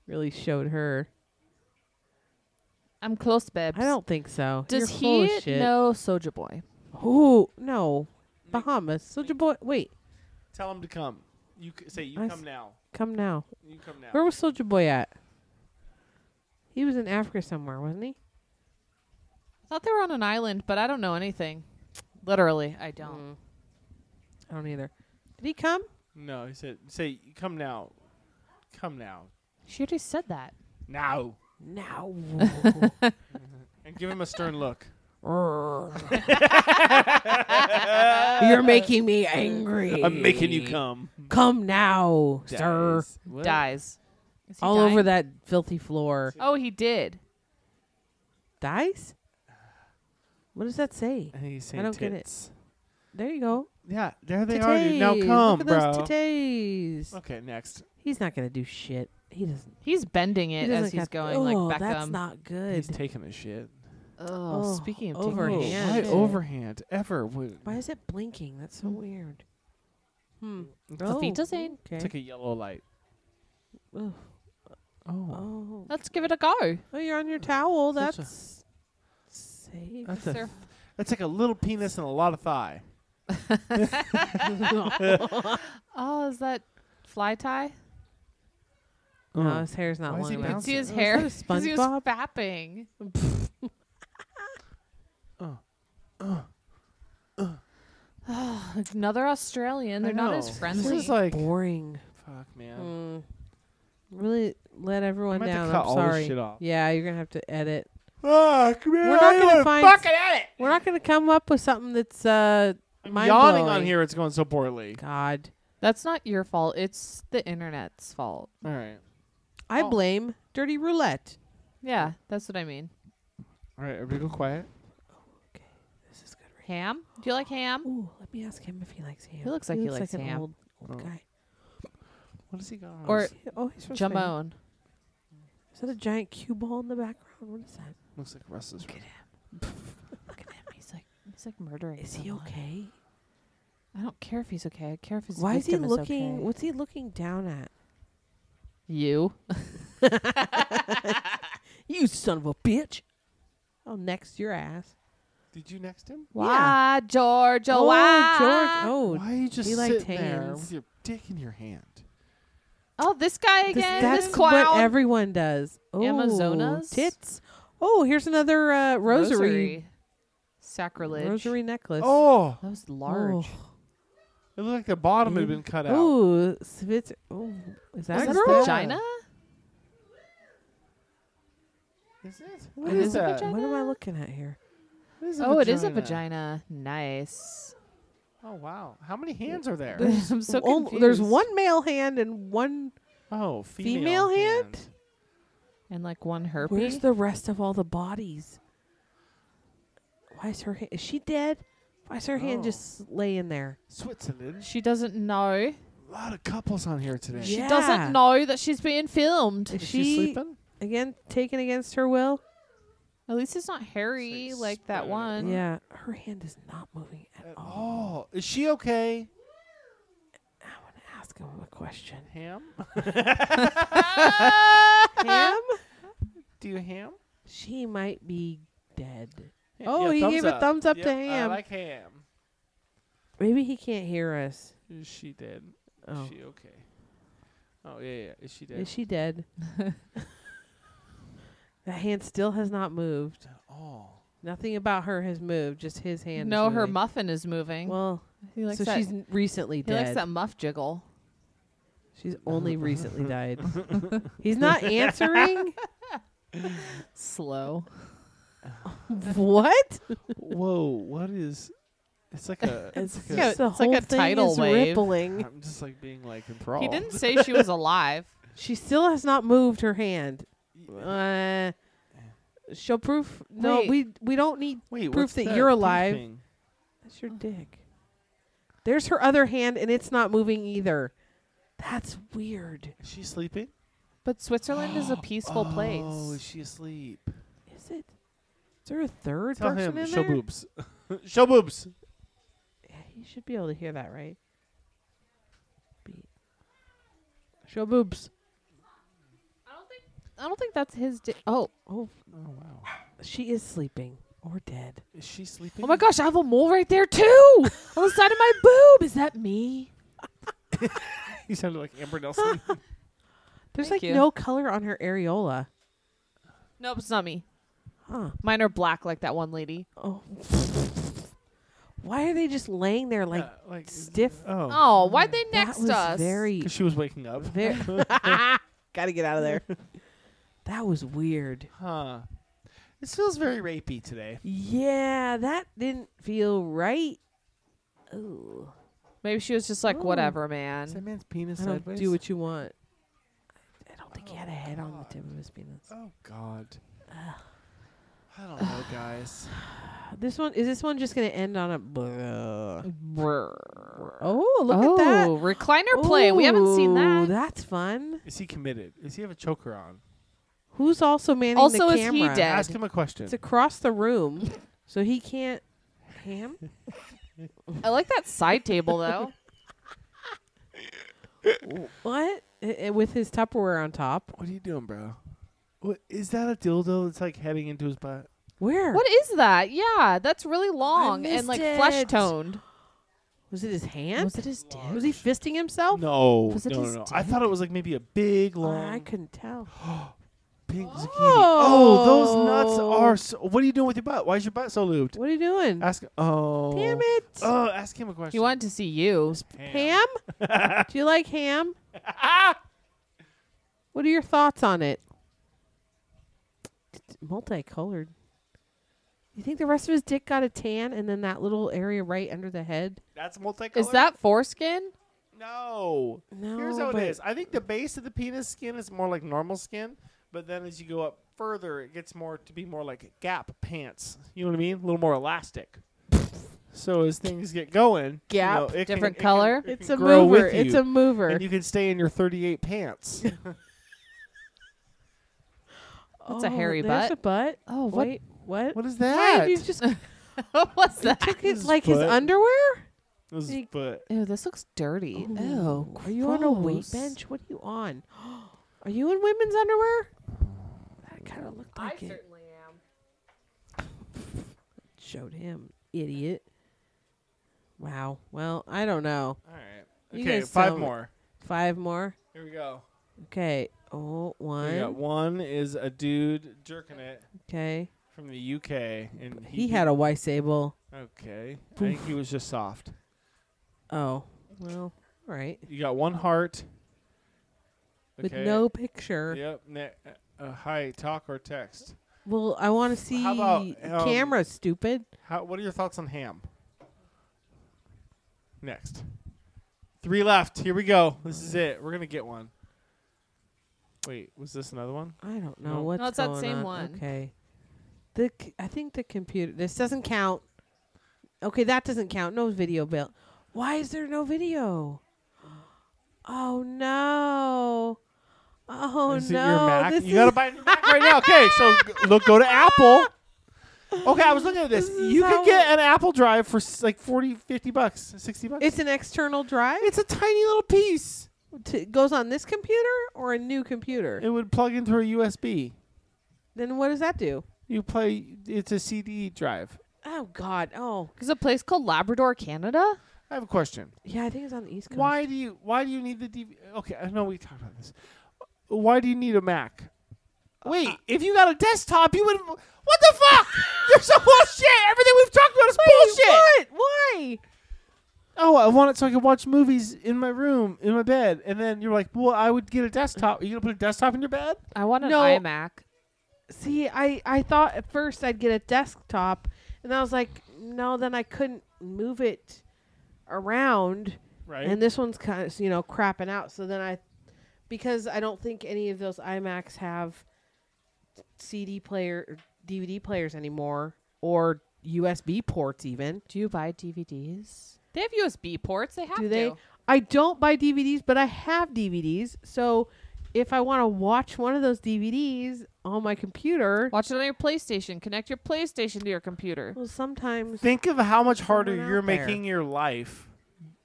A: Really showed her.
E: I'm close, babes.
A: I don't think so.
E: Does
A: You're full of
E: he
A: shit.
E: know Soja Boy?
A: Ooh, no. Bahamas. Such a boy. Wait,
D: <laughs> Tell him to come. You c- say you
A: I
D: come
A: s-
D: now.
A: come now.
D: You come now.
A: Where was Soldier Boy at? He was in Africa somewhere, wasn't he?
E: I thought they were on an island, but I don't know anything. Literally, I don't.
A: Hmm. I don't either. Did he come?
D: No, he said say you come now. Come now.
E: She already said that.
D: Now.
A: No.
D: And give him a stern
A: <laughs>
D: look.
A: You're making me angry.
D: come.
A: Come now, sir.
D: Dies. What?
E: Dies. Is he
A: All
E: dying?
A: over that filthy floor.
E: Oh, he did.
A: Dies? What does that say?
D: I think he's saying
A: I don't get it.
D: tits.
A: There you go.
D: Yeah, there they are. Dude. Now
A: Titties.
D: come,
A: Look at
D: bro.
A: those titties.
D: Okay, next.
A: He's not gonna do shit. He doesn't.
E: He's bending
A: he
E: it
A: doesn't
E: as he's
A: got-
E: going,
A: Oh,
E: like Beckham.
A: That's not good.
D: He's taking a shit.
E: oh,
A: Oh,
E: speaking of
A: over
E: taking a
D: Oh,
A: Overhand.
D: why
E: shit.
D: overhand ever? Would,
A: Why is it blinking? That's so weird. Hmm.
E: Oh, Wiedersehen.
A: okay.
D: It's like a yellow light.
A: Ugh.
D: Oh,
A: Oh.
E: Let's give it a go.
A: oh, you're on your towel.
D: Such a-
A: That's safe. <laughs>
D: that's a,
E: Sir.
D: that's like a little penis and a lot of thigh.
E: Oh, is that fly tie?
A: No, his hair's not
D: uh, Why is he
A: long
E: You can
A: enough.
E: see his
A: Oh, is
E: hair.
A: that a
E: 'cause he was
A: SpongeBob? <laughs>
E: fapping.
A: Uh, uh.
E: <sighs> Another Australian.
D: I
E: They're not
D: know.
E: as friendly.
D: This is like
A: Boring.
D: fuck, man.
A: Mm. Really let everyone
D: I'm gonna have to
A: down.
D: cut
A: I'm
D: all this
A: sorry.
D: shit off. Ah,
A: Yeah, you're gonna have to edit.
D: Fuck, man.
A: We're not
D: I
A: gonna
D: am
A: find-
D: Fucking at it.
A: We're not gonna come up with something that's uh
D: I'm
A: mind
D: yawning on
A: blowing.
D: here. It's going so poorly.
A: God.
E: That's not your fault. It's the internet's fault.
D: All right.
A: I
D: Oh.
A: blame Dirty Roulette.
E: Yeah, that's what I mean.
D: All right. Everybody go quiet.
A: This is good. Right?
E: Ham? Do you like ham?
A: Ooh, let me ask him if he likes ham.
E: He looks like he likes
A: an
E: ham.
A: Old, old
D: Oh.
A: guy.
D: What does he got? on
E: Or-
D: his-
A: Oh, he's from Spain.
E: Jamon.
A: Is that a giant cue ball in the background? What is that?
D: looks like Russ's. room.
E: Look at him. He's like he's like murdering.
A: Is he
E: someone.
A: okay?
E: I don't care if he's okay. I care if his
A: Why is he
E: victim
A: looking?
E: okay.
A: What's he looking down at?
E: you?
A: You son of a bitch! I'll next your ass.
D: Did you next him?
E: Why, George?
A: oh,
E: why?
A: George! Oh,
D: Why are you just
A: he liked
D: sitting there
A: hands.
D: with your dick in your hand?
E: Oh, this guy
A: this,
E: again. This,
A: that's what
E: clown.
A: everyone does. Oh,
E: Amazonas?
A: tits. Oh, here's another uh, rosary.
E: Sacrilege.
A: Rosary necklace.
D: Oh,
E: That was large.
A: Oh.
D: It looked like the bottom had been cut out.
A: Ooh, Svitz. Ooh, is that
E: Is
A: a
E: that
A: girl?
E: vagina?
D: Is it?
A: What
E: It
A: is
E: is a
D: that?
E: vagina?
A: What am I looking at here?
D: What is
E: Oh, it is a vagina. Nice.
D: Oh wow! How many hands are there?
E: <laughs> I'm so
A: Oh,
E: confused.
A: there's one male hand and one.
D: Oh,
A: Female hand?
E: and like one herpes.
A: Where's the rest of all the bodies? Why is her hand? Is she dead? Why is her hand
D: Oh.
A: just laying there?
D: Switzerland.
E: She doesn't know.
D: A lot of couples on here today.
A: She
E: She
A: Yeah.
E: doesn't know that she's being filmed.
A: Is
D: Is
A: she,
D: she sleeping?
A: again taken against her will?
E: At least it's not hairy
D: It's
E: like
D: like
E: that
D: spread.
E: one. <laughs>
A: Yeah, her hand is not moving at
D: At
A: all.
D: all? Is she okay?
A: I want to ask him a question.
D: Ham?
A: Him?
D: Do you ham?
A: She might be dead.
D: Yeah,
A: Oh, he
D: thumbs
A: gave a thumbs up to
D: Yep,
A: ham.
D: I like ham.
A: Maybe he can't hear us.
D: Is she dead?
A: Oh,
D: Is she okay? Oh yeah, yeah. Is she dead?
A: is she dead? that hand still has not moved.
D: at all?
A: Nothing about her has moved. Just his hand. is
E: No, her
A: moving.
E: muffin is moving.
A: Well,
E: he likes
A: so
E: that.
A: she's n- recently
E: he likes
A: dead.
E: that muff jiggle.
A: She's
D: <laughs>
A: only
E: <laughs>
A: recently died. He's not answering.
E: Slow.
A: what?
D: Whoa! What is? It's like a.
A: <laughs> It's,
D: like
E: yeah,
A: just the
E: it's like
A: whole
E: a
A: thing
E: tidal
A: is
E: wave.
A: rippling.
D: I'm just like being like enthralled.
E: He didn't say she <laughs> was alive.
A: She still has not moved her hand. Uh, show proof. No,
E: Wait.
A: we we don't need
D: Wait,
A: proof
D: what's
A: that
D: that
A: you're
D: pink
A: alive.
D: thing?
A: That's your dick. There's her other hand, and it's not moving either. That's weird.
D: Is she sleeping?
E: But Switzerland <gasps> is a peaceful
D: Oh, is
E: place.
D: she asleep?
A: Is it? Is there a third
D: Tell
A: person
D: him.
A: in
D: show
A: there?
D: boobs. <laughs> show boobs.
A: Yeah, you should be able to hear that, right? Be- Show boobs.
E: I don't think that's his. Di- oh,
A: Oh,
D: Oh wow.
A: she is sleeping or dead.
D: Is she sleeping?
E: oh my
D: <laughs>
E: gosh! I have a mole right there too on the side of my boob. Is that me?
D: He sounded like Amber Nelson. <laughs>
A: There's
E: Thank
A: like
E: you.
A: no color on her areola.
E: Nope, it's not me.
A: Huh.
E: Mine are black like that one lady.
A: Oh. Why are they just laying there like
D: Yeah, like
A: stiff?
D: Oh.
E: Oh, why'd they next
A: that was
E: us?
A: <laughs> very,
D: 'Cause she was waking up.
A: very <laughs> Gotta get out of there. that was weird.
D: Huh. This feels very rapey today.
A: Yeah, that didn't feel right. Ooh.
E: Maybe she was just like,
A: Ooh.
E: whatever,
D: Is that
E: man.
D: man's penis
A: I don't
D: sideways?
A: do what you want. I, I don't think he
D: Oh,
A: had a head on the
D: God.
A: tip of his penis.
D: oh God. I don't know, guys.
A: This one is this one just gonna end on a. Bleh.
E: Brrr.
A: Oh, look at that!
E: Oh, recliner play. We haven't seen
A: Ooh,
E: that.
A: That's fun.
D: Is he committed? Does he have a choker on?
A: Who's also manning
E: Also,
A: the
E: is he
A: camera?
E: dead?
D: Ask him a question.
A: It's across the room, so he can't. Ham?
E: I like that side table though.
A: <laughs> what? I- I- with his Tupperware on top.
D: what are you doing, bro? What is that a dildo that's like heading into his butt?
A: Where?
E: what is that? Yeah, that's really long and
A: missed
E: like
A: it.
E: flesh toned.
A: Was it his hand?
E: Was it his dick?
A: Was he fisting himself?
D: No,
E: Was it
D: no, no,
E: his
D: no. I thought it was like maybe a big, long,
A: I couldn't tell.
D: pink zucchini. Oh, those nuts are. So, what are you doing with your butt? Why is your butt so lubed?
A: What are you doing?
D: Ask. Oh,
A: Damn it.
D: Oh, ask him a question.
E: He wanted to see you.
A: ham? Do you like <laughs> ham? what are your thoughts on it? It's multicolored. You think the rest of his dick got a tan and then that little area right under the head?
D: That's multicolored.
E: Is that foreskin? <laughs>
D: no?
A: No.
D: Here's how
A: but
D: it is. I think the base of the penis skin is more like normal skin, but then as you go up further, it gets more to be more like Gap pants. You know what I mean? A little more
A: <laughs>
D: elastic. so as things get going, you
E: Gap,
D: know, it can-
E: different
D: it can-
E: color?
D: it
A: It's
D: can
A: a
D: grow
A: mover.
D: with
A: It's
D: you,
A: a mover.
D: and you can stay in your 38 pants.
A: <laughs>
E: That's a hairy
A: Oh, there's
E: butt.
A: a butt.
E: Oh, what?
A: Wait, what?
D: what is
A: Why
D: that?
A: did you just
D: <laughs>
E: what was that?
A: took his,
D: His
A: like his
D: butt.
A: underwear?
D: It was
A: He-
D: butt.
E: Ew, this looks dirty. Oh,
A: are you on a weight bench? What are you on? <gasps> Are you in women's underwear? That kind of looked like it.
E: am.
A: Showed him, idiot. Wow. Well, I don't know.
D: All right.
A: You
D: Okay,
A: guys
D: five
A: sound-
D: more.
A: Five more.
D: Here we go.
A: Okay. Oh,
D: We got
A: one.
D: one is a dude jerking it
A: Okay.
D: from the UK, and
A: He had a white sable.
D: okay. I think he was just soft.
A: Oh. Well, all right.
D: You got one heart.
A: With
D: Okay.
A: no picture.
D: Yep. Ne- uh, hi, talk or text.
A: Well, I want to see
D: How about, um,
A: camera, stupid.
D: How? What are your thoughts on ham? Next. Three left. Here we go. This is it. We're gonna get one. Wait, was this another one?
A: I don't
D: No.
A: know what's
E: it's that
A: going
E: same
A: on.
E: one.
A: Okay. The c- I think the computer. This doesn't count. Okay, that doesn't count. No video bill. Why is there no video? Oh no. Oh
D: is it
A: no.
D: your Mac?
A: This
D: you gotta
A: is-
D: buy a new Mac right now. Okay,
A: <laughs>
D: so g- look, go to Apple. Okay, I was looking at this.
A: This is
D: you
A: how-
D: can get an Apple Drive for s- like 40, 50 bucks, 60 bucks.
A: It's an external drive.
D: it's a tiny little piece.
A: It goes on this computer or a new computer.
D: It would plug into a USB.
A: then what does that do?
D: You play. It's a CD drive.
A: Oh God. Oh
E: There's a place called Labrador, Canada.
D: I have a question.
A: yeah, I think it's on the East Coast.
D: Why do you Why do you need the DV? Okay, I know we talked about this. Why do you need a Mac? Wait,
A: Uh,
D: if you got a desktop, you wouldn't. What the fuck? You're
A: <laughs>
D: so bullshit. Everything we've talked about is bullshit.
A: What? Why?
D: Oh, I want it so I can watch movies in my room, in my bed. And then you're like, well, I would get a desktop. Are you gonna put a desktop in your bed?
E: I want an
A: No.
E: iMac.
A: See, I I thought at first I'd get a desktop, and I was like, no, then I couldn't move it around,
D: Right.
A: and this one's kind of you know crapping out. So then I, because I don't think any of those iMacs have CD player, or DVD players anymore, or USB ports even.
E: Do you buy DVDs? They have USB ports. They have
A: Do they?
E: to.
A: I don't buy DVDs, but I have DVDs. So if I want to watch one of those DVDs on my computer,
E: Watch it on your PlayStation. Connect your PlayStation to your computer.
A: well, sometimes
D: Think of how much harder
A: Someone
D: you're
A: out there.
D: making your life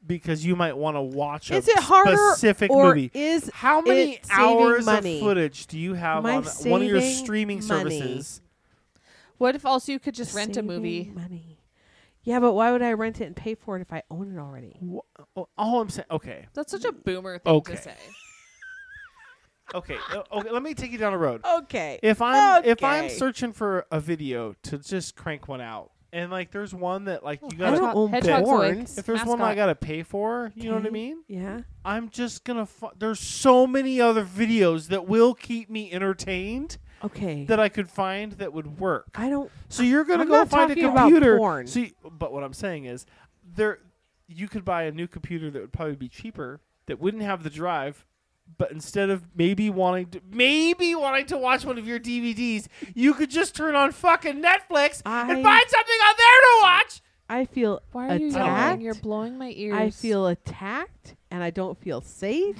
D: because you might want to watch
A: is
D: a
A: it harder
D: specific
A: or
D: movie.
A: is
D: How many
A: it saving
D: hours
A: money?
D: of footage do you have
A: Am I
D: on one of your
A: saving
D: streaming
A: money?
D: services?
E: What if also you could just rent a movie?
A: saving Money. Yeah, but why would I rent it and pay for it if I own it already?
D: Wha- oh, All I'm saying, okay,
E: That's such a boomer thing
D: Okay.
E: to say.
D: okay, uh, okay. Let me take you down a road.
A: Okay.
D: If I'm if I'm
A: Okay.
D: searching for a video to just crank one out, and like there's one that like you
A: I
D: gotta
A: don't own
E: Hedgehog's
A: porn.
E: awake.
D: if there's
E: Mascot.
D: one I
E: Mm-hmm.
D: gotta pay for, you know what I mean?
A: Yeah.
D: I'm just gonna. Fu- there's so many other videos that will keep me entertained
A: Okay.
D: that I could find that would work.
A: I don't.
D: So you're gonna
A: I'm
D: go
A: not
D: find a
A: talking about
D: computer.
A: porn.
D: See, but what I'm saying is, there you could buy a new computer that would probably be cheaper that wouldn't have the drive. But instead of maybe wanting to maybe wanting to watch one of your DVDs, you could just turn on fucking Netflix
A: I-
D: and find something on there to watch.
A: I feel
E: Why are you
A: attacked.
E: yelling? You're blowing my ears.
A: I feel attacked, and I don't feel safe.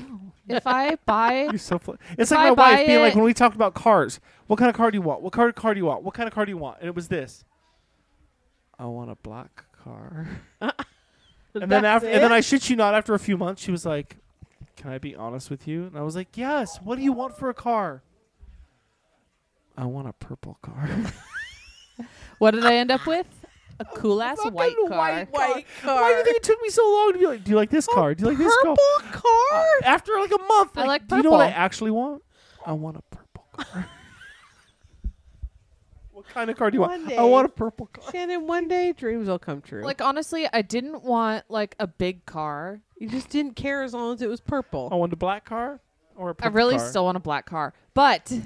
E: if I buy
D: <laughs> You're so fl-
E: If
D: It's like
E: I
D: my wife
E: buy
D: being like
E: it-
D: when we talked about cars. What kind of car do you want? What kind of car do you want? What kind of car do you want? And it was this. I want a black car. and then
A: That's
D: after, and then
A: it?
D: I shit you not. After a few months, she was like, "Can I be honest with you?" And I was like, "Yes." What do you want for a car? I want a purple car. <laughs>
E: what did I end up with? A cool ass
D: Fucking
E: white car.
A: White
D: Why do
A: car.
D: you think it took me so long to be like, "Do you like this car? Do you like this car?"
A: Purple car.
D: After like a month,
E: I like
D: do you know what I
E: purple."
D: actually want? I want a purple car.
E: <laughs>
D: what kind of car do you want?
A: One
D: I want
A: day.
D: a purple car.
A: Shannon, one day dreams will come true.
E: Like honestly, I didn't want like a big car.
A: you just didn't care as long as it was purple.
D: I want a black car or a
E: I
D: purple
E: really
D: car.
E: still want a black car, but <laughs>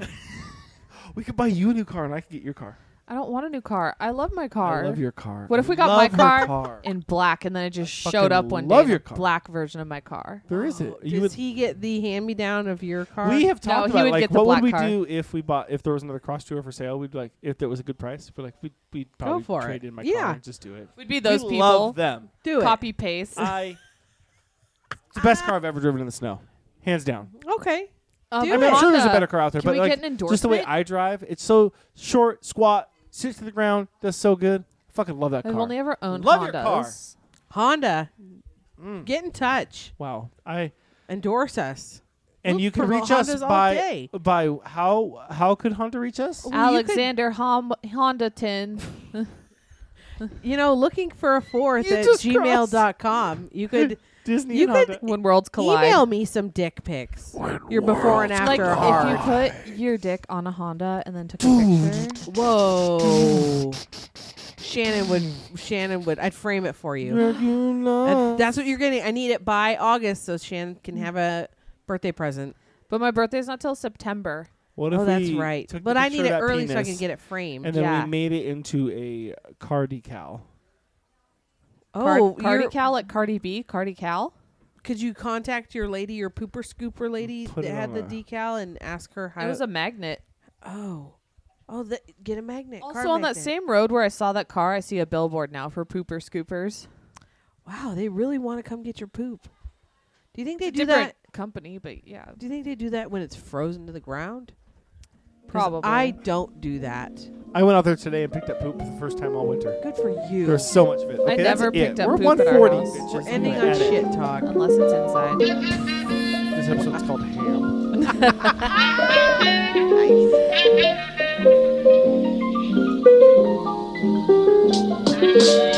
D: We could buy you a new car and I could get your car.
E: I don't want a new car. I love my car.
D: I love your car.
E: What if we got
D: Love
E: my car,
D: your car.
E: in black and then it just
D: I
E: showed
D: fucking
E: up one
D: love
E: day? in
D: your
E: a
D: car.
E: black version of my car.
D: There is it.
A: Oh,
D: You
A: Does
D: would-
A: he get the hand me down of your car?
D: we have
E: No,
D: talked
E: he
D: about
E: would
D: like
E: get the
D: what
E: black
D: would we
E: car.
D: do if we bought if there was another cross tour for sale? We'd like if there was a good price. We're like we'd, we'd probably
A: for
D: trade
A: it.
D: in my
A: Yeah.
D: car and just do it.
E: We'd be <laughs> those
D: we
E: people.
D: love them.
A: do it.
E: Copy paste.
D: I. It's the best car I've ever driven in the snow, hands down.
A: Okay.
E: Um,
A: do
D: I
A: it.
D: mean, I'm sure there's a
E: Honda,
D: better car out there,
E: can
D: but
E: we
D: like
E: get an
D: just the way
E: endorsement?
D: I drive, it's so short, squat, sits to the ground, does so good. Fucking love that
E: I've
D: car.
E: only ever owned
D: Love
E: Hondas.
D: your car.
A: Honda,
D: Mm.
A: get in touch.
D: wow, I
A: Endorse us.
D: and
A: We'll
D: you can
A: promote
D: reach us
A: Hondas all
D: by
A: day.
D: by how how could Honda reach us?
A: Well, you could-
E: Alexander Hom- Hondaton.
A: You know, looking for a fourth
D: You
A: at
D: just
A: gmail.com.
D: <laughs>
A: You could
D: Disney
A: you
D: and
A: could
D: Honda.
E: <laughs> when worlds collide.
A: email me some dick pics. Your before and
E: like
A: after.
E: if you put your dick on a Honda and then took a picture.
A: Whoa. Shannon would Shannon would I'd frame it for you.
D: Regular.
A: That- That's what you're getting. I need it by August so Shannon can have a birthday present.
E: But my birthday's not till September.
D: What if
A: Oh, that's
D: we
A: right.
D: took the
A: But I
D: picture
A: need it
D: of that
A: early so I can
D: penis
A: get it framed.
D: And then
E: Yeah.
D: we made it into a car decal.
A: oh,
E: Card- Cardi
A: you're-
E: Cal at Cardi B, Cardi Cal.
A: could you contact your lady, your pooper scooper lady
D: Put
A: that
D: it
A: had
D: on
A: the
D: a-
A: decal, and ask her how?
E: It was a magnet.
A: oh, oh, the, get a magnet. card
E: Also on that
A: magnet.
E: same road where I saw that car, I see a billboard now for pooper scoopers.
A: Wow, they really want to come get your poop. Do you think they do
E: Different
A: that?
E: company, but yeah,
A: Do you think they do that when it's frozen to the ground? 'Cause
E: probably.
A: I don't do that.
D: I went out there today and picked up poop for the first time all winter.
A: Good for you.
D: There's so much of it.
E: I
D: Okay, that's
E: never
D: it.
E: picked up
D: We're
E: poop at our
D: 140.
E: house.
D: bitches.
A: We're
D: I'm
A: ending
D: gonna
A: on
D: add it.
A: shit talk.
E: unless it's inside.
D: This episode's called Ham.
B: Nice.